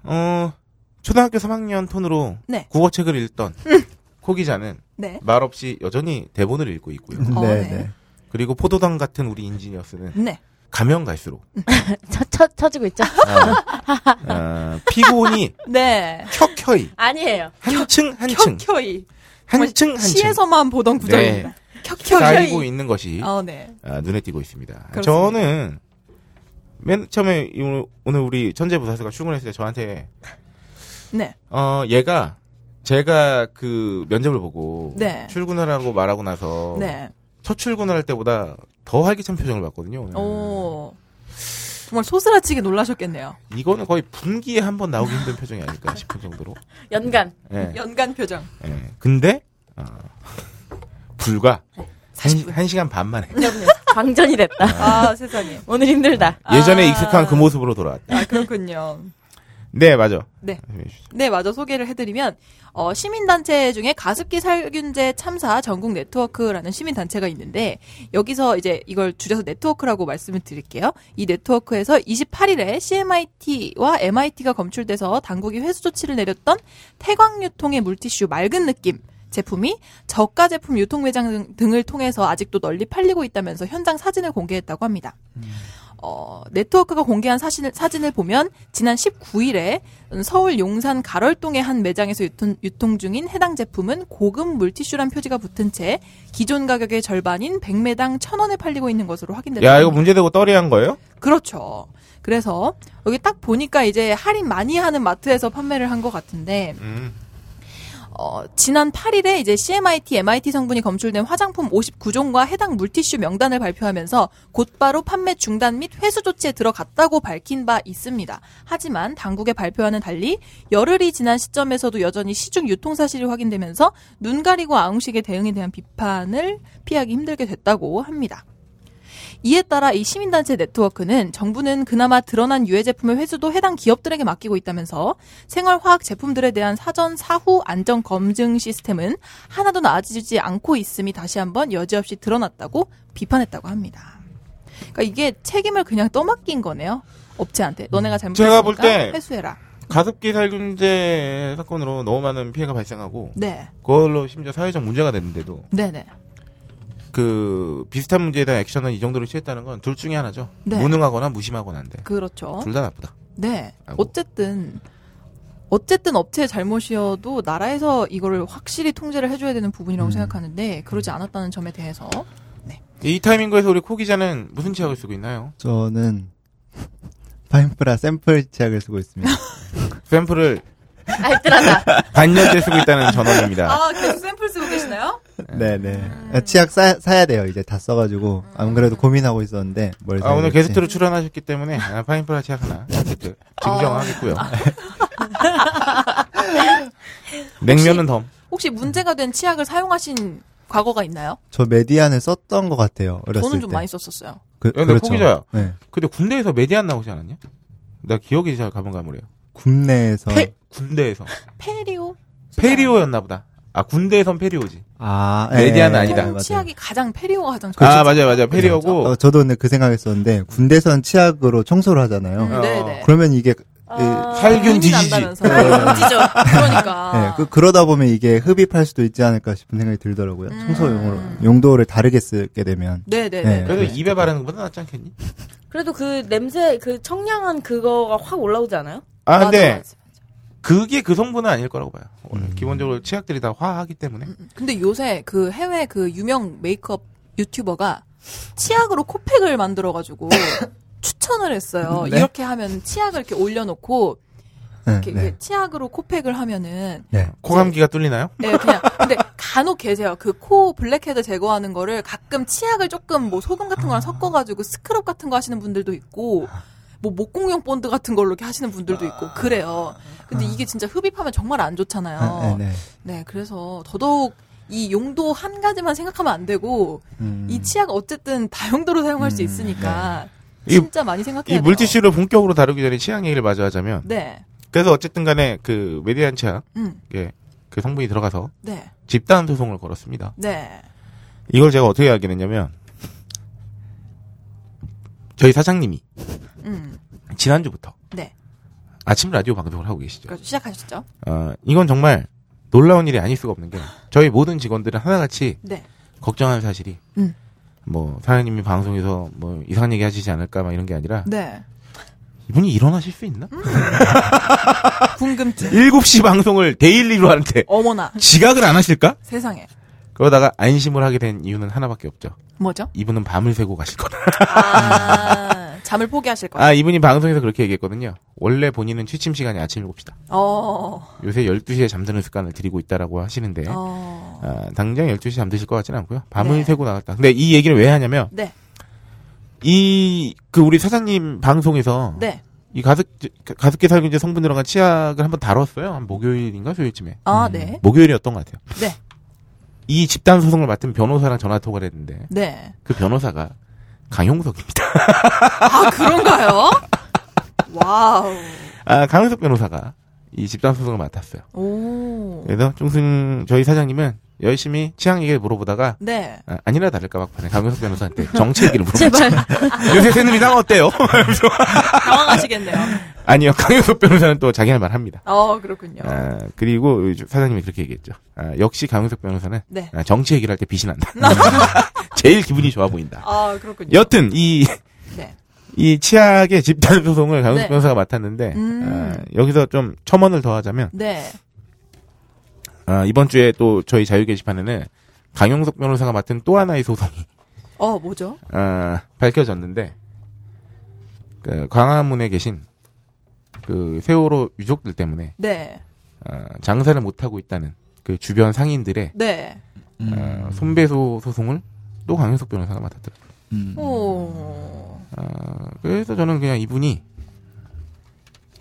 [SPEAKER 4] 어, 초등학교 3학년 톤으로
[SPEAKER 5] 네.
[SPEAKER 4] 국어책을 읽던 코 기자는
[SPEAKER 5] 네,
[SPEAKER 4] 말없이 여전히 대본을 읽고 있고요.
[SPEAKER 5] 어,
[SPEAKER 7] 네,
[SPEAKER 5] 네.
[SPEAKER 7] 네.
[SPEAKER 4] 그리고 포도당 같은 우리 인지니어스는
[SPEAKER 5] 네.
[SPEAKER 4] 가면 갈수록
[SPEAKER 9] 쳐, 쳐, 쳐지고 있죠?
[SPEAKER 5] 아,
[SPEAKER 4] 어, 어, 피곤이
[SPEAKER 5] 네.
[SPEAKER 4] 켜켜이
[SPEAKER 9] 아니에요.
[SPEAKER 4] 한층 한층
[SPEAKER 5] 켜켜이 뭐
[SPEAKER 4] 한층 한층
[SPEAKER 5] 시에서만 보던 구절입니다.
[SPEAKER 4] 쌓이고
[SPEAKER 5] 켜켜이.
[SPEAKER 4] 있는 것이
[SPEAKER 5] 어, 네.
[SPEAKER 4] 아, 눈에 띄고 있습니다.
[SPEAKER 5] 그렇습니다.
[SPEAKER 4] 저는 맨 처음에 이 오늘- 오늘 우리 천재 부사수가 출근했을 때 저한테
[SPEAKER 5] 네.
[SPEAKER 4] 어 얘가 제가 그 면접을 보고
[SPEAKER 5] 네.
[SPEAKER 4] 출근하라고 말하고 나서
[SPEAKER 5] 네.
[SPEAKER 4] 첫 출근을 할 때보다 더 활기찬 표정을 봤거든요. 오늘.
[SPEAKER 5] 오.
[SPEAKER 4] 음.
[SPEAKER 5] 정말 소스라치게 놀라셨겠네요.
[SPEAKER 4] 이거는 거의 분기에 한 번 나오기 힘든 표정이 아닐까 싶은 정도로.
[SPEAKER 9] 연간.
[SPEAKER 4] 예,
[SPEAKER 5] 연간 표정.
[SPEAKER 4] 예. 근데 어, 불과
[SPEAKER 5] 네.
[SPEAKER 4] 한, 시- 한 시간 반 만에
[SPEAKER 9] 방전이 됐다.
[SPEAKER 5] 아, 세상에.
[SPEAKER 9] 오늘 힘들다.
[SPEAKER 4] 예전에
[SPEAKER 5] 아.
[SPEAKER 4] 익숙한 그 모습으로 돌아왔다.
[SPEAKER 5] 아, 그렇군요.
[SPEAKER 4] 네, 맞아.
[SPEAKER 5] 네.
[SPEAKER 4] 말씀해 주시죠.
[SPEAKER 5] 네, 맞아. 소개를 해드리면, 어, 시민단체 중에 가습기 살균제 참사 전국 네트워크라는 시민단체가 있는데, 여기서 이제 이걸 줄여서 네트워크라고 말씀을 드릴게요. 이 네트워크에서 28일에 CMIT와 MIT가 검출돼서 당국이 회수 조치를 내렸던 태광유통의 물티슈 맑은 느낌. 제품이 저가 제품 유통 매장 등- 등을 통해서 아직도 널리 팔리고 있다면서 현장 사진을 공개했다고 합니다. 어, 네트워크가 공개한 사진을, 사진을 보면 지난 19일에 서울 용산 가럴동의 한 매장에서 유통, 유통 중인 해당 제품은 고급 물티슈란 표지가 붙은 채 기존 가격의 절반인 100매당 1,000원에 팔리고 있는 것으로 확인됐다.
[SPEAKER 4] 야, 이거 문제되고 떠리한 거예요?
[SPEAKER 5] 그렇죠. 그래서 여기 딱 보니까 이제 할인 많이 하는 마트에서 판매를 한 것 같은데 어, 지난 8일에 이제 CMIT, MIT 성분이 검출된 화장품 59종과 해당 물티슈 명단을 발표하면서 곧바로 판매 중단 및 회수 조치에 들어갔다고 밝힌 바 있습니다. 하지만 당국의 발표와는 달리 열흘이 지난 시점에서도 여전히 시중 유통 사실이 확인되면서 눈 가리고 아웅식의 대응에 대한 비판을 피하기 힘들게 됐다고 합니다. 이에 따라 이 시민단체 네트워크는 정부는 그나마 드러난 유해 제품의 회수도 해당 기업들에게 맡기고 있다면서 생활화학 제품들에 대한 사전 사후 안전 검증 시스템은 하나도 나아지지 않고 있음이 다시 한번 여지없이 드러났다고 비판했다고 합니다. 그러니까 이게 책임을 그냥 떠맡긴 거네요. 업체한테 너네가
[SPEAKER 4] 제가 볼
[SPEAKER 5] 잘못했으니까
[SPEAKER 4] 때-
[SPEAKER 5] 회수해라.
[SPEAKER 4] 가습기 살균제 사건으로 너무 많은 피해가 발생하고
[SPEAKER 5] 네,
[SPEAKER 4] 그걸로 심지어 사회적 문제가 됐는데도
[SPEAKER 5] 네, 네.
[SPEAKER 4] 그 비슷한 문제에 대한 액션을 이 정도로 취했다는 건 둘 중에 하나죠.
[SPEAKER 5] 네.
[SPEAKER 4] 무능하거나 무심하거나인데
[SPEAKER 5] 그렇죠.
[SPEAKER 4] 둘 다 나쁘다.
[SPEAKER 5] 네.
[SPEAKER 4] 아이고.
[SPEAKER 5] 어쨌든 어쨌든 업체의 잘못이어도 나라에서 이거를 확실히 통제를 해줘야 되는
[SPEAKER 4] 음.
[SPEAKER 5] 부분이라고 생각하는데 그러지 않았다는 점에 대해서
[SPEAKER 4] 이 타이밍에서 우리 코 기자는 무슨 치약을 쓰고 있나요?
[SPEAKER 7] 저는 파인프라 샘플 치약을 쓰고 있습니다.
[SPEAKER 4] 샘플을
[SPEAKER 9] 알뜰하다.
[SPEAKER 4] 반년째 쓰고 있다는 전원입니다.
[SPEAKER 5] 아 계속 샘플 쓰고 계시나요?
[SPEAKER 7] 네, 네. 치약 사, 사야 돼요. 이제 다 써가지고
[SPEAKER 5] 음.
[SPEAKER 7] 안 그래도 고민하고 있었는데 뭘
[SPEAKER 4] 아,
[SPEAKER 7] 사야
[SPEAKER 4] 오늘
[SPEAKER 7] 될지.
[SPEAKER 4] 게스트로 출연하셨기 때문에 아, 파인프라 치약 하나 한 세트 증정하겠고요. 냉면은 덤.
[SPEAKER 5] 혹시 문제가 된 치약을 사용하신 과거가 있나요?
[SPEAKER 7] 저 메디안을 썼던 것 같아요. 어렸을
[SPEAKER 5] 저는 좀
[SPEAKER 7] 때.
[SPEAKER 5] 많이 썼었어요.
[SPEAKER 7] 그,
[SPEAKER 4] 근데
[SPEAKER 7] 그렇죠.
[SPEAKER 4] 콩기자야.
[SPEAKER 7] 네.
[SPEAKER 4] 근데 군대에서 메디안 나오지 않았냐? 나 기억이 잘 가물가물해요.
[SPEAKER 7] 국내에서
[SPEAKER 4] 페- 군대에서
[SPEAKER 5] 페리오.
[SPEAKER 4] 페리오였나 보다. 아 군대에선 페리오지.
[SPEAKER 7] 아
[SPEAKER 4] 메디안은
[SPEAKER 7] 예,
[SPEAKER 4] 아니다. 네.
[SPEAKER 7] 맞아요.
[SPEAKER 5] 보통 치약이 가장 페리오가 가장
[SPEAKER 4] 아 맞아요 맞아요 페리오고 음.
[SPEAKER 7] 어, 저도 근데 그 생각했었는데 군대선 치약으로 청소를 하잖아요.
[SPEAKER 5] 음, 네네. 음,
[SPEAKER 7] 그러면 이게 예,
[SPEAKER 4] 아. 살균
[SPEAKER 5] 눈이
[SPEAKER 4] 뒤지지. 네,
[SPEAKER 5] 난다면서. 아, 뒤지죠. 그러니까.
[SPEAKER 7] 예, 그, 그러다 보면 이게 흡입할 수도 있지 않을까 싶은 생각이 들더라고요.
[SPEAKER 5] 음.
[SPEAKER 7] 청소 용어로 용도를 다르게 쓰게 되면
[SPEAKER 5] 네네네.
[SPEAKER 7] 네.
[SPEAKER 4] 그래도 입에 바르는 것보다 낫지 않겠니?
[SPEAKER 9] 그래도 그 냄새 그 청량한 그거가 확 올라오지 않아요?
[SPEAKER 4] 아,
[SPEAKER 5] 맞아,
[SPEAKER 4] 근데
[SPEAKER 5] 맞아.
[SPEAKER 4] 그게 그 성분은 아닐 거라고 봐요. 원래
[SPEAKER 7] 음.
[SPEAKER 4] 기본적으로 치약들이 다 화하기 때문에.
[SPEAKER 5] 근데 요새 그 해외 그 유명 메이크업 유튜버가 치약으로 코팩을 만들어가지고 추천을 했어요.
[SPEAKER 7] 네.
[SPEAKER 5] 이렇게 하면 치약을 이렇게 올려놓고
[SPEAKER 7] 네,
[SPEAKER 5] 이렇게, 어.
[SPEAKER 7] 네.
[SPEAKER 5] 이렇게 치약으로 코팩을 하면은
[SPEAKER 7] 네.
[SPEAKER 4] 코감기가 뚫리나요?
[SPEAKER 5] 예, 그냥. 근데 간혹 계세요. 그 코 블랙헤드 제거하는 거를 가끔 치약을 조금 뭐 소금 같은 거랑 섞어가지고 스크럽 같은 거 하시는 분들도 있고, 뭐 목공용 본드 같은 걸로 이렇게 하시는 분들도 있고, 그래요. 근데 이게 진짜 흡입하면 정말 안
[SPEAKER 7] 아,
[SPEAKER 5] 좋잖아요.
[SPEAKER 7] 네, 네.
[SPEAKER 5] 네, 그래서 더더욱 이 용도 한 가지만 생각하면 안 되고,
[SPEAKER 7] 음.
[SPEAKER 5] 이 치약 어쨌든 다용도로 사용할 수
[SPEAKER 7] 음,
[SPEAKER 5] 있으니까,
[SPEAKER 4] 네.
[SPEAKER 5] 진짜 많이 생각해야
[SPEAKER 4] 이
[SPEAKER 5] 돼요.
[SPEAKER 4] 물티슈를 본격으로 다루기 전에 치약 얘기를 마저 하자면
[SPEAKER 5] 네,
[SPEAKER 4] 그래서 어쨌든 간에 그 메디안 치약
[SPEAKER 5] 음,
[SPEAKER 4] 예, 그 성분이 들어가서
[SPEAKER 5] 네,
[SPEAKER 4] 집단 소송을 걸었습니다.
[SPEAKER 5] 네.
[SPEAKER 4] 이걸 제가 어떻게 알게 됐냐면 저희 사장님이
[SPEAKER 5] 음,
[SPEAKER 4] 지난주부터
[SPEAKER 5] 네.
[SPEAKER 4] 아침 라디오 방송을 하고 계시죠.
[SPEAKER 5] 그러니까 시작하셨죠?
[SPEAKER 4] 어, 이건 정말 놀라운 일이 아닐 수가 없는 게 저희 모든 직원들은 하나같이
[SPEAKER 5] 네.
[SPEAKER 4] 걱정하는 사실이
[SPEAKER 5] 음.
[SPEAKER 4] 뭐 사장님이 방송에서 뭐 이상한 얘기 하시지 않을까 막 이런 게 아니라
[SPEAKER 5] 네.
[SPEAKER 4] 이분이 일어나실 수 있나?
[SPEAKER 5] 궁금증.
[SPEAKER 4] 7시 방송을 데일리로 하는데
[SPEAKER 5] 어머나,
[SPEAKER 4] 지각을 안 하실까?
[SPEAKER 5] 세상에.
[SPEAKER 4] 그러다가 안심을 하게 된 이유는 하나밖에 없죠.
[SPEAKER 5] 뭐죠?
[SPEAKER 4] 이분은 밤을 새고 가실 거다.
[SPEAKER 5] 아, 잠을 포기하실 거예요.
[SPEAKER 4] 아, 이분이 방송에서 그렇게 얘기했거든요. 원래 본인은 취침 시간이 아침 7시다.
[SPEAKER 5] 어,
[SPEAKER 4] 요새 12시에 잠드는 습관을 들이고 있다라고 하시는데
[SPEAKER 5] 어,
[SPEAKER 4] 아, 당장 12시 잠드실 것 같지는 않고요. 밤을
[SPEAKER 5] 네.
[SPEAKER 4] 새고 나갔다. 근데 이 얘기를 왜 하냐면
[SPEAKER 5] 네,
[SPEAKER 4] 이 그 우리 사장님 방송에서
[SPEAKER 5] 네.
[SPEAKER 4] 이 가습 가습기 살균제 성분 들어간 치약을 한번 다뤘어요. 한 목요일인가 수요일쯤에.
[SPEAKER 5] 아, 네,
[SPEAKER 4] 목요일이었던 것 같아요.
[SPEAKER 5] 네.
[SPEAKER 4] 이 집단 소송을 맡은 변호사랑 전화 통화를 했는데
[SPEAKER 5] 네.
[SPEAKER 4] 그 변호사가 강용석입니다.
[SPEAKER 5] 아, 그런가요? 와우.
[SPEAKER 4] 아, 강용석 변호사가 이 집단 소송을 맡았어요.
[SPEAKER 5] 오,
[SPEAKER 4] 그래서 중순 저희 사장님은 열심히 치약 얘기를 물어보다가
[SPEAKER 5] 네.
[SPEAKER 4] 아, 아니라 다를까 막판에 강용석 변호사한테 정치 얘기를 물어봤죠. 요새 새누리당 어때요?
[SPEAKER 5] 당황하시겠네요.
[SPEAKER 4] 아니요, 강용석 변호사는 또 자기 할 말 합니다.
[SPEAKER 5] 어, 그렇군요.
[SPEAKER 4] 아, 그리고 사장님이 그렇게 얘기했죠. 아, 역시 강용석 변호사는
[SPEAKER 5] 네.
[SPEAKER 4] 아, 정치 얘기를 할 때 빛이 난다. 제일 기분이 좋아 보인다.
[SPEAKER 5] 아, 그렇군요.
[SPEAKER 4] 여튼 이
[SPEAKER 5] 네.
[SPEAKER 4] 이 치약의 집단 소송을 강용석
[SPEAKER 5] 네.
[SPEAKER 4] 변호사가 맡았는데
[SPEAKER 5] 음.
[SPEAKER 4] 아, 여기서 좀 첨언을 더하자면
[SPEAKER 5] 네,
[SPEAKER 4] 아, 이번 주에 또 저희 자유 게시판에는 강용석 변호사가 맡은 또 하나의 소송이
[SPEAKER 5] 어, 뭐죠?
[SPEAKER 4] 아, 밝혀졌는데 그 광화문에 계신 그 세월호 유족들 때문에
[SPEAKER 5] 네,
[SPEAKER 4] 아, 장사를 못 하고 있다는 그 주변 상인들의
[SPEAKER 5] 네.
[SPEAKER 4] 아, 손배소 소송을 또 강현석 변호사가 맡았더라고요.
[SPEAKER 7] 음.
[SPEAKER 5] 뭐 오,
[SPEAKER 4] 아, 그래서 저는 그냥 이분이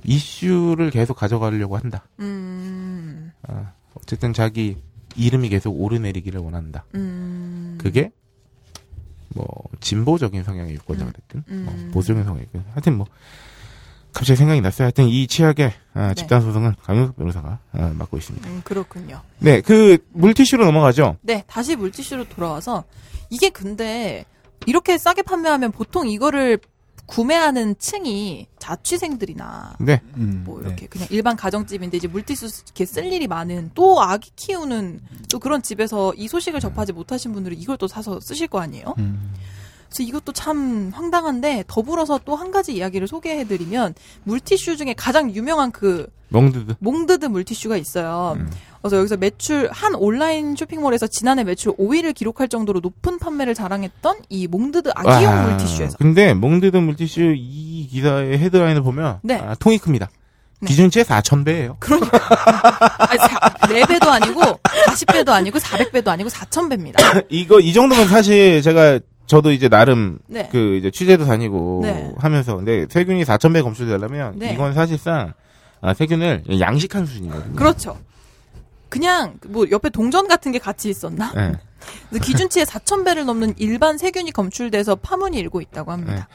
[SPEAKER 4] 이슈를 계속 가져가려고 한다.
[SPEAKER 5] 음,
[SPEAKER 4] 어쨌든 자기 이름이 계속 오르내리기를 원한다.
[SPEAKER 5] 음.
[SPEAKER 4] 그게 뭐 진보적인 성향의 유권자가 됐든
[SPEAKER 5] 음.
[SPEAKER 4] 뭐 보수적인 성향이 됐든 하여튼 뭐 갑자기 생각이 났어요. 하여튼 이 치약의
[SPEAKER 5] 네.
[SPEAKER 4] 아, 집단 소송을 강현석 변호사가 아, 맡고 있습니다.
[SPEAKER 5] 음, 그렇군요.
[SPEAKER 4] 네, 그 물티슈로 넘어가죠.
[SPEAKER 5] 네, 다시 물티슈로 돌아와서 이게 근데 이렇게 싸게 판매하면 보통 이거를 구매하는 층이 자취생들이나
[SPEAKER 4] 네,
[SPEAKER 7] 음,
[SPEAKER 5] 뭐
[SPEAKER 7] 네.
[SPEAKER 5] 이렇게 그냥 일반 가정집인데 이제 물티슈 이렇게 쓸 일이 많은 또 아기 키우는 또 그런 집에서 이 소식을 접하지 못하신 분들은 이걸 또 사서 쓰실 거 아니에요?
[SPEAKER 7] 음.
[SPEAKER 5] 그래서 이것도 참 황당한데 더불어서 또 한 가지 이야기를 소개해드리면 물티슈 중에 가장 유명한 그
[SPEAKER 4] 멍드드.
[SPEAKER 5] 몽드드 물티슈가 있어요.
[SPEAKER 4] 음.
[SPEAKER 5] 그래서 여기서 매출 한 온라인 쇼핑몰에서 지난해 매출 5위를 기록할 정도로 높은 판매를 자랑했던 이 몽드드 아기용
[SPEAKER 4] 아,
[SPEAKER 5] 물티슈에서
[SPEAKER 4] 근데 몽드드 물티슈 이 기사의 헤드라인을 보면
[SPEAKER 5] 네.
[SPEAKER 4] 아, 통이 큽니다.
[SPEAKER 5] 네.
[SPEAKER 4] 기준치의 4,000배예요.
[SPEAKER 5] 아니, 사- 네 배도 아니고 40배도 아니고 400배도 아니고 4,000배입니다.
[SPEAKER 4] 이거 이 정도면 사실 제가 저도 이제 나름
[SPEAKER 5] 네.
[SPEAKER 4] 그 이제 취재도 다니고
[SPEAKER 5] 네.
[SPEAKER 4] 하면서 근데 세균이 4,000배 검출되려면
[SPEAKER 5] 네.
[SPEAKER 4] 이건 사실상 아, 세균을 양식한 수준이거든요.
[SPEAKER 5] 그렇죠. 그냥 뭐 옆에 동전 같은 게 같이 있었나?
[SPEAKER 4] 예.
[SPEAKER 5] 그래서 기준치의 4,000배를 넘는 일반 세균이 검출돼서 파문이 일고 있다고 합니다.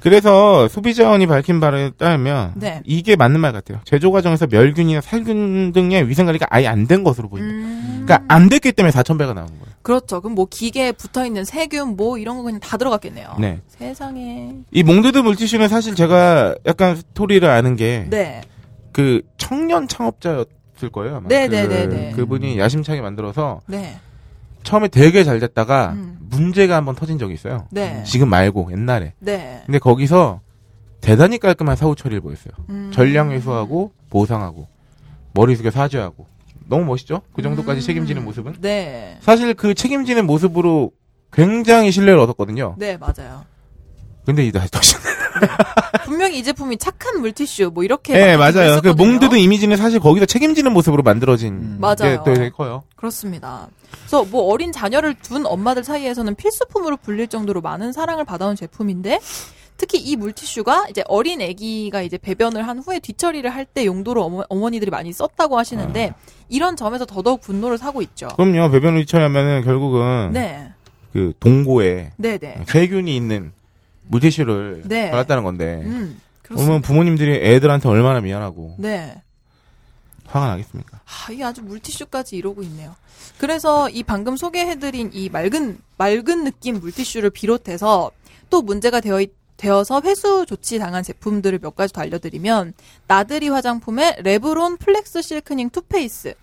[SPEAKER 4] 그래서 소비자원이 밝힌 바에 따르면
[SPEAKER 5] 네.
[SPEAKER 4] 이게 맞는 말 같아요. 제조 과정에서 멸균이나 살균 등의 위생 관리가 아예 안 된 것으로 보입니다.
[SPEAKER 5] 음,
[SPEAKER 4] 그러니까 안 됐기 때문에 4,000배가 나오는 거예요.
[SPEAKER 5] 그렇죠. 그럼 뭐 기계에 붙어 있는 세균 뭐 이런 거 그냥 다 들어갔겠네요.
[SPEAKER 4] 네.
[SPEAKER 5] 세상에.
[SPEAKER 4] 이 몽드드 물티슈는 사실 제가 약간 스토리를 아는 게 그
[SPEAKER 5] 네.
[SPEAKER 4] 청년 창업자였을 거예요 아마.
[SPEAKER 5] 네,
[SPEAKER 4] 그,
[SPEAKER 5] 네, 네, 네.
[SPEAKER 4] 그분이 야심차게 만들어서
[SPEAKER 5] 네.
[SPEAKER 4] 처음에 되게 잘 됐다가
[SPEAKER 5] 음.
[SPEAKER 4] 문제가 한번 터진 적이 있어요.
[SPEAKER 5] 네.
[SPEAKER 4] 지금 말고 옛날에.
[SPEAKER 5] 네.
[SPEAKER 4] 근데 거기서 대단히 깔끔한 사후 처리를 보였어요.
[SPEAKER 5] 음.
[SPEAKER 4] 전량 회수하고 보상하고 머리 숙여 사죄하고 너무 멋있죠? 그 정도까지
[SPEAKER 5] 음.
[SPEAKER 4] 책임지는 모습은
[SPEAKER 5] 네.
[SPEAKER 4] 사실 그 책임지는 모습으로 굉장히 신뢰를 얻었거든요.
[SPEAKER 5] 네, 맞아요.
[SPEAKER 4] 근데 이 다시 다시
[SPEAKER 5] 분명히 이 제품이 착한 물티슈 뭐 이렇게 마케팅을
[SPEAKER 4] 네 맞아요. 그
[SPEAKER 5] 했었거든요.
[SPEAKER 4] 몽드든 이미지는 사실 거기서 책임지는 모습으로 만들어진
[SPEAKER 7] 음.
[SPEAKER 5] 맞아요.
[SPEAKER 4] 게 되게 커요.
[SPEAKER 5] 그렇습니다. 그래서 뭐 어린 자녀를 둔 엄마들 사이에서는 필수품으로 불릴 정도로 많은 사랑을 받아온 제품인데 특히 이 물티슈가 이제 어린 아기가 이제 배변을 한 후에 뒤처리를 할 때 용도로 어머, 어머니들이 많이 썼다고 하시는데
[SPEAKER 4] 아.
[SPEAKER 5] 이런 점에서 더더욱 분노를 사고 있죠.
[SPEAKER 4] 그럼요. 배변을 유치하면은 결국은
[SPEAKER 5] 네,
[SPEAKER 4] 그 동고에
[SPEAKER 5] 네, 네,
[SPEAKER 4] 세균이 있는 물티슈를
[SPEAKER 5] 네.
[SPEAKER 4] 받았다는 건데
[SPEAKER 5] 음,
[SPEAKER 4] 그러면
[SPEAKER 5] 그렇습니다.
[SPEAKER 4] 부모님들이 애들한테 얼마나 미안하고
[SPEAKER 5] 네.
[SPEAKER 4] 화가 나겠습니까?
[SPEAKER 5] 아, 이게 아주 물티슈까지 이러고 있네요. 그래서 이 방금 소개해드린 이 맑은, 맑은 느낌 물티슈를 비롯해서 또 문제가 되어 있- 되어서 회수 조치 당한 제품들을 몇 가지 더 알려드리면 나들이 화장품의 레브론 플렉스 실크닝 투페이스,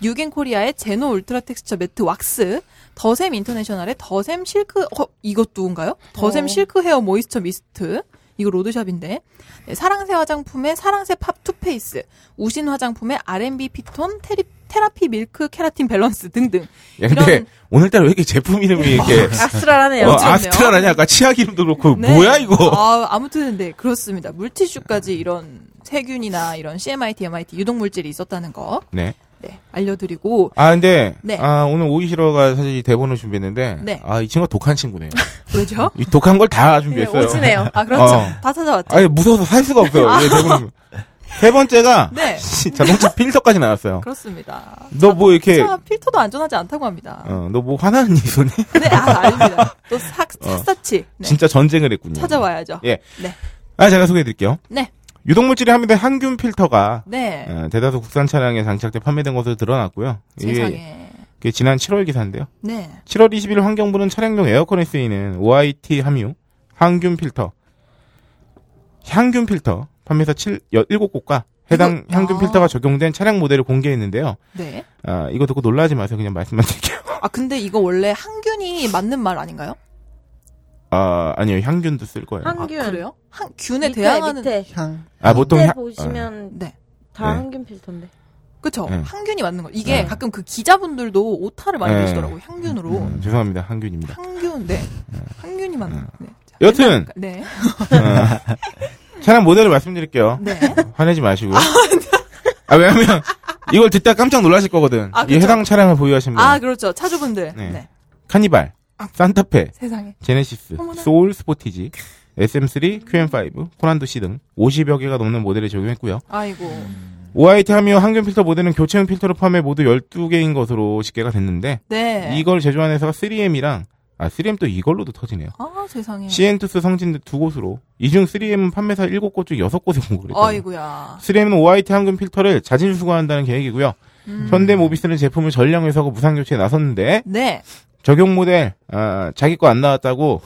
[SPEAKER 5] 뉴겐 코리아의 제노 울트라 텍스처 매트 왁스, 더샘 인터내셔널의 더샘 실크, 어, 이것도인가요? 더샘 실크 헤어 모이스처 미스트, 이거 로드샵인데, 네, 사랑새 화장품의 사랑새 팝 투페이스, 우신 화장품의 R&B 피톤, 테리, 테라피 밀크 케라틴 밸런스 등등.
[SPEAKER 4] 야, 근데
[SPEAKER 5] 이런-
[SPEAKER 4] 오늘따라 왜 이렇게 제품 이름이 이렇게
[SPEAKER 6] 아스트라라네요.
[SPEAKER 4] 어,
[SPEAKER 5] 어지럽네요.
[SPEAKER 4] 아스트라라냐? 아까 치약 이름도 그렇고
[SPEAKER 5] 네.
[SPEAKER 4] 뭐야 이거?
[SPEAKER 5] 아, 아무튼 네 그렇습니다. 물티슈까지 이런 세균이나 이런 CMI, DMIT 유독 물질이 있었다는 거
[SPEAKER 4] 네.
[SPEAKER 5] 네, 알려드리고
[SPEAKER 4] 아 근데
[SPEAKER 5] 네.
[SPEAKER 4] 아 오늘 오이시러가 사실 이 대본을 준비했는데
[SPEAKER 5] 네.
[SPEAKER 4] 아 이 친구가 독한 친구네요.
[SPEAKER 5] 왜죠?
[SPEAKER 4] 이 독한 걸 다 준비했어요.
[SPEAKER 6] 오지네요.
[SPEAKER 5] 아 그렇죠.
[SPEAKER 4] 어.
[SPEAKER 5] 다 찾아왔죠.
[SPEAKER 4] 아니 무서워서 살 수가 없어요. 이 대본을. 세 번째가
[SPEAKER 5] 네
[SPEAKER 4] 자동차 필터까지 나왔어요.
[SPEAKER 5] 그렇습니다.
[SPEAKER 4] 너 뭐 이렇게
[SPEAKER 5] 차 필터도 안전하지 않다고 합니다.
[SPEAKER 4] 어, 너 뭐 화나는 이소니?
[SPEAKER 5] 네, 아, 아닙니다. 또 삭,
[SPEAKER 4] 어.
[SPEAKER 5] 샅샅이 네,
[SPEAKER 4] 진짜 전쟁을 했군요.
[SPEAKER 5] 찾아와야죠.
[SPEAKER 4] 예.
[SPEAKER 5] 네.
[SPEAKER 4] 아 제가 소개해드릴게요.
[SPEAKER 5] 네.
[SPEAKER 4] 유독물질이 함유된 항균 필터가
[SPEAKER 5] 네,
[SPEAKER 4] 어, 대다수 국산 차량에 장착돼 판매된 것으로 드러났고요. 이게
[SPEAKER 5] 세상에.
[SPEAKER 4] 그게 지난 7월 기사인데요.
[SPEAKER 5] 네,
[SPEAKER 4] 7월 20일 환경부는 차량용 에어컨에 쓰이는 OIT 함유, 항균 필터, 향균 필터 판매사 7, 7곳과 해당
[SPEAKER 5] 이거-
[SPEAKER 4] 향균
[SPEAKER 5] 아.
[SPEAKER 4] 필터가 적용된 차량 모델을 공개했는데요.
[SPEAKER 5] 네.
[SPEAKER 4] 아, 이거 듣고 놀라지 마세요. 그냥 말씀만 드릴게요.
[SPEAKER 5] 아 근데 이거 원래 항균이 맞는 말 아닌가요?
[SPEAKER 4] 아, 아니요. 향균도 쓸 거예요.
[SPEAKER 9] 항균.
[SPEAKER 5] 아, 그래요? 항 균에
[SPEAKER 9] 밑에
[SPEAKER 5] 대항하는
[SPEAKER 9] 밑에,
[SPEAKER 7] 향.
[SPEAKER 4] 아, 보통
[SPEAKER 9] 밑에
[SPEAKER 4] 향-
[SPEAKER 9] 보시면
[SPEAKER 5] 네.
[SPEAKER 9] 다
[SPEAKER 4] 네.
[SPEAKER 9] 항균 필터인데.
[SPEAKER 5] 그쵸.
[SPEAKER 4] 네.
[SPEAKER 5] 항균이 맞는 거. 이게
[SPEAKER 4] 네.
[SPEAKER 5] 가끔 그 기자분들도 오타를 많이
[SPEAKER 4] 네.
[SPEAKER 5] 내시더라고요. 향균으로.
[SPEAKER 4] 음, 죄송합니다. 항균입니다.
[SPEAKER 5] 항균, 네. 항균이 맞는 거. 네. 자,
[SPEAKER 4] 여튼
[SPEAKER 5] 일단- 네.
[SPEAKER 4] 어, 차량 모델을 말씀드릴게요.
[SPEAKER 5] 네.
[SPEAKER 4] 화내지 마시고. 아, 왜냐면 이걸 듣다 깜짝 놀라실 거거든.
[SPEAKER 5] 아,
[SPEAKER 4] 이
[SPEAKER 5] 그쵸.
[SPEAKER 4] 해당 차량을 보유하신 분.
[SPEAKER 5] 아, 그렇죠. 차주분들.
[SPEAKER 4] 음. 네.
[SPEAKER 5] 네.
[SPEAKER 4] 카니발, 산타페,
[SPEAKER 5] 세상에.
[SPEAKER 4] 제네시스,
[SPEAKER 5] 어머나.
[SPEAKER 4] 소울 스포티지, SM3, QM5, 코란도 C 등 50여 개가 넘는 모델을 적용했고요.
[SPEAKER 5] 아이고.
[SPEAKER 4] 음. OIT 함유 항균 필터 모델은 교체용 필터로 판매 모두 12개인 것으로 집계가 됐는데
[SPEAKER 5] 네.
[SPEAKER 4] 이걸 제조한 회사가 3M이랑 아 3M 또 이걸로도 터지네요.
[SPEAKER 5] 아, 세상에.
[SPEAKER 4] 시엔투스 성진 두 곳으로 이중 3M은 판매사 7곳 중 6곳에 공고를 했다.
[SPEAKER 5] 아이고야.
[SPEAKER 4] 3M은 OIT 항균 필터를 자진 수거한다는 계획이고요.
[SPEAKER 5] 음.
[SPEAKER 4] 현대모비스는 제품을 전량 회수하고 무상 교체에 나섰는데
[SPEAKER 5] 네.
[SPEAKER 4] 적용 모델 아, 자기 거 안 나왔다고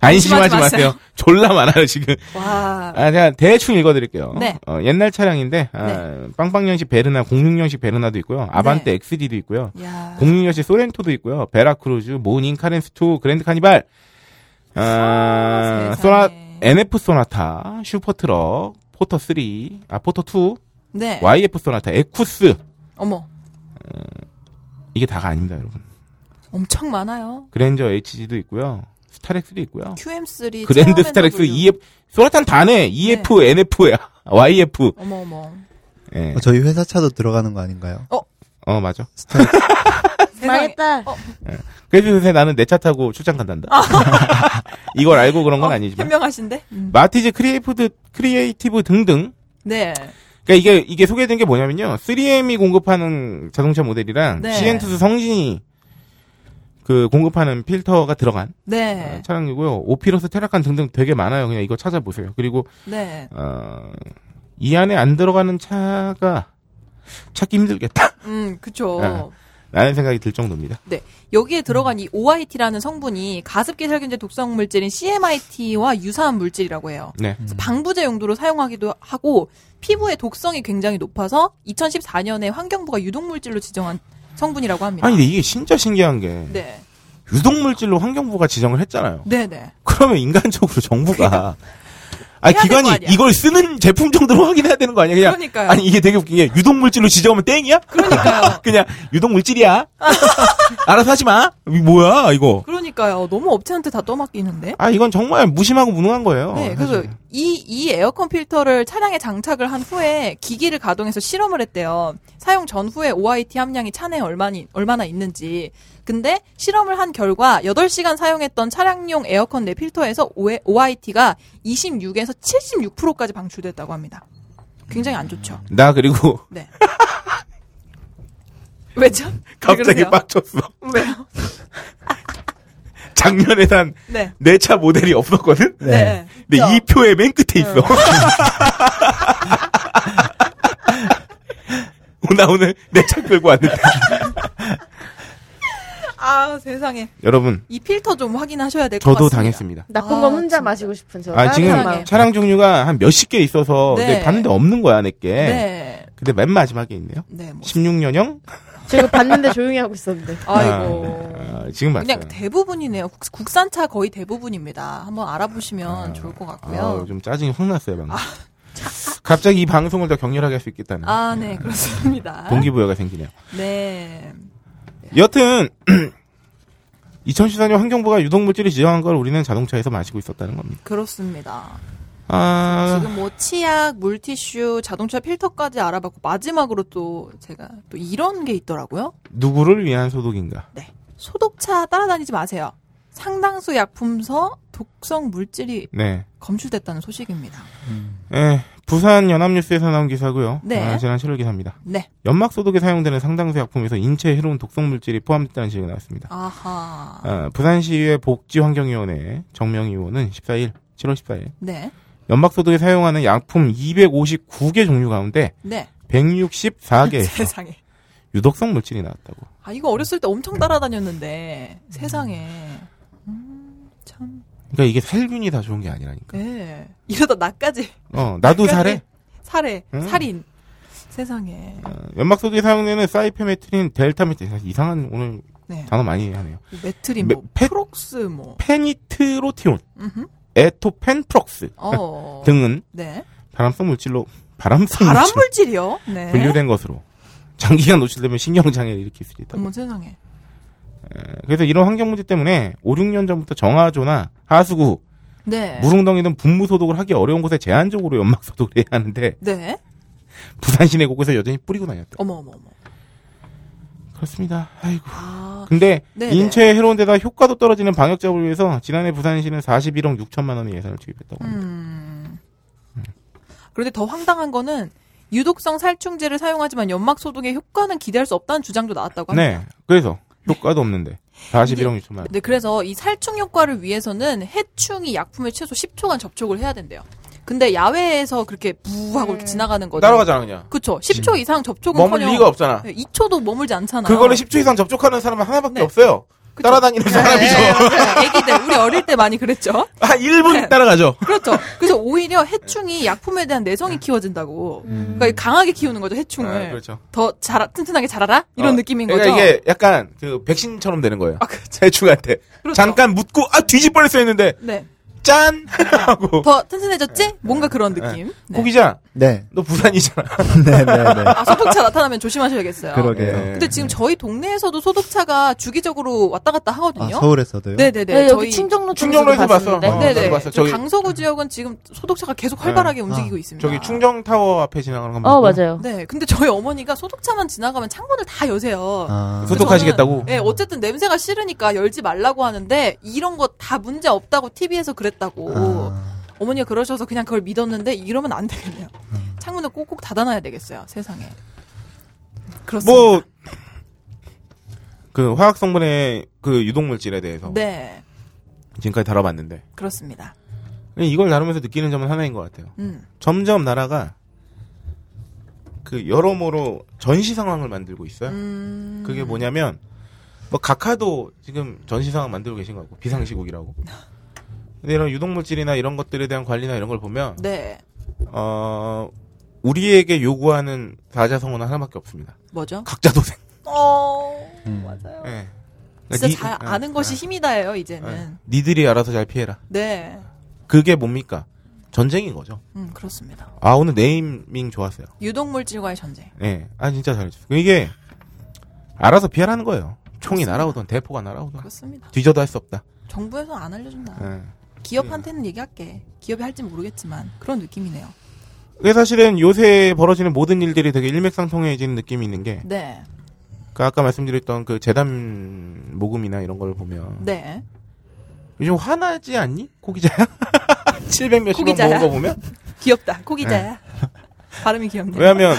[SPEAKER 4] 안심하지 마세요.
[SPEAKER 5] 마세요.
[SPEAKER 4] 졸라 많아요 지금.
[SPEAKER 5] 와.
[SPEAKER 4] 아 제가 대충 읽어드릴게요.
[SPEAKER 5] 네.
[SPEAKER 4] 어, 옛날 차량인데 아, 빵빵형식 베르나, 06형식 베르나도 있고요, 아반떼 XD도 있고요,
[SPEAKER 5] 야.
[SPEAKER 4] 06형식 소렌토도 있고요, 베라크루즈, 모닝 카렌스 2, 그랜드 카니발, 아,
[SPEAKER 5] 아,
[SPEAKER 4] 소나
[SPEAKER 5] 세상에.
[SPEAKER 4] NF 소나타, 슈퍼트럭, 포터 3, 아 포터 2,
[SPEAKER 5] 네.
[SPEAKER 4] YF 소나타, 에쿠스
[SPEAKER 5] 어머.
[SPEAKER 4] 이게 다가 아닙니다, 여러분.
[SPEAKER 5] 엄청 많아요.
[SPEAKER 4] 그랜저 HG도 있고요, 스타렉스도 있고요.
[SPEAKER 5] QM3.
[SPEAKER 4] 그랜드 스타렉스
[SPEAKER 5] 체험앤더블유.
[SPEAKER 4] EF 소라탄 다네 E EF NF야 YF
[SPEAKER 5] 어머, 어머.
[SPEAKER 4] 예.
[SPEAKER 7] 어, 저희 회사 차도 들어가는 거 아닌가요?
[SPEAKER 4] 어 맞아
[SPEAKER 5] 세상에.
[SPEAKER 4] 그래서 요새 나는 내 차 타고 출장 간단다 이걸 알고 그런 건
[SPEAKER 5] 어,
[SPEAKER 4] 아니지만
[SPEAKER 5] 현명하신데? 음.
[SPEAKER 4] 마티즈 크리에이티브 크리에이티브 등등
[SPEAKER 5] 네.
[SPEAKER 4] 그러니까 이게 이게 소개된 게 뭐냐면요 3M이 공급하는 자동차 모델이랑
[SPEAKER 5] 네.
[SPEAKER 4] 시엔투스 성진이 그 공급하는 필터가 들어간 어,
[SPEAKER 5] 네.
[SPEAKER 4] 차량이고요 오피러스 테라칸 등등 되게 많아요 그냥 이거 찾아보세요 그리고
[SPEAKER 5] 네.
[SPEAKER 4] 어, 이 안에 안 들어가는 차가 찾기 힘들겠다
[SPEAKER 5] 음, 그쵸.
[SPEAKER 4] 아. 라는 생각이 들 정도입니다.
[SPEAKER 5] 여기에 들어간 이 OIT라는 성분이 가습기 살균제 독성 물질인 CMIT와 유사한 물질이라고 해요.
[SPEAKER 4] 네.
[SPEAKER 5] 그래서 방부제 용도로 사용하기도 하고 피부의 독성이 굉장히 높아서 2014년에 환경부가 유독물질로 지정한 성분이라고 합니다.
[SPEAKER 4] 아니, 근데 이게 진짜 신기한 게
[SPEAKER 5] 네,
[SPEAKER 4] 유독물질로 환경부가 지정을 했잖아요.
[SPEAKER 5] 네, 네.
[SPEAKER 4] 그러면 인간적으로 정부가 아
[SPEAKER 5] 그러니까. 해야 될거
[SPEAKER 4] 기관이
[SPEAKER 5] 아니야.
[SPEAKER 4] 이걸 쓰는 제품 정도로 확인해야 되는 거 아니야? 그냥
[SPEAKER 5] 그러니까요.
[SPEAKER 4] 아니 이게 되게 웃긴 게 유독물질로 지정하면 땡이야?
[SPEAKER 5] 그러니까요.
[SPEAKER 4] 그냥 유독물질이야. 알아서 하지 마. 이 뭐야 이거?
[SPEAKER 5] 그러니까요. 너무 업체한테 다 떠맡기는데.
[SPEAKER 4] 아 이건 정말 무심하고 무능한 거예요.
[SPEAKER 5] 네, 그래서
[SPEAKER 4] 사실.
[SPEAKER 5] 이, 이 에어컨 필터를 차량에 장착을 한 후에 기기를 가동해서 실험을 했대요. 사용 전후에 OIT 함량이 차내에 얼마니, 얼마나 있는지. 근데 실험을 한 결과 8시간 사용했던 차량용 에어컨 내 필터에서 OIT가 26에서 76%까지 방출됐다고 합니다. 굉장히 안 좋죠.
[SPEAKER 4] 나 그리고
[SPEAKER 5] 네. 왜죠? 왜
[SPEAKER 4] 갑자기
[SPEAKER 5] 그러세요?
[SPEAKER 4] 빡쳤어.
[SPEAKER 5] 왜요?
[SPEAKER 4] 작년에 산 내
[SPEAKER 5] 네.
[SPEAKER 4] 차 모델이 없었거든.
[SPEAKER 5] 네.
[SPEAKER 4] 근데
[SPEAKER 5] 저- 네.
[SPEAKER 4] 이 표의 맨 끝에 있어. 나 오늘 내 차 끌고 왔는데.
[SPEAKER 5] 아, 세상에.
[SPEAKER 4] 여러분,
[SPEAKER 5] 이 필터 좀 확인하셔야 될 것 같습니다.
[SPEAKER 4] 저도 당했습니다.
[SPEAKER 9] 나쁜
[SPEAKER 5] 아,
[SPEAKER 9] 건 혼자
[SPEAKER 5] 진짜.
[SPEAKER 9] 마시고 싶은 저.
[SPEAKER 4] 아, 지금
[SPEAKER 5] 사랑해.
[SPEAKER 4] 차량 종류가 한 몇십 개 있어서
[SPEAKER 5] 네.
[SPEAKER 4] 근데 봤는데 없는 거야, 내게.
[SPEAKER 5] 네.
[SPEAKER 4] 근데 맨 마지막에 있네요.
[SPEAKER 5] 네, 뭐.
[SPEAKER 4] 16년형?
[SPEAKER 9] 저 이거 봤는데 조용히 하고 있었는데.
[SPEAKER 5] 아이고.
[SPEAKER 4] 지금 맞어요
[SPEAKER 5] 그냥 대부분이네요. 국- 국산차 거의 대부분입니다. 한번 알아보시면 좋을 것
[SPEAKER 4] 아,
[SPEAKER 5] 같고요.
[SPEAKER 4] 좀 짜증이 확 났어요, 방금. 갑자기 이 방송을 더 격렬하게 할 수 있겠다는
[SPEAKER 5] 아, 네, 그렇습니다.
[SPEAKER 4] 동기부여가 생기네요.
[SPEAKER 5] 네.
[SPEAKER 4] 여튼 2014년 환경부가 유독물질이 지정한 걸 우리는 자동차에서 마시고 있었다는 겁니다.
[SPEAKER 5] 그렇습니다.
[SPEAKER 4] 아,
[SPEAKER 5] 지금 뭐 치약, 물티슈, 자동차 필터까지 알아봤고 마지막으로 또 제가 또 이런 게 있더라고요.
[SPEAKER 4] 누구를 위한 소독인가?
[SPEAKER 5] 소독차 따라다니지 마세요. 상당수 약품서 독성 물질이
[SPEAKER 4] 네.
[SPEAKER 5] 검출됐다는 소식입니다.
[SPEAKER 4] 예, 부산 연합뉴스에서 나온 기사고요.
[SPEAKER 5] 네.
[SPEAKER 4] 아, 지난 7월 기사입니다.
[SPEAKER 5] 네.
[SPEAKER 4] 연막 소독에 사용되는 상당수 약품에서 인체에 해로운 독성 물질이 포함됐다는 식이 나왔습니다.
[SPEAKER 5] 아하.
[SPEAKER 4] 아, 부산시의회 복지환경위원회 정명희 의원은 14일, 7월 14일
[SPEAKER 5] 네.
[SPEAKER 4] 연막 소독에 사용하는 약품 259개 종류 가운데
[SPEAKER 5] 네.
[SPEAKER 4] 164개에서
[SPEAKER 5] 세상에.
[SPEAKER 4] 유독성 물질이 나왔다고.
[SPEAKER 5] 아 이거 어렸을 때 엄청 따라다녔는데 세상에 음, 참
[SPEAKER 4] 그러니까 이게 살균이 다 좋은 게 아니라니까.
[SPEAKER 5] 네. 이러다 나까지
[SPEAKER 4] 어, 나도 살해.
[SPEAKER 5] 살해
[SPEAKER 4] 음.
[SPEAKER 5] 살인 세상에
[SPEAKER 4] 어, 연막 소독에 사용되는 사이페메트린, 델타메트린 사실 이상한 오늘
[SPEAKER 5] 네
[SPEAKER 4] 단어 많이 하네요.
[SPEAKER 5] 메트린
[SPEAKER 4] 메-
[SPEAKER 5] 뭐
[SPEAKER 4] 페-
[SPEAKER 5] 프록스 뭐
[SPEAKER 4] 페니트로티온,
[SPEAKER 5] 음흠.
[SPEAKER 4] 에토펜프록스
[SPEAKER 5] 어.
[SPEAKER 4] 등은
[SPEAKER 5] 네
[SPEAKER 4] 바람성 물질로 바람성
[SPEAKER 5] 바람
[SPEAKER 4] 물질로
[SPEAKER 5] 물질이요 네
[SPEAKER 4] 분류된 것으로 장기간 노출되면 신경장애를 일으킬 수 있다. 네,
[SPEAKER 5] 어머 세상에
[SPEAKER 4] 그래서 이런 환경 문제 때문에 5, 6년 전부터 정화조나 하수구,
[SPEAKER 5] 네네
[SPEAKER 4] 무릉덩이 등 분무 소독을 하기 어려운 곳에 제한적으로 연막 소독을 해야 하는데 부산 시내 곳곳에 여전히 뿌리고 다녔대.
[SPEAKER 5] 네. 어머 어머 어머
[SPEAKER 4] 그렇습니다. 아이고.
[SPEAKER 5] 아
[SPEAKER 4] 근데
[SPEAKER 5] 네네.
[SPEAKER 4] 인체에 해로운 데다 효과도 떨어지는 방역 작업을 위해서 지난해 부산시는 41억 6천만 원의 예산을 투입했다고 합니다.
[SPEAKER 5] 음. 그런데 더 황당한 거는 유독성 살충제를 사용하지만 연막 소독의 효과는 기대할 수 없다는 주장도 나왔다고 합니다.
[SPEAKER 4] 네. 그래서 효과도 없는데 41억 6천만 원.
[SPEAKER 5] 네, 그래서 이 살충 효과를 위해서는 해충이 약품에 최소 10초간 접촉을 해야 된대요. 근데 야외에서 그렇게 부하고 이렇게 지나가는 거는
[SPEAKER 4] 음. 따라가잖아 그냥.
[SPEAKER 5] 그쵸. 10초 이상
[SPEAKER 4] 음. 머물
[SPEAKER 5] 접촉은커녕 네,
[SPEAKER 4] 리가 없잖아.
[SPEAKER 5] 2초도 머물지 않잖아요.
[SPEAKER 4] 그거를 10초 이상 접촉하는 사람은 하나밖에
[SPEAKER 5] 네.
[SPEAKER 4] 없어요.
[SPEAKER 5] 그쵸.
[SPEAKER 4] 따라다니는 사람이죠.
[SPEAKER 5] 네, 애기들 우리 어릴 때 많이 그랬죠.
[SPEAKER 4] 아 1분
[SPEAKER 5] 네.
[SPEAKER 4] 따라가죠.
[SPEAKER 5] 그렇죠. 그래서 오히려 해충이 약품에 대한 내성이 키워진다고. 그러니까 강하게 키우는 거죠 해충을.
[SPEAKER 4] 네. 음. 아, 그렇죠.
[SPEAKER 5] 더 자라 튼튼하게 자라라 이런
[SPEAKER 4] 어,
[SPEAKER 5] 느낌인
[SPEAKER 4] 그러니까
[SPEAKER 5] 거죠.
[SPEAKER 4] 이게 약간 그 백신처럼 되는 거예요.
[SPEAKER 5] 아, 그렇죠.
[SPEAKER 4] 해충한테
[SPEAKER 5] 그렇죠.
[SPEAKER 4] 잠깐 묻고 아 뒤집어냈어 했는데
[SPEAKER 5] 네.
[SPEAKER 4] 짠 하고
[SPEAKER 5] 더
[SPEAKER 4] 네.
[SPEAKER 5] 튼튼해졌지? 뭔가 그런 느낌. 네.
[SPEAKER 4] 호기자
[SPEAKER 7] 네.
[SPEAKER 4] 너 부산이잖아.
[SPEAKER 7] 네, 네, 네.
[SPEAKER 5] 아 소독차 나타나면 조심하셔야겠어요.
[SPEAKER 7] 그러게요.
[SPEAKER 4] 네.
[SPEAKER 5] 근데 지금 저희 동네에서도 소독차가 주기적으로 왔다 갔다
[SPEAKER 7] 아,
[SPEAKER 5] 하거든요.
[SPEAKER 7] 서울에서도요?
[SPEAKER 5] 네네네.
[SPEAKER 9] 네, 여기
[SPEAKER 5] 저희
[SPEAKER 9] 충정로
[SPEAKER 4] 충정로에서 봤어.
[SPEAKER 9] 봤는데.
[SPEAKER 4] 어,
[SPEAKER 5] 네네.
[SPEAKER 4] 저도 봤어요. 저기- 네. 아,
[SPEAKER 5] 강서구 지역은 지금 소독차가 계속 활발하게 움직이고 있습니다.
[SPEAKER 4] 저기 충정 타워 앞에 지나가는 건
[SPEAKER 6] 어
[SPEAKER 4] 맞고요.
[SPEAKER 6] 맞아요.
[SPEAKER 5] 네. 근데 저희 어머니가 소독차만 지나가면 창문을 다 여세요.
[SPEAKER 7] 아,
[SPEAKER 5] 그래서
[SPEAKER 4] 소독하시겠다고?
[SPEAKER 5] 저는, 네, 어쨌든 냄새가 싫으니까 열지 말라고 하는데 이런 거 다 문제 없다고 TV에서 그랬다고
[SPEAKER 7] 아.
[SPEAKER 5] 어머니가 그러셔서 그냥 그걸 믿었는데 이러면 안 되겠네요.
[SPEAKER 4] 음.
[SPEAKER 5] 창문을 꼭꼭 닫아놔야 되겠어요. 세상에. 그렇습니다.
[SPEAKER 4] 뭐 그 화학 성분의 그 유독 물질에 대해서
[SPEAKER 5] 네,
[SPEAKER 4] 지금까지 다뤄봤는데
[SPEAKER 5] 그렇습니다.
[SPEAKER 4] 이걸 다루면서 느끼는 점은 하나인 것 같아요.
[SPEAKER 5] 음,
[SPEAKER 4] 점점 나라가 그 여러모로 전시 상황을 만들고 있어요.
[SPEAKER 5] 음.
[SPEAKER 4] 그게 뭐냐면 뭐 각하도 지금 전시 상황 만들고 계신 거고 비상시국이라고. 근데 이런 유독물질이나 이런 것들에 대한 관리나 이런 걸 보면
[SPEAKER 5] 네.
[SPEAKER 4] 어 우리에게 요구하는 사자성어는 하나밖에 없습니다.
[SPEAKER 5] 뭐죠?
[SPEAKER 4] 각자 도생.
[SPEAKER 5] 어.
[SPEAKER 7] 음.
[SPEAKER 5] 맞아요.
[SPEAKER 4] 예.
[SPEAKER 5] 진짜
[SPEAKER 4] 니-
[SPEAKER 5] 잘
[SPEAKER 4] 어,
[SPEAKER 5] 아는
[SPEAKER 4] 어,
[SPEAKER 5] 것이 힘이다예요,
[SPEAKER 4] 어,
[SPEAKER 5] 이제는.
[SPEAKER 4] 니들이 알아서 잘 피해라.
[SPEAKER 5] 네.
[SPEAKER 4] 그게 뭡니까? 전쟁인 거죠.
[SPEAKER 5] 음, 그렇습니다.
[SPEAKER 4] 아 오늘 네이밍 좋았어요.
[SPEAKER 5] 유독물질과의 전쟁.
[SPEAKER 4] 예. 아 진짜 잘했어. 이게 알아서 피하라는 거예요. 총이 날아오던 대포가 날아오던
[SPEAKER 5] 그렇습니다.
[SPEAKER 4] 뒤져도 할 수 없다.
[SPEAKER 5] 정부에서 안 알려준다.
[SPEAKER 4] 예.
[SPEAKER 5] 기업한테는 얘기할게. 기업이 할진 모르겠지만 그런 느낌이네요.
[SPEAKER 4] 음. 그게 사실은 요새 벌어지는 모든 일들이 되게 일맥상통해지는 느낌이 있는 게,
[SPEAKER 5] 네.
[SPEAKER 4] 그 아까 말씀드렸던 그 재단 모금이나 이런 걸 보면,
[SPEAKER 5] 네.
[SPEAKER 4] 요즘 화나지 않니? 코기자야? 700 몇십 원
[SPEAKER 5] 코기자야?
[SPEAKER 4] 모은 거 보면?
[SPEAKER 5] 귀엽다. 코기자야. 발음이 귀엽네요.
[SPEAKER 4] 네. 왜냐면,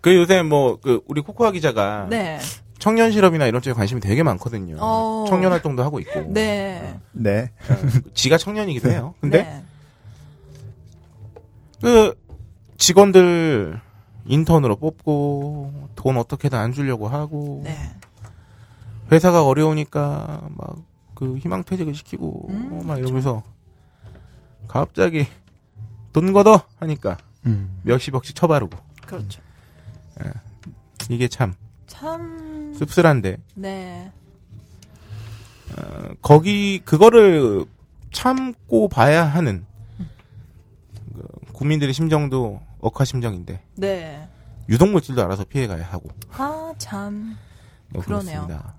[SPEAKER 4] 그 요새 뭐, 그, 우리 코코아 기자가,
[SPEAKER 5] 네.
[SPEAKER 4] 청년 실업이나 이런 쪽에 관심이 되게 많거든요.
[SPEAKER 5] 어.
[SPEAKER 4] 청년 활동도 하고 있고,
[SPEAKER 5] 네.
[SPEAKER 7] 네.
[SPEAKER 4] 지가 청년이기도 해요. 아. 근데,
[SPEAKER 5] 네.
[SPEAKER 4] 그 직원들 인턴으로 뽑고 돈 어떻게든 안 주려고 하고
[SPEAKER 5] 네.
[SPEAKER 4] 회사가 어려우니까 막 그 희망 퇴직을 시키고
[SPEAKER 5] 음,
[SPEAKER 4] 막 이러면서 갑자기 돈 걷어 하니까
[SPEAKER 7] 음.
[SPEAKER 4] 몇십억씩 쳐바르고
[SPEAKER 5] 그렇죠.
[SPEAKER 4] 이게 참
[SPEAKER 5] 참.
[SPEAKER 4] 씁쓸한데
[SPEAKER 5] 네.
[SPEAKER 4] 어, 거기 그거를 참고 봐야 하는 그 국민들의 심정도 억하 심정인데
[SPEAKER 5] 네.
[SPEAKER 4] 유독물질도 알아서 피해가야 하고
[SPEAKER 5] 아, 참.
[SPEAKER 4] 뭐
[SPEAKER 5] 그러네요.
[SPEAKER 4] 그렇습니다.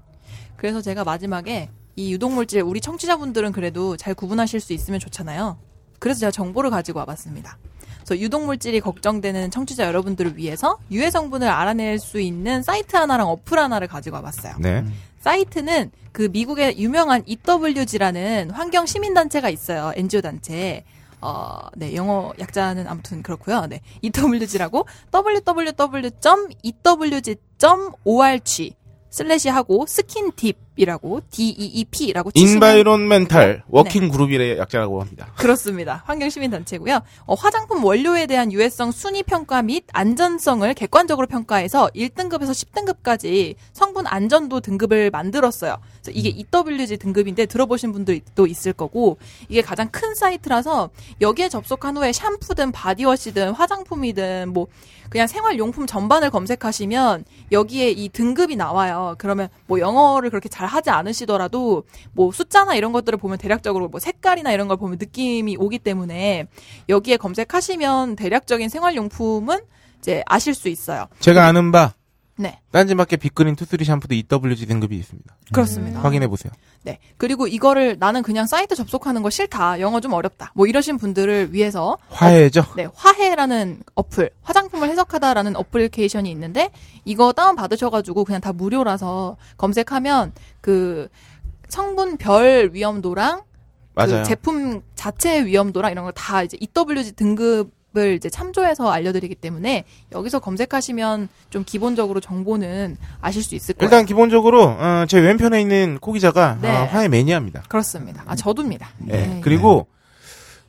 [SPEAKER 5] 그래서 제가 마지막에 이 유독물질 우리 청취자분들은 그래도 잘 구분하실 수 있으면 좋잖아요. 그래서 제가 정보를 가지고 와봤습니다. 그래서 유독물질이 걱정되는 청취자 여러분들을 위해서 유해 성분을 알아낼 수 있는 사이트 하나랑 어플 하나를 가지고 와봤어요.
[SPEAKER 4] 네.
[SPEAKER 5] 사이트는 그 미국의 유명한 EWG라는 환경 시민 단체가 있어요. NGO 단체. 어, 네, 영어 약자는 아무튼 그렇고요. 네. EWG라고 www.ewg.org 슬래시 하고 스킨딥이라고 E DEEP라고 네.
[SPEAKER 4] 인바이론멘탈 워킹 그룹이의 약자라고 합니다.
[SPEAKER 5] 그렇습니다. 환경시민단체고요. 어, 화장품 원료에 대한 유해성 순위 평가 및 안전성을 객관적으로 평가해서 1등급에서 10등급까지 성분 안전도 등급을 만들었어요. 그래서 이게 EWG 등급인데 들어보신 분들도 있을 거고 이게 가장 큰 사이트라서 여기에 접속한 후에 샴푸든 바디워시든 화장품이든 뭐 그냥 생활용품 전반을 검색하시면 여기에 이 등급이 나와요. 그러면 뭐 영어를 그렇게 잘 하지 않으시더라도 뭐 숫자나 이런 것들을 보면 대략적으로 뭐 색깔이나 이런 걸 보면 느낌이 오기 때문에 여기에 검색하시면 대략적인 생활용품은 이제 아실 수 있어요.
[SPEAKER 4] 제가 아는 바
[SPEAKER 5] 네.
[SPEAKER 4] 딴지마켓 빅그린 투쓰리 샴푸도 EWG 등급이 있습니다. 음.
[SPEAKER 5] 그렇습니다.
[SPEAKER 4] 확인해 보세요.
[SPEAKER 5] 네. 그리고 이거를 나는 그냥 사이트 접속하는 거 싫다. 영어 좀 어렵다. 뭐 이러신 분들을 위해서
[SPEAKER 4] 화해죠.
[SPEAKER 5] 네, 화해라는 어플, 화장품을 해석하다라는 어플리케이션이 있는데 이거 다운 받으셔가지고 그냥 다 무료라서 검색하면 그 성분별 위험도랑
[SPEAKER 4] 맞아요.
[SPEAKER 5] 그 제품 자체의 위험도랑 이런 걸 다 이제 EWG 등급을 이제 참조해서 알려드리기 때문에 여기서 검색하시면 좀 기본적으로 정보는 아실 수 있을 거예요.
[SPEAKER 4] 일단 기본적으로 어, 제 왼편에 있는 코 기자가
[SPEAKER 5] 네.
[SPEAKER 4] 어, 화해 매니아입니다.
[SPEAKER 5] 그렇습니다. 아 저도입니다.
[SPEAKER 4] 예. 그리고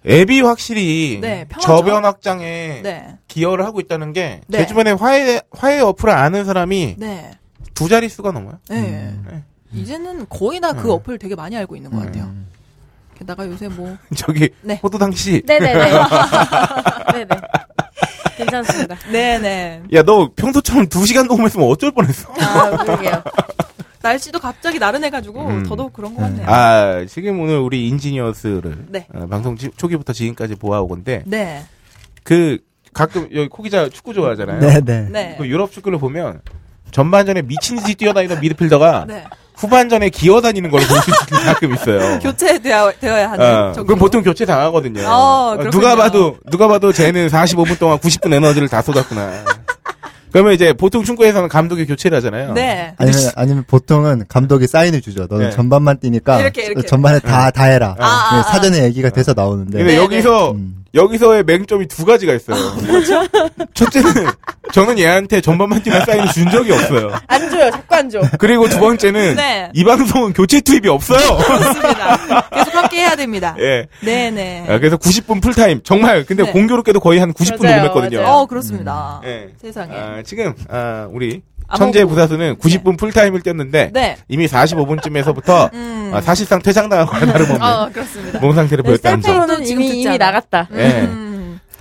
[SPEAKER 4] 앱이 확실히
[SPEAKER 5] 네, 편하죠.
[SPEAKER 4] 저변 확장에
[SPEAKER 5] 네,
[SPEAKER 4] 기여를 하고 있다는 게 제
[SPEAKER 5] 네.
[SPEAKER 4] 주변에 화해 화해 어플을 아는 사람이
[SPEAKER 5] 네,
[SPEAKER 4] 두 자리 수가 넘어요.
[SPEAKER 5] 네.
[SPEAKER 4] 네.
[SPEAKER 5] 이제는 거의 다 그
[SPEAKER 4] 네.
[SPEAKER 5] 어플 되게 많이 알고
[SPEAKER 7] 음.
[SPEAKER 5] 있는 것
[SPEAKER 4] 음.
[SPEAKER 5] 같아요. 게다가 요새 뭐
[SPEAKER 4] 저기
[SPEAKER 5] 네.
[SPEAKER 4] 호두당 씨,
[SPEAKER 9] 네네네. 네네. 괜찮습니다.
[SPEAKER 5] 네네.
[SPEAKER 4] 야 너 평소처럼 두 시간 녹음했으면 어쩔 뻔했어.
[SPEAKER 5] 아, 그러게요. 날씨도 갑자기 나른해가지고
[SPEAKER 4] 음.
[SPEAKER 5] 더더욱 그런 것 같네요.
[SPEAKER 4] 아 지금 오늘 우리 인지니어스를
[SPEAKER 5] 네.
[SPEAKER 4] 어, 방송 지- 초기부터 지금까지 보아오건데
[SPEAKER 5] 네,
[SPEAKER 4] 그 가끔 여기 코기자 축구 좋아하잖아요.
[SPEAKER 7] 네, 네.
[SPEAKER 5] 네,
[SPEAKER 4] 그 유럽 축구를 보면 전반전에 미친 듯이 뛰어다니던 미드필더가
[SPEAKER 5] 네.
[SPEAKER 4] 후반전에 기어다니는 걸 볼 수 있는 게 가끔 있어요.
[SPEAKER 5] 교체되어야 하는.
[SPEAKER 4] 어,
[SPEAKER 5] 정도.
[SPEAKER 4] 그럼 보통 교체 당하거든요.
[SPEAKER 5] 네. 어, 그렇군요.
[SPEAKER 4] 누가 봐도 누가 봐도 쟤는 45분 동안 90분 에너지를 다 쏟았구나. 그러면 이제 보통 축구에서는 감독이 교체를 하잖아요.
[SPEAKER 5] 네.
[SPEAKER 7] 아니면 아니면 보통은 감독이 사인을 주죠.
[SPEAKER 4] 네.
[SPEAKER 7] 너는 전반만 뛰니까
[SPEAKER 5] 이렇게, 이렇게.
[SPEAKER 7] 전반에 다 다 해라.
[SPEAKER 5] 아,
[SPEAKER 7] 네,
[SPEAKER 5] 아, 아.
[SPEAKER 7] 사전에 얘기가 돼서 나오는데
[SPEAKER 4] 근데
[SPEAKER 5] 네,
[SPEAKER 4] 여기서
[SPEAKER 7] 음.
[SPEAKER 4] 여기서의 맹점이 두 가지가 있어요. 첫째는 저는 얘한테 전반 반지만 사인을 준 적이 없어요.
[SPEAKER 9] 안 줘요. 자꾸 안 줘.
[SPEAKER 4] 그리고 두 번째는
[SPEAKER 5] 네.
[SPEAKER 4] 이 방송은 교체 투입이 없어요.
[SPEAKER 5] 그렇습니다. 계속 함께 해야 됩니다.
[SPEAKER 4] 예.
[SPEAKER 5] 네네.
[SPEAKER 4] 아, 그래서 90분 풀타임 정말 근데
[SPEAKER 5] 네.
[SPEAKER 4] 공교롭게도 거의 한 90분
[SPEAKER 9] 맞아요,
[SPEAKER 4] 녹음했거든요.
[SPEAKER 5] 어 그렇습니다.
[SPEAKER 4] 예.
[SPEAKER 5] 세상에.
[SPEAKER 4] 아, 지금 아, 우리
[SPEAKER 5] 안
[SPEAKER 4] 천재
[SPEAKER 5] 먹고.
[SPEAKER 4] 부사수는 90분 풀타임을 뛰었는데
[SPEAKER 5] 네.
[SPEAKER 4] 이미 45분쯤에서부터 아,
[SPEAKER 5] 음.
[SPEAKER 4] 사실상 퇴장당하고 다름없는
[SPEAKER 5] 어 그렇습니다.
[SPEAKER 4] 몸 상태를
[SPEAKER 6] 네,
[SPEAKER 4] 보였다는 점.
[SPEAKER 6] 셀프로는
[SPEAKER 5] 지금
[SPEAKER 6] 이미
[SPEAKER 5] 듣잖아.
[SPEAKER 6] 이미 나갔다.
[SPEAKER 4] 예.
[SPEAKER 5] 음.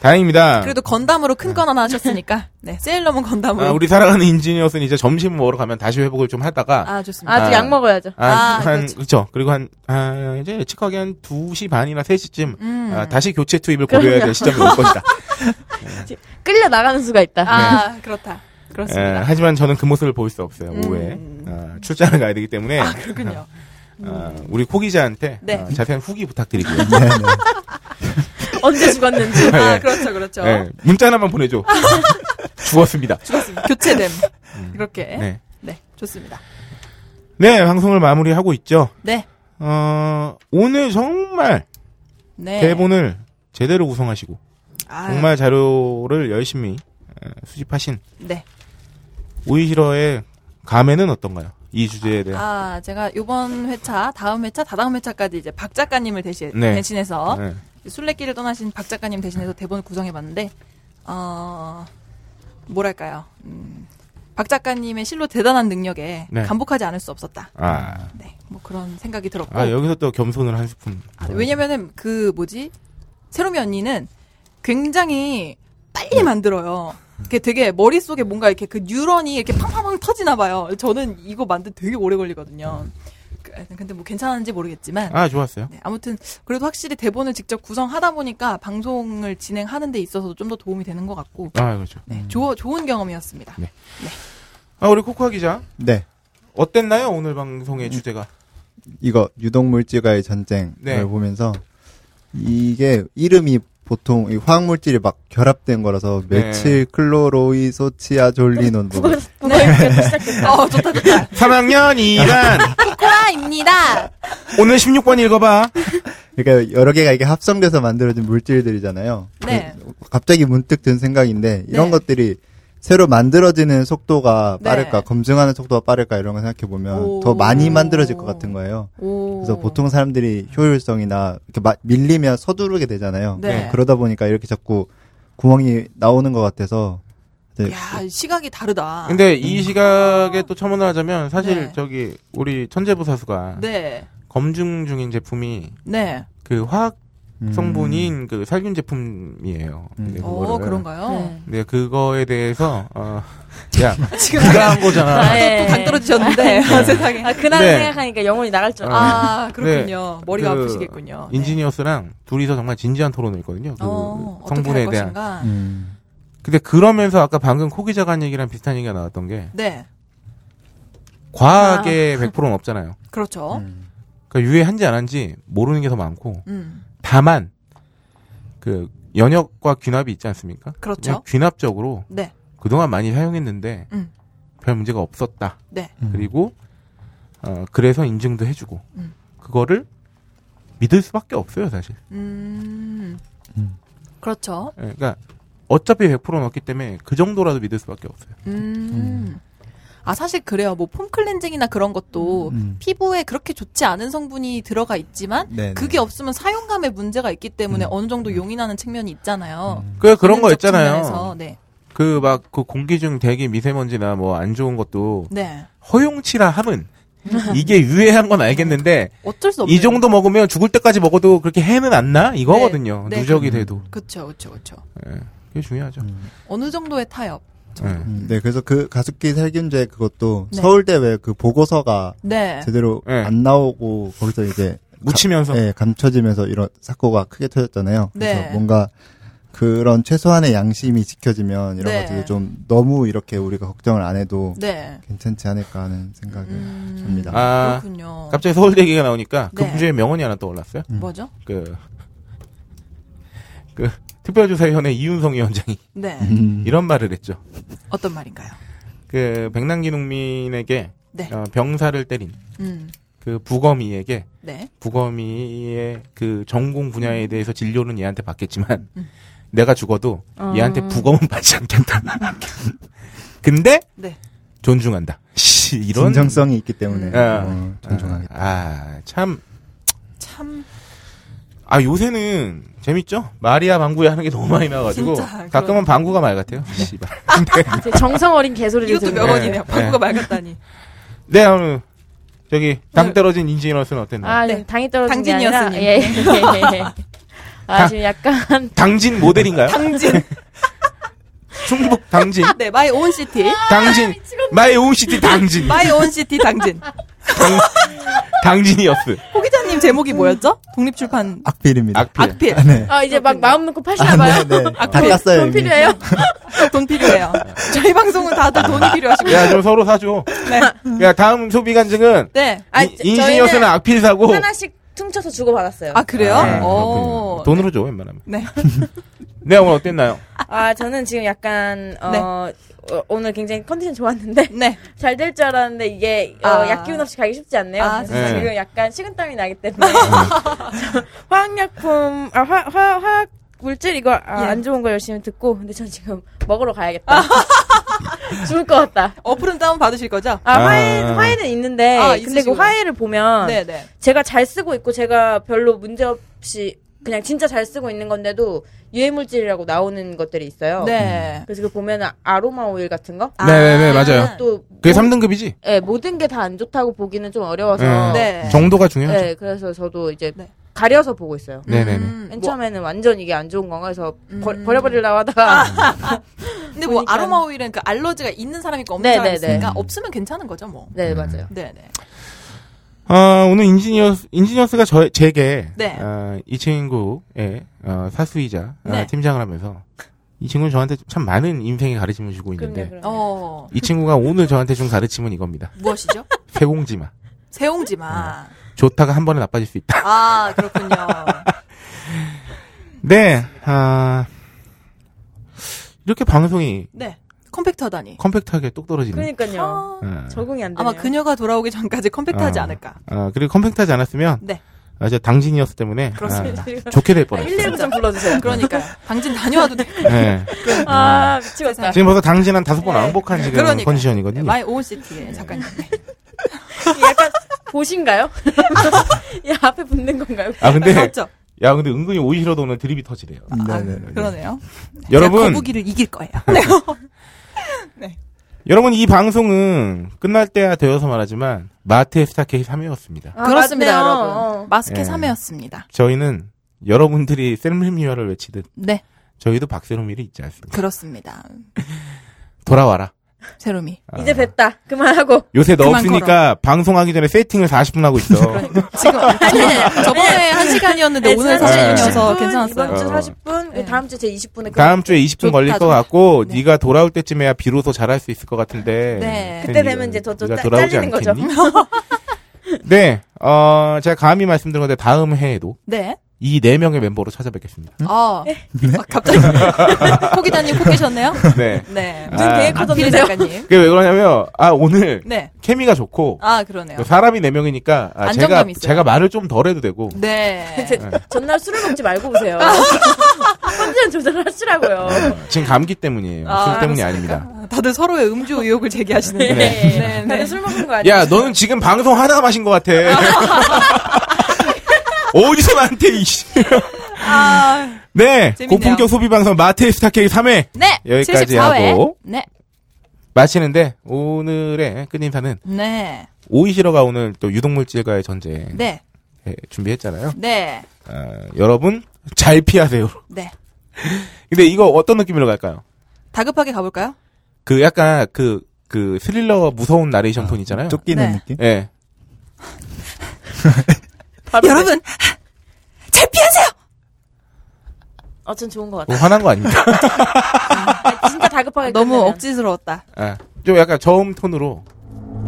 [SPEAKER 4] 다행입니다.
[SPEAKER 5] 그래도 건담으로 큰 건 하나 하셨으니까. 네. 세일러문 건담으로.
[SPEAKER 4] 아, 우리 사랑하는 인지니어스는 이제 점심 먹으러 가면 다시 회복을 좀 하다가
[SPEAKER 5] 아, 좋습니다.
[SPEAKER 6] 아직
[SPEAKER 4] 아.
[SPEAKER 6] 약 먹어야죠.
[SPEAKER 4] 아,
[SPEAKER 5] 아,
[SPEAKER 4] 한
[SPEAKER 5] 그렇죠.
[SPEAKER 4] 그렇죠. 그리고 한 아, 이제 예측하기 한 2시 반이나 3시쯤
[SPEAKER 5] 음.
[SPEAKER 4] 아, 다시 교체 투입을 고려해야 될
[SPEAKER 6] 그럼요.
[SPEAKER 4] 시점이 올 것이다. 예.
[SPEAKER 6] 끌려 나가는 수가 있다.
[SPEAKER 5] 아,
[SPEAKER 4] 네.
[SPEAKER 5] 그렇다.
[SPEAKER 4] 예,
[SPEAKER 5] 그렇습니다. 음.
[SPEAKER 4] 하지만 저는 그 모습을 보일 수 없어요. 오후에 아, 출장을 가야 되기 때문에
[SPEAKER 5] 아, 그렇군요.
[SPEAKER 4] 아, 우리 코 기자한테
[SPEAKER 5] 네.
[SPEAKER 4] 아, 자세한 후기 부탁드리고요.
[SPEAKER 9] 언제 죽었는지.
[SPEAKER 5] 아,
[SPEAKER 4] 예.
[SPEAKER 5] 그렇죠, 그렇죠.
[SPEAKER 4] 예, 문자 하나만 보내줘. 죽었습니다.
[SPEAKER 5] 좋습니다. 교체됨. 이렇게. 네.
[SPEAKER 4] 네.
[SPEAKER 5] 좋습니다.
[SPEAKER 4] 네, 방송을 마무리하고 있죠.
[SPEAKER 5] 네.
[SPEAKER 4] 어, 오늘 정말
[SPEAKER 5] 네.
[SPEAKER 4] 대본을 제대로 구성하시고
[SPEAKER 5] 아,
[SPEAKER 4] 정말 자료를 열심히 어, 수집하신
[SPEAKER 5] 네.
[SPEAKER 4] 오이시러의 감에는 어떤가요? 이 주제에 대한.
[SPEAKER 5] 아, 제가 요번 회차, 다음 회차, 다다음 회차까지 이제 박 작가님을 대신,
[SPEAKER 4] 네.
[SPEAKER 5] 대신해서
[SPEAKER 4] 네.
[SPEAKER 5] 순례길을 떠나신 박 작가님 대신해서 대본을 구성해봤는데, 어, 뭐랄까요. 음, 박 작가님의 실로 대단한 능력에
[SPEAKER 4] 네.
[SPEAKER 5] 감복하지 않을 수 없었다.
[SPEAKER 4] 아,
[SPEAKER 5] 네, 뭐 그런 생각이 들었고.
[SPEAKER 4] 아, 여기서 또 겸손을 한 스푼.
[SPEAKER 5] 어. 아, 왜냐면은 그 뭐지 새롬이 언니는 굉장히 빨리
[SPEAKER 4] 네.
[SPEAKER 5] 만들어요. 이게 되게 머릿속에 뭔가 이렇게 그 뉴런이 이렇게 팡팡팡 터지나 봐요. 저는 이거 만든 되게 오래 걸리거든요. 그- 근데 뭐 괜찮은지 모르겠지만
[SPEAKER 4] 아, 좋았어요.
[SPEAKER 5] 네, 아무튼 그래도 확실히 대본을 직접 구성하다 보니까 방송을 진행하는 데 있어서도 좀 더 도움이 되는 것 같고
[SPEAKER 4] 아, 그렇죠.
[SPEAKER 5] 네, 조- 좋은 경험이었습니다.
[SPEAKER 4] 네. 아, 우리 코코아 기자.
[SPEAKER 7] 네.
[SPEAKER 4] 어땠나요? 오늘
[SPEAKER 5] 음.
[SPEAKER 4] 방송의 주제가.
[SPEAKER 7] 이거 유독물질과의 전쟁을
[SPEAKER 4] 네.
[SPEAKER 7] 보면서 이게 이름이 보통 이 화학물질이 막 결합된 거라서
[SPEAKER 4] 네.
[SPEAKER 7] 메칠
[SPEAKER 5] 네.
[SPEAKER 7] 클로로이소치아졸리논도
[SPEAKER 4] 네.
[SPEAKER 5] 어 좋다 좋다.
[SPEAKER 4] 3학년 2반.
[SPEAKER 5] 코라입니다.
[SPEAKER 4] 오늘 16번 읽어봐.
[SPEAKER 7] 그러니까 여러 개가 이게 합성돼서 만들어진 물질들이잖아요. 그
[SPEAKER 5] 네.
[SPEAKER 7] 갑자기 문득 든 생각인데 이런
[SPEAKER 5] 네.
[SPEAKER 7] 것들이 새로 만들어지는 속도가
[SPEAKER 5] 네.
[SPEAKER 7] 빠를까 검증하는 속도가 빠를까 이런 걸 생각해
[SPEAKER 5] 오.
[SPEAKER 7] 보면 더 많이 만들어질 것 같은 거예요.
[SPEAKER 5] 오.
[SPEAKER 7] 그래서 보통 사람들이 효율성이나 이렇게 막 밀리면 서두르게 되잖아요.
[SPEAKER 5] 네.
[SPEAKER 7] 그러다 보니까 이렇게 자꾸 구멍이 나오는 것 같아서 네.
[SPEAKER 5] 야 시각이 다르다.
[SPEAKER 4] 근데 이 시각에 또 첨언을 하자면 사실
[SPEAKER 5] 아. 네.
[SPEAKER 4] 저기 우리 천재부사수가
[SPEAKER 5] 네
[SPEAKER 4] 검증 중인 제품이
[SPEAKER 5] 네.
[SPEAKER 4] 그 화학
[SPEAKER 7] 음.
[SPEAKER 4] 성분인 그 살균 제품이에요. 근데
[SPEAKER 5] 어
[SPEAKER 4] 그거를-
[SPEAKER 5] 그런가요?
[SPEAKER 4] 네, 그거에 대해서 어, 야,
[SPEAKER 5] 지금
[SPEAKER 4] 네가 한 네. 거잖아.
[SPEAKER 9] 아, 예.
[SPEAKER 5] 당 떨어지셨는데 아, 세상에.
[SPEAKER 9] 아, 그날
[SPEAKER 4] 네.
[SPEAKER 9] 생각하니까 영혼이 나갈 줄. 아,
[SPEAKER 5] 아 그렇군요. 머리가
[SPEAKER 4] 그
[SPEAKER 5] 아프시겠군요. 네.
[SPEAKER 4] 인지니어스랑 둘이서 정말 진지한 토론을 했거든요. 그
[SPEAKER 5] 어,
[SPEAKER 4] 성분에
[SPEAKER 5] 어떻게 할
[SPEAKER 4] 대한.
[SPEAKER 5] 것인가?
[SPEAKER 7] 음.
[SPEAKER 4] 근데 그러면서 아까 방금 코 기자가 한 얘기랑 비슷한 얘기가 나왔던 게
[SPEAKER 5] 네
[SPEAKER 4] 과학의 100%는 없잖아요.
[SPEAKER 5] 그렇죠. 음.
[SPEAKER 7] 음.
[SPEAKER 4] 그러니까 유해한지 안 한지 모르는 게 더 많고
[SPEAKER 5] 음.
[SPEAKER 4] 다만 그 연역과 귀납이 있지 않습니까?
[SPEAKER 5] 그렇죠.
[SPEAKER 4] 그냥 귀납적으로
[SPEAKER 5] 네.
[SPEAKER 4] 그동안 많이 사용했는데
[SPEAKER 5] 음.
[SPEAKER 4] 별 문제가 없었다.
[SPEAKER 5] 네.
[SPEAKER 4] 그리고 어, 그래서 인증도 해주고
[SPEAKER 5] 음.
[SPEAKER 4] 그거를 믿을 수밖에 없어요 사실.
[SPEAKER 5] 음.
[SPEAKER 7] 음.
[SPEAKER 5] 그렇죠.
[SPEAKER 4] 예, 그러니까 어차피 100%는 없기 때문에 그 정도라도 믿을 수밖에 없어요.
[SPEAKER 5] 음. 아 사실 그래요. 뭐 폼 클렌징이나 그런 것도
[SPEAKER 7] 음.
[SPEAKER 5] 피부에 그렇게 좋지 않은 성분이 들어가 있지만
[SPEAKER 7] 네, 네.
[SPEAKER 5] 그게 없으면 사용감에 문제가 있기 때문에 어느 정도 용인하는 측면이 있잖아요.
[SPEAKER 4] 음. 그 그런 거
[SPEAKER 5] 기능적
[SPEAKER 4] 있잖아요.
[SPEAKER 5] 측면에서. 네.
[SPEAKER 4] 그 막 그 공기 중 대기 미세먼지나 뭐 안 좋은 것도
[SPEAKER 5] 네.
[SPEAKER 4] 허용치라 함은 이게 유해한 건 알겠는데
[SPEAKER 5] 어쩔 수 없어요.
[SPEAKER 4] 이 정도 먹으면 죽을 때까지 먹어도 그렇게 해는 안 나? 이거거든요.
[SPEAKER 5] 네.
[SPEAKER 4] 누적이 돼도.
[SPEAKER 5] 그렇죠. 그렇죠. 그렇죠.
[SPEAKER 4] 예. 그게 중요하죠.
[SPEAKER 5] 어느 정도의 타협.
[SPEAKER 4] 예.
[SPEAKER 7] 음, 네, 그래서 그 가습기 살균제 그것도
[SPEAKER 5] 네.
[SPEAKER 7] 서울대 왜 그 보고서가
[SPEAKER 5] 네.
[SPEAKER 7] 제대로
[SPEAKER 4] 네.
[SPEAKER 7] 안 나오고 거기서 이제
[SPEAKER 4] 묻히면서.
[SPEAKER 7] 예, 감춰지면서 이런 사고가 크게 터졌잖아요. 그래서
[SPEAKER 5] 네.
[SPEAKER 7] 뭔가 그런 최소한의 양심이 지켜지면 이런
[SPEAKER 5] 네.
[SPEAKER 7] 것들이 좀 너무 이렇게 우리가 걱정을 안 해도
[SPEAKER 5] 네.
[SPEAKER 7] 괜찮지 않을까 하는 생각을
[SPEAKER 5] 음.
[SPEAKER 7] 합니다.
[SPEAKER 4] 아,
[SPEAKER 5] 그렇군요.
[SPEAKER 4] 갑자기 서울대 얘기가 나오니까 그
[SPEAKER 5] 네.
[SPEAKER 4] 문제의 명언이 하나 떠올랐어요.
[SPEAKER 5] 뭐죠?
[SPEAKER 4] 그, 그, 특별조사위원회 이윤성 위원장이
[SPEAKER 5] 네.
[SPEAKER 7] 음.
[SPEAKER 4] 이런 말을 했죠.
[SPEAKER 5] 어떤 말인가요?
[SPEAKER 4] 그, 백남기 농민에게
[SPEAKER 5] 네.
[SPEAKER 4] 어, 병사를 때린
[SPEAKER 5] 음.
[SPEAKER 4] 그 부검이에게
[SPEAKER 5] 네.
[SPEAKER 4] 부검이의 그 전공 분야에
[SPEAKER 5] 음.
[SPEAKER 4] 대해서 진료는 얘한테 받겠지만 내가 죽어도 얘한테 부검은 받지 않겠다. 근데
[SPEAKER 5] 네.
[SPEAKER 4] 존중한다. 씨, 이런
[SPEAKER 7] 진정성이 있기 때문에
[SPEAKER 5] 음.
[SPEAKER 4] 아,
[SPEAKER 7] 어, 존중하겠다.
[SPEAKER 4] 아, 참.
[SPEAKER 5] 참
[SPEAKER 4] 아, 요새는 재밌죠? 마리아 방구에 하는 게 너무 많이 나와가지고
[SPEAKER 5] 진짜, 그런- 네.
[SPEAKER 4] 가끔은 방구가 말 같아요. 씨발.
[SPEAKER 6] 아, 제 정성 어린 개소리를
[SPEAKER 5] 이것도
[SPEAKER 6] 듣는
[SPEAKER 5] 명언이네요.
[SPEAKER 4] 네.
[SPEAKER 5] 방구가 맑았다니.
[SPEAKER 4] 네, 오늘 저기 당 떨어진 인지너스는 어땠나요?
[SPEAKER 6] 아,
[SPEAKER 5] 네.
[SPEAKER 6] 네. 당이 떨어진 게
[SPEAKER 5] 당진이었으니.
[SPEAKER 6] 아니라 예. 아, 지금 약간
[SPEAKER 4] 당진 모델인가요?
[SPEAKER 5] 당진.
[SPEAKER 4] 충북 당진,
[SPEAKER 5] 네, 마이 온 시티.
[SPEAKER 4] 당진, 마이 온시티 당진,
[SPEAKER 5] 마이 온 시티 당진.
[SPEAKER 4] 당진이었어.
[SPEAKER 5] 호 기자님 제목이 뭐였죠? 독립출판
[SPEAKER 7] 악필입니다.
[SPEAKER 4] 음.
[SPEAKER 7] 네.
[SPEAKER 4] 악필.
[SPEAKER 5] 악필.
[SPEAKER 6] 아, 이제 막 마음 놓고
[SPEAKER 7] 아,
[SPEAKER 6] 파시나봐요.
[SPEAKER 7] 네, 네. 다
[SPEAKER 5] 악필.
[SPEAKER 7] 깠어요.
[SPEAKER 6] 돈
[SPEAKER 7] 이미.
[SPEAKER 6] 필요해요?
[SPEAKER 4] 네.
[SPEAKER 5] 돈 필요해요. 저희 방송은 다들 돈이 필요하시고.
[SPEAKER 4] 야, 좀 서로 사줘.
[SPEAKER 5] 네.
[SPEAKER 4] 야, 다음 소비 간증은
[SPEAKER 5] 네.
[SPEAKER 6] 아,
[SPEAKER 4] 인-
[SPEAKER 6] 저-
[SPEAKER 4] 인지니어스는
[SPEAKER 6] 저희는
[SPEAKER 4] 악필 사고.
[SPEAKER 6] 하나씩 퉁쳐서 주고 받았어요.
[SPEAKER 5] 아, 그래요?
[SPEAKER 4] 아,
[SPEAKER 5] 오.
[SPEAKER 4] 그렇군요. 돈으로 줘, 웬만하면.
[SPEAKER 5] 네.
[SPEAKER 4] 네, 오늘 어땠나요?
[SPEAKER 6] 아, 저는 지금 약간 어, 어, 오늘 굉장히 컨디션 좋았는데
[SPEAKER 5] 네.
[SPEAKER 6] 잘 될 줄 알았는데 이게 어,
[SPEAKER 5] 아.
[SPEAKER 6] 약기운 없이 가기 쉽지 않네요.
[SPEAKER 5] 아, 네.
[SPEAKER 6] 그래서
[SPEAKER 4] 진짜요?
[SPEAKER 6] 지금 약간 식은땀이 나기 때문에 저 화학약품 아, 화, 화, 화학 물질 이거 아,
[SPEAKER 5] 예. 아.
[SPEAKER 6] 안 좋은 거 열심히 듣고 근데 전 지금 먹으러 가야겠다. 죽을 것 같다.
[SPEAKER 5] 어플은 다운 받으실 거죠?
[SPEAKER 6] 아,
[SPEAKER 4] 아.
[SPEAKER 6] 화해, 화해는 있는데
[SPEAKER 5] 아,
[SPEAKER 6] 근데 그
[SPEAKER 5] 있으시구나.
[SPEAKER 6] 화해를 보면
[SPEAKER 5] 네, 네.
[SPEAKER 6] 제가 잘 쓰고 있고 제가 별로 문제 없이 그냥 진짜 잘 쓰고 있는 건데도 유해 물질이라고 나오는 것들이 있어요.
[SPEAKER 5] 네.
[SPEAKER 6] 그래서 그 보면 은 아로마 오일 같은 거.
[SPEAKER 5] 아.
[SPEAKER 4] 음. 네네네, 맞아요.
[SPEAKER 6] 또
[SPEAKER 4] 그게 3등급이지?
[SPEAKER 6] 예, 모든 게 다 안 좋다고 보기는 좀 어려워서.
[SPEAKER 4] 예.
[SPEAKER 5] 네.
[SPEAKER 4] 정도가 중요하죠.
[SPEAKER 6] 예, 그래서 저도 이제
[SPEAKER 5] 네.
[SPEAKER 6] 가려서 보고 있어요.
[SPEAKER 4] 네네네.
[SPEAKER 5] 음,
[SPEAKER 6] 맨
[SPEAKER 5] 뭐,
[SPEAKER 6] 처음에는 완전 이게 안 좋은 건가 해서 버,
[SPEAKER 5] 음. 아.
[SPEAKER 6] 려버리려고 하다가
[SPEAKER 5] 근데 뭐
[SPEAKER 6] 보니까.
[SPEAKER 5] 아로마 오일은 그 알러지가 있는 사람 있고 없는
[SPEAKER 6] 네,
[SPEAKER 5] 사람
[SPEAKER 6] 네, 네.
[SPEAKER 5] 있으니까 없으면 괜찮은 거죠, 뭐.
[SPEAKER 6] 네 맞아요.
[SPEAKER 4] 음.
[SPEAKER 5] 네, 네.
[SPEAKER 4] 아, 오늘 인지니어, 인지니어스가 저, 제게,
[SPEAKER 5] 네.
[SPEAKER 4] 아, 이 친구의 어, 사수이자 아,
[SPEAKER 5] 네.
[SPEAKER 4] 팀장을 하면서, 이 친구는 저한테 참 많은 인생의 가르침을 주고 있는데,
[SPEAKER 6] 그럼요, 그럼요.
[SPEAKER 5] 어.
[SPEAKER 4] 이 친구가 오늘 저한테 준 가르침은 이겁니다.
[SPEAKER 5] 무엇이죠?
[SPEAKER 4] 세공지마.
[SPEAKER 5] 세옹지마.
[SPEAKER 4] 네. 좋다가 한 번에 나빠질 수 있다.
[SPEAKER 5] 아, 그렇군요.
[SPEAKER 4] 네, 아, 이렇게 방송이
[SPEAKER 5] 네. 컴팩트하다니.
[SPEAKER 4] 컴팩트하게 똑 떨어지는.
[SPEAKER 6] 그러니까요.
[SPEAKER 5] 아,
[SPEAKER 4] 아,
[SPEAKER 6] 적응이 안 되네요.
[SPEAKER 5] 아마 그녀가 돌아오기 전까지 컴팩트하지
[SPEAKER 4] 어.
[SPEAKER 5] 않을까.
[SPEAKER 4] 아, 그리고 컴팩트하지 않았으면,
[SPEAKER 5] 네.
[SPEAKER 4] 아, 저 당진이었기 때문에,
[SPEAKER 5] 그렇습니다.
[SPEAKER 4] 아, 좋게 될 뻔했어요.
[SPEAKER 6] 119 좀 불러주세요.
[SPEAKER 5] 그러니까요. 당진 다녀와도 돼.
[SPEAKER 4] 네.
[SPEAKER 6] 아 미치겠다.
[SPEAKER 4] 지금 벌써 당진 한 다섯 번 왕복한 지금
[SPEAKER 5] 네. 그러니까요.
[SPEAKER 4] 컨디션이거든요.
[SPEAKER 5] 마이 오시티의 작가님. 네.
[SPEAKER 6] 약간 보신가요? 이 앞에 붙는 건가요?
[SPEAKER 4] 아 근데
[SPEAKER 5] 그렇죠.
[SPEAKER 4] 야 근데 은근히 오이시로도 오늘 드립이 터지네요.
[SPEAKER 5] 아,
[SPEAKER 7] 네, 네, 네.
[SPEAKER 5] 그러네요. 제가
[SPEAKER 4] 여러분
[SPEAKER 5] 거북이를 이길 거예요. 네,
[SPEAKER 4] 여러분 이 방송은 끝날 때야 되어서 말하지만 마트의 스타케이 3회였습니다.
[SPEAKER 6] 아,
[SPEAKER 5] 그렇습니다,
[SPEAKER 6] 맞네요. 어,
[SPEAKER 5] 여러분. 마스케
[SPEAKER 4] 예.
[SPEAKER 5] 3회였습니다. 저희는
[SPEAKER 4] 저희는 여러분들이 셀밀미어를 외치듯
[SPEAKER 5] 네,
[SPEAKER 4] 저희도 박세롬이를 잊지 않습니다.
[SPEAKER 5] 그렇습니다.
[SPEAKER 4] 돌아와라.
[SPEAKER 5] 세롬이.
[SPEAKER 4] 아,
[SPEAKER 6] 이제 뵀다. 그만하고.
[SPEAKER 4] 요새 너
[SPEAKER 5] 그만 그러니까.
[SPEAKER 4] 없으니까 방송하기 전에 세팅을 40분 하고 있어.
[SPEAKER 5] 지금 저번에 한
[SPEAKER 6] 네,
[SPEAKER 5] 시간이었는데 오늘
[SPEAKER 4] 지난 시간에
[SPEAKER 5] 40분이어서
[SPEAKER 6] 40분,
[SPEAKER 5] 괜찮았어요.
[SPEAKER 6] 이번 주
[SPEAKER 4] 어.
[SPEAKER 6] 40분,
[SPEAKER 5] 네.
[SPEAKER 6] 다음 주 제 20분에
[SPEAKER 4] 다음 주에 20분
[SPEAKER 5] 좋다,
[SPEAKER 4] 걸릴 것
[SPEAKER 5] 좋다.
[SPEAKER 4] 같고
[SPEAKER 5] 네.
[SPEAKER 4] 네. 가 돌아올 때쯤에야 비로소 잘할 수 있을 것 같은데.
[SPEAKER 5] 네.
[SPEAKER 4] 그땐
[SPEAKER 6] 그때
[SPEAKER 4] 네가-
[SPEAKER 6] 되면 이제 더- 더
[SPEAKER 4] 네가
[SPEAKER 6] 짜-
[SPEAKER 4] 예, 돌아오지
[SPEAKER 6] 잘리는 거죠.
[SPEAKER 4] 않겠니? 네, 어, 제가 감히 말씀드린 건데 다음 해에도
[SPEAKER 5] 네.
[SPEAKER 4] 이 네 명의 멤버로 찾아뵙겠습니다.
[SPEAKER 5] 아, 아, 갑자기 코기자님 코 계셨네요.
[SPEAKER 4] 네.
[SPEAKER 5] 네.
[SPEAKER 4] 눈 아. 되게
[SPEAKER 5] 커졌네요. 작가님.
[SPEAKER 4] 그게 왜 그러냐면 아 오늘
[SPEAKER 5] 네.
[SPEAKER 4] 케미가 좋고
[SPEAKER 5] 아 그러네요.
[SPEAKER 4] 사람이 네 명이니까 아, 제가
[SPEAKER 5] 안정감이 있어요.
[SPEAKER 4] 제가 말을 좀 덜해도 되고
[SPEAKER 5] 네.
[SPEAKER 4] 예,
[SPEAKER 6] 전날 술을 먹지 말고 오세요. 컨디션 조절하시라고요.
[SPEAKER 4] 지금 감기 때문이에요. 술
[SPEAKER 5] 아,
[SPEAKER 4] 때문이
[SPEAKER 5] 그렇습니까?
[SPEAKER 4] 아닙니다.
[SPEAKER 5] 다들 서로의 음주 의혹을 제기하시는데.
[SPEAKER 4] 네.
[SPEAKER 5] 네, 네.
[SPEAKER 6] 다들 술 먹은 거 아니에요?
[SPEAKER 4] 야 너는 지금 방송 하나 마신 것 같아. 어디서 나한테 이씨.
[SPEAKER 5] 아,
[SPEAKER 4] 네
[SPEAKER 5] 재밌네요.
[SPEAKER 4] 고품격 소비 방송 마테이 스타케이 3회
[SPEAKER 5] 네.
[SPEAKER 4] 여기까지
[SPEAKER 5] 74회.
[SPEAKER 4] 하고.
[SPEAKER 5] 네.
[SPEAKER 4] 마치는데 오늘의 끝 인사는
[SPEAKER 5] 네.
[SPEAKER 4] 오이시러가 오늘 또 유독물질과의 전쟁
[SPEAKER 5] 네.
[SPEAKER 4] 예, 준비했잖아요.
[SPEAKER 5] 네.
[SPEAKER 4] 아, 여러분 잘 피하세요.
[SPEAKER 5] 네.
[SPEAKER 4] 근데 이거 어떤 느낌으로 갈까요?
[SPEAKER 5] 다급하게 가볼까요?
[SPEAKER 4] 그 약간 그, 그 스릴러 무서운 나레이션 톤 있잖아요.
[SPEAKER 7] 쫓기는
[SPEAKER 5] 네.
[SPEAKER 7] 느낌?
[SPEAKER 4] 예.
[SPEAKER 5] 여러분, 잘 피하세요!
[SPEAKER 6] 어, 전 좋은 것
[SPEAKER 4] 그거
[SPEAKER 6] 같아요.
[SPEAKER 4] 뭐 화난 거 아닙니까? 어.
[SPEAKER 6] 아, 진짜 다급하게.
[SPEAKER 5] 너무
[SPEAKER 6] 끝내면.
[SPEAKER 5] 억지스러웠다.
[SPEAKER 4] 예. 좀 약간 저음 톤으로.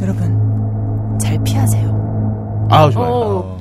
[SPEAKER 5] 여러분, 잘 피하세요.
[SPEAKER 4] 아, 좋아요.
[SPEAKER 6] 오.
[SPEAKER 7] 어.